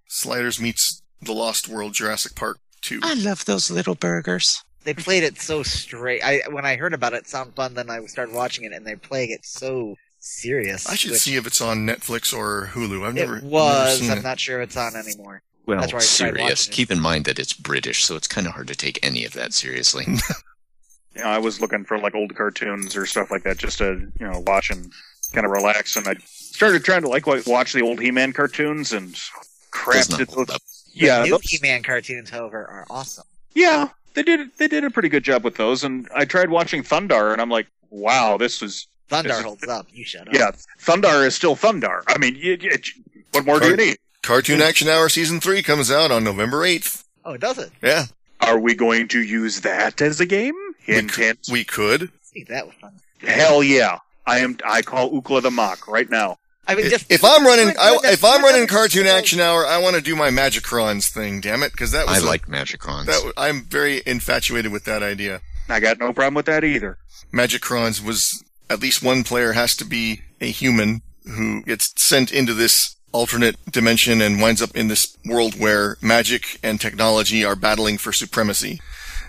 Sliders meets the Lost World Jurassic Park two. love those little burgers. They played it so straight. I when I heard about it, it sounded fun. Then I started watching it, and they're playing it so serious. I should which see if it's on Netflix or Hulu. I've It never was. Never seen I'm it. not sure if it's on anymore. Well, That's why I tried serious. watching it. Keep in mind that it's British, so it's kind of hard to take any of that seriously. You know, I was looking for like old cartoons or stuff like that just to you know watch and kind of relax. And I started trying to like wa- watch the old He-Man cartoons and crap. Does not did hold those- up. The Yeah, new those- He-Man cartoons, however, are awesome. yeah, they did they did a pretty good job with those. And I tried watching Thundar, and I'm like, wow, this was Thunder Is it- holds up. You shut up. yeah. Thundar is still Thundar. I mean, you, you, what more do you Cart- need? Cartoon Action Hour season three comes out on November eighth. Oh, it does it. Yeah, Are we going to use that as a game? we, Hint, could, hint. we could. See, that was fun. Hell yeah! I am. I call Ukla the Mock right now. I mean, If, just if I'm running, Doing- I, doing the- if I'm doing running the- Cartoon Action Hour, I want to do my Magicrons thing. Damn it, because that I was a- like Magicrons. that. wa- I'm very infatuated with that idea. I got no problem with that either. Magicrons was at least one player has to be a human who gets sent into this alternate dimension and winds up in this world where magic and technology are battling for supremacy.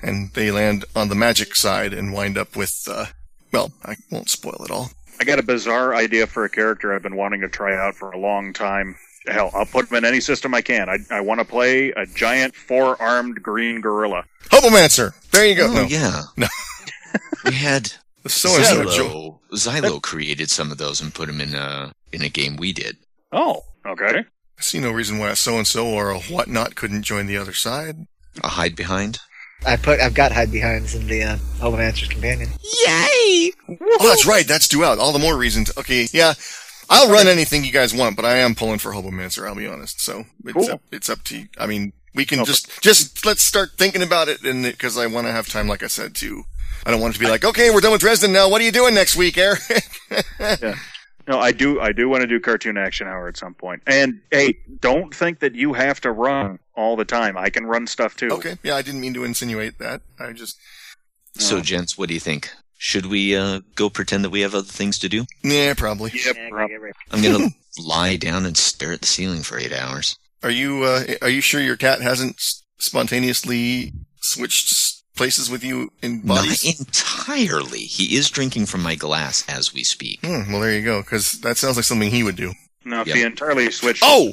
And they land on the magic side and wind up with, uh, well, I won't spoil it all. I got a bizarre idea for a character I've been wanting to try out for a long time. Hell, I'll put him in any system I can. I, I want to play a giant four armed green gorilla. Hobomancer! There you go. Oh, no, yeah. No. we had the so-and-so jo- Xylo. Xylo created some of those and put them in a in a game we did. Oh, okay. I see no reason why a so-and-so or a whatnot couldn't join the other side. A hide behind. I put I've got hide behinds in the uh, Hobomancer's Companion. Yay! Oh, that's right. That's due out. All the more reasons. Okay, yeah. I'll run anything you guys want, but I am pulling for Hobo Mancer, I'll be honest. So it's, Cool. up, it's up to you. I mean, we can No, but- just, just let's start thinking about it and because I want to have time, like I said, to, I don't want it to be like, okay, we're done with Dresden now. What are you doing next week, Eric? No, I do. I do want to do cartoon action hour at some point. And hey, don't think that you have to run all the time. I can run stuff too. okay. Yeah. I didn't mean to insinuate that. I just, So, Uh-huh. gents, what do you think? Should we uh, go pretend that we have other things to do? yeah, probably. Yep. Yeah, prob- get rid- I'm gonna lie down and stare at the ceiling for eight hours. Are you, uh, are you sure your cat hasn't s- spontaneously switched s- places with you in bodies? Not entirely. He is drinking from my glass as we speak. Hmm, well, there you go. Cause that sounds like something he would do. No, if Yep. you entirely switch. Oh!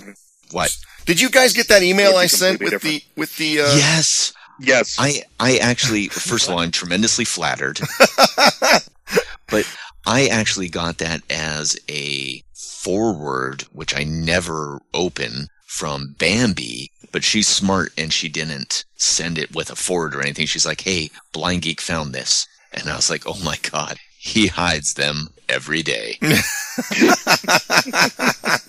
What? Did you guys get that It email would be I sent with completely the with the uh, yes, Yes. I. I actually. First of all, I'm tremendously flattered, but I actually got that as a forward, which I never open from Bambi. But she's smart and she didn't send it with a forward or anything. She's like, "Hey, Blind Geek found this," and I was like, "Oh my god." He hides them every day.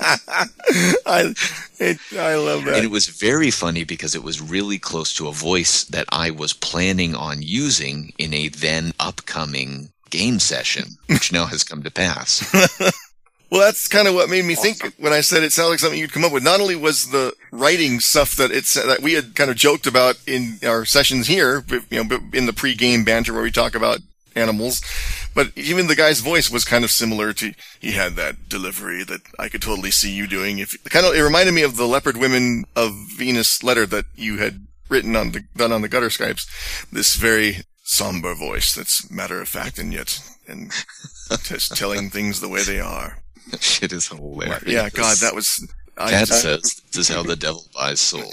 I it, I love And that. it was very funny because it was really close to a voice that I was planning on using in a then upcoming game session, which now has come to pass. Well, that's kind of what made me think when I said it sounded like something you'd come up with. Not only was the writing stuff that it's that we had kind of joked about in our sessions here, but, you know, but in the pre-game banter where we talk about animals, but even the guy's voice was kind of similar to he had that delivery that I could totally see you doing. If kind of it reminded me of the leopard women of Venus letter that you had written on the done on the gutter skypes. This very somber voice that's matter of fact and yet and just telling things the way they are. That Shit is hilarious. Yeah, God, that was. I, Cat says this is how the devil buys souls.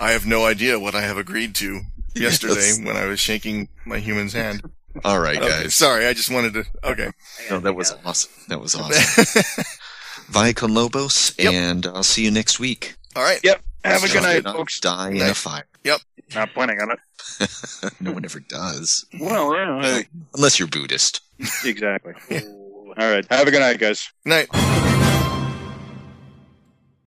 I have no idea what I have agreed to yesterday when I was shaking my human's hand. All right, Okay, guys. sorry, I just wanted to. Okay. No, that was awesome. That was awesome. Via con Lobos, Yep. and I'll see you next week. All right. yep. Have a Try good night, not to folks. Die in a Night. fire. Not planning on it. No one ever does, Well, yeah. unless you're Buddhist. Exactly. All right. Have a good night, guys. Night.